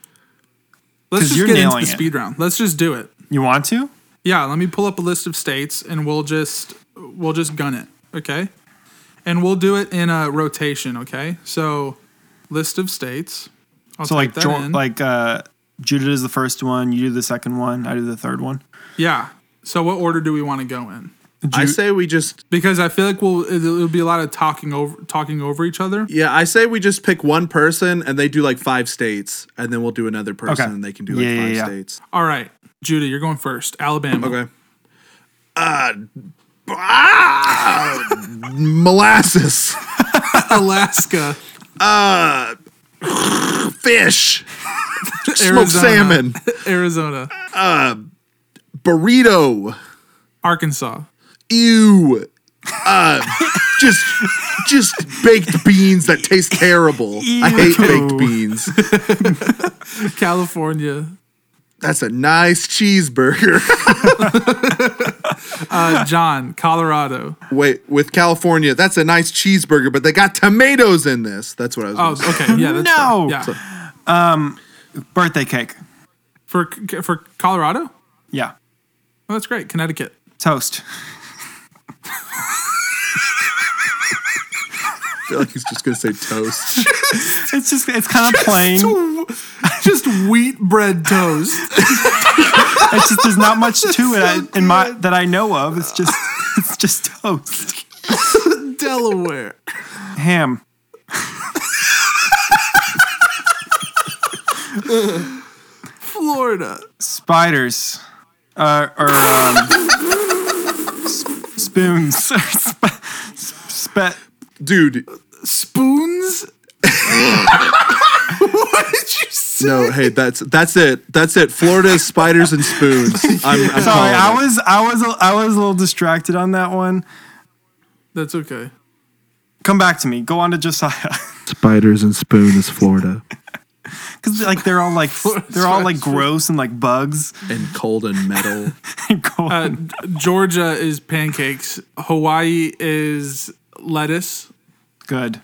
[SPEAKER 3] 'Cause
[SPEAKER 4] Let's just
[SPEAKER 3] you're
[SPEAKER 4] get into the
[SPEAKER 3] nailing it.
[SPEAKER 4] speed round. Let's just do it.
[SPEAKER 3] you want to?
[SPEAKER 4] Yeah, let me pull up a list of states and we'll just we'll just gun it. Okay, and we'll do it in a rotation. Okay, so list of states. I'll
[SPEAKER 3] So like
[SPEAKER 4] type that
[SPEAKER 3] Jor-
[SPEAKER 4] in.
[SPEAKER 3] like uh Judah is the first one, you do the second one, I do the third one.
[SPEAKER 4] yeah. So what order do we want to go in?
[SPEAKER 2] I say we just
[SPEAKER 4] Because I feel like we'll it'll be a lot of talking over talking over each other.
[SPEAKER 2] yeah, I say we just pick one person and they do like five states, and then we'll do another person
[SPEAKER 3] Okay.
[SPEAKER 2] and they can do like
[SPEAKER 3] Yeah, yeah,
[SPEAKER 2] five
[SPEAKER 3] yeah.
[SPEAKER 2] states.
[SPEAKER 4] All right, Judah, you're going first. Alabama.
[SPEAKER 2] Okay. Uh, ah, molasses,
[SPEAKER 4] Alaska.
[SPEAKER 2] fish, smoked
[SPEAKER 4] Arizona.
[SPEAKER 2] salmon,
[SPEAKER 4] Arizona.
[SPEAKER 2] burrito.
[SPEAKER 4] Arkansas.
[SPEAKER 2] Ew. Uh, just, just baked beans that taste terrible. I hate baked beans.
[SPEAKER 4] California.
[SPEAKER 2] That's a nice cheeseburger.
[SPEAKER 4] Uh, John, Colorado.
[SPEAKER 2] Wait, with California, that's a nice cheeseburger, but they got tomatoes in this. That's what I was.
[SPEAKER 4] Oh,
[SPEAKER 2] gonna say.
[SPEAKER 4] okay. Yeah, that's
[SPEAKER 3] No!
[SPEAKER 4] fair. Yeah.
[SPEAKER 3] Birthday cake.
[SPEAKER 4] For for Colorado? Well,
[SPEAKER 3] Yeah.
[SPEAKER 4] that's great. Connecticut.
[SPEAKER 3] Toast.
[SPEAKER 2] I feel like he's just gonna say toast.
[SPEAKER 3] It's just it's kind of plain.
[SPEAKER 4] Just wheat bread toast.
[SPEAKER 3] It's just there's not much to it I, in my that I know of. It's just it's just toast.
[SPEAKER 4] Delaware.
[SPEAKER 3] Ham.
[SPEAKER 4] Florida.
[SPEAKER 3] Spiders. Uh, or um, sp- spoons. Sp- Spet.
[SPEAKER 2] Dude,
[SPEAKER 4] Spoons. what did you say?
[SPEAKER 2] No, hey, that's that's it. That's it. Florida is spiders and spoons. I'm, I'm
[SPEAKER 3] Sorry, I
[SPEAKER 2] calling it.
[SPEAKER 3] was I was a- I was a little distracted on that one.
[SPEAKER 4] That's okay.
[SPEAKER 3] Come back to me. Go on to Josiah.
[SPEAKER 2] spiders and spoon is Florida
[SPEAKER 3] Cause like they're all like they're all like
[SPEAKER 4] Spiders.
[SPEAKER 3] gross and like bugs.
[SPEAKER 2] and cold and metal.
[SPEAKER 3] Go on.
[SPEAKER 4] Uh, Georgia is pancakes. Hawaii is lettuce.
[SPEAKER 3] Good.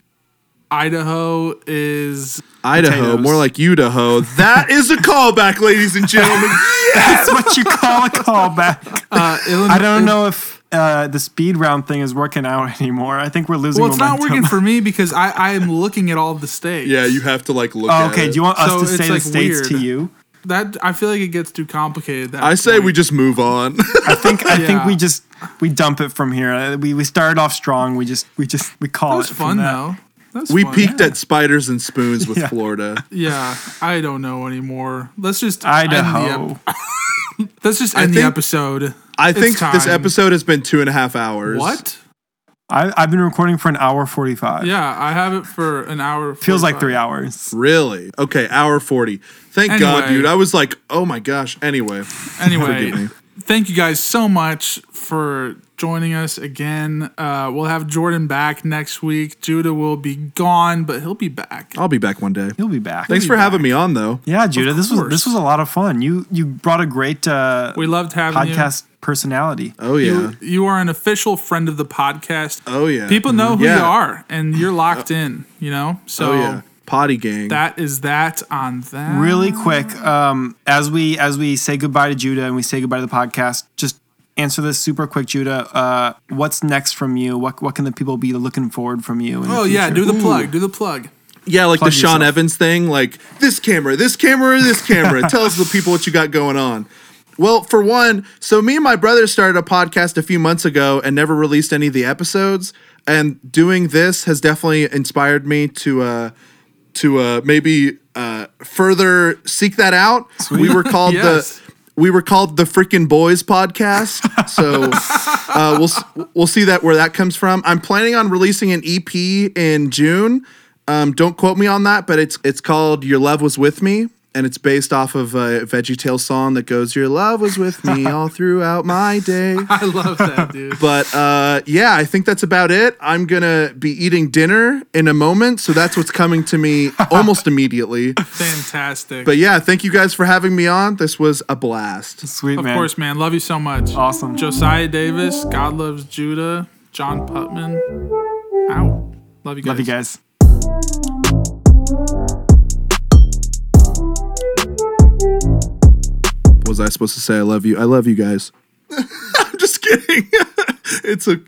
[SPEAKER 4] Idaho is
[SPEAKER 2] Idaho,
[SPEAKER 3] Potatoes.
[SPEAKER 2] more like Idaho. That is a callback, ladies and gentlemen.
[SPEAKER 3] That's what you call a callback.
[SPEAKER 4] uh, Illinois.
[SPEAKER 3] I don't know if uh, the speed round thing is working out anymore. I think we're losing.
[SPEAKER 4] Well, it's not
[SPEAKER 3] momentum.
[SPEAKER 4] working for me because I, I am looking at all the states.
[SPEAKER 2] yeah, you have to like look.
[SPEAKER 3] Oh,
[SPEAKER 2] at
[SPEAKER 3] okay,
[SPEAKER 2] it.
[SPEAKER 3] do you want us
[SPEAKER 4] So
[SPEAKER 3] to
[SPEAKER 4] it's,
[SPEAKER 3] say the
[SPEAKER 4] like,
[SPEAKER 3] states to
[SPEAKER 4] weird.
[SPEAKER 3] you?
[SPEAKER 4] that I feel like it gets too complicated. That
[SPEAKER 2] I say we just move on.
[SPEAKER 3] I think I think we
[SPEAKER 4] Yeah.
[SPEAKER 3] just we dump it from here. Uh, We we started off strong. We just we just we call
[SPEAKER 4] That was
[SPEAKER 3] it.
[SPEAKER 4] fun
[SPEAKER 3] from that.
[SPEAKER 4] though. That was
[SPEAKER 2] we
[SPEAKER 4] fun.
[SPEAKER 2] peaked at spiders and spoons with
[SPEAKER 3] Yeah.
[SPEAKER 2] Florida.
[SPEAKER 4] Yeah, I don't know anymore. Let's just end the ep-
[SPEAKER 3] Idaho.
[SPEAKER 4] Let's just
[SPEAKER 2] I
[SPEAKER 4] end the
[SPEAKER 2] think-
[SPEAKER 4] episode.
[SPEAKER 2] I
[SPEAKER 4] It's
[SPEAKER 2] think this
[SPEAKER 4] time.
[SPEAKER 2] episode has been two and a half hours.
[SPEAKER 4] What?
[SPEAKER 3] I, I've been recording for an hour 45.
[SPEAKER 4] Yeah, I have it for an hour.
[SPEAKER 3] Feels like
[SPEAKER 4] 45.
[SPEAKER 3] three hours.
[SPEAKER 2] Really? Okay, hour 40. Thank God,
[SPEAKER 4] Anyway.
[SPEAKER 2] dude. I was like, oh my gosh. Anyway, Forgive
[SPEAKER 4] Anyway,
[SPEAKER 2] me.
[SPEAKER 4] thank you guys so much for joining us again. Uh, we'll have Jordan back next week. Judah will be gone, but he'll be back.
[SPEAKER 2] I'll be back one day.
[SPEAKER 3] You'll be back.
[SPEAKER 2] Thanks for having me on, though.
[SPEAKER 3] Yeah, Judah, this was
[SPEAKER 4] course.
[SPEAKER 3] this was a lot of fun. You you brought a great uh,
[SPEAKER 4] We loved having you.
[SPEAKER 3] podcast personality.
[SPEAKER 2] Oh, yeah.
[SPEAKER 4] You are an official friend of the podcast.
[SPEAKER 2] Oh, yeah.
[SPEAKER 4] People know who
[SPEAKER 2] Yeah.
[SPEAKER 4] you are, and you're locked in. You know, so
[SPEAKER 2] Oh, yeah. Potty gang.
[SPEAKER 4] that is that on that.
[SPEAKER 3] Really quick, um, as we as we say goodbye to Judah and we say goodbye to the podcast, just answer this super quick, Judah. Uh, what's next from you? What what can the people be looking forward from you? in the
[SPEAKER 4] Oh yeah,
[SPEAKER 3] future?
[SPEAKER 4] do the plug. Do the plug.
[SPEAKER 2] yeah, like the
[SPEAKER 3] Plug
[SPEAKER 2] Sean
[SPEAKER 3] yourself.
[SPEAKER 2] Evans thing. Like, this camera, this camera, this camera. Tell us the people what you got going on. Well, for one, so me and my brother started a podcast a few months ago and never released any of the episodes. And doing this has definitely inspired me to uh, to uh, maybe uh, further seek that out. We were called
[SPEAKER 4] Yes.
[SPEAKER 2] the we were called the freaking boys podcast. So uh, we'll s- we'll see that where that comes from. I'm planning on releasing an EP in June. Um, don't quote me on that, but it's it's called Your Love Was With Me. And it's based off of a Veggie Tale song that goes, "Your love was with me all throughout my day."
[SPEAKER 4] I love that, dude.
[SPEAKER 2] But uh, yeah, I think that's about it. I'm gonna be eating dinner in a moment, so that's what's coming to me almost immediately.
[SPEAKER 4] Fantastic.
[SPEAKER 2] But yeah, thank you guys for having me on. This was a blast.
[SPEAKER 3] Sweet
[SPEAKER 4] of
[SPEAKER 3] man.
[SPEAKER 4] course, man. Love you so much.
[SPEAKER 3] Awesome.
[SPEAKER 4] Josiah Davis, God loves Judah, John Putman. Out. Love you guys.
[SPEAKER 3] Love you guys.
[SPEAKER 2] Was I supposed to say I love you? I love you guys. I'm just kidding. it's a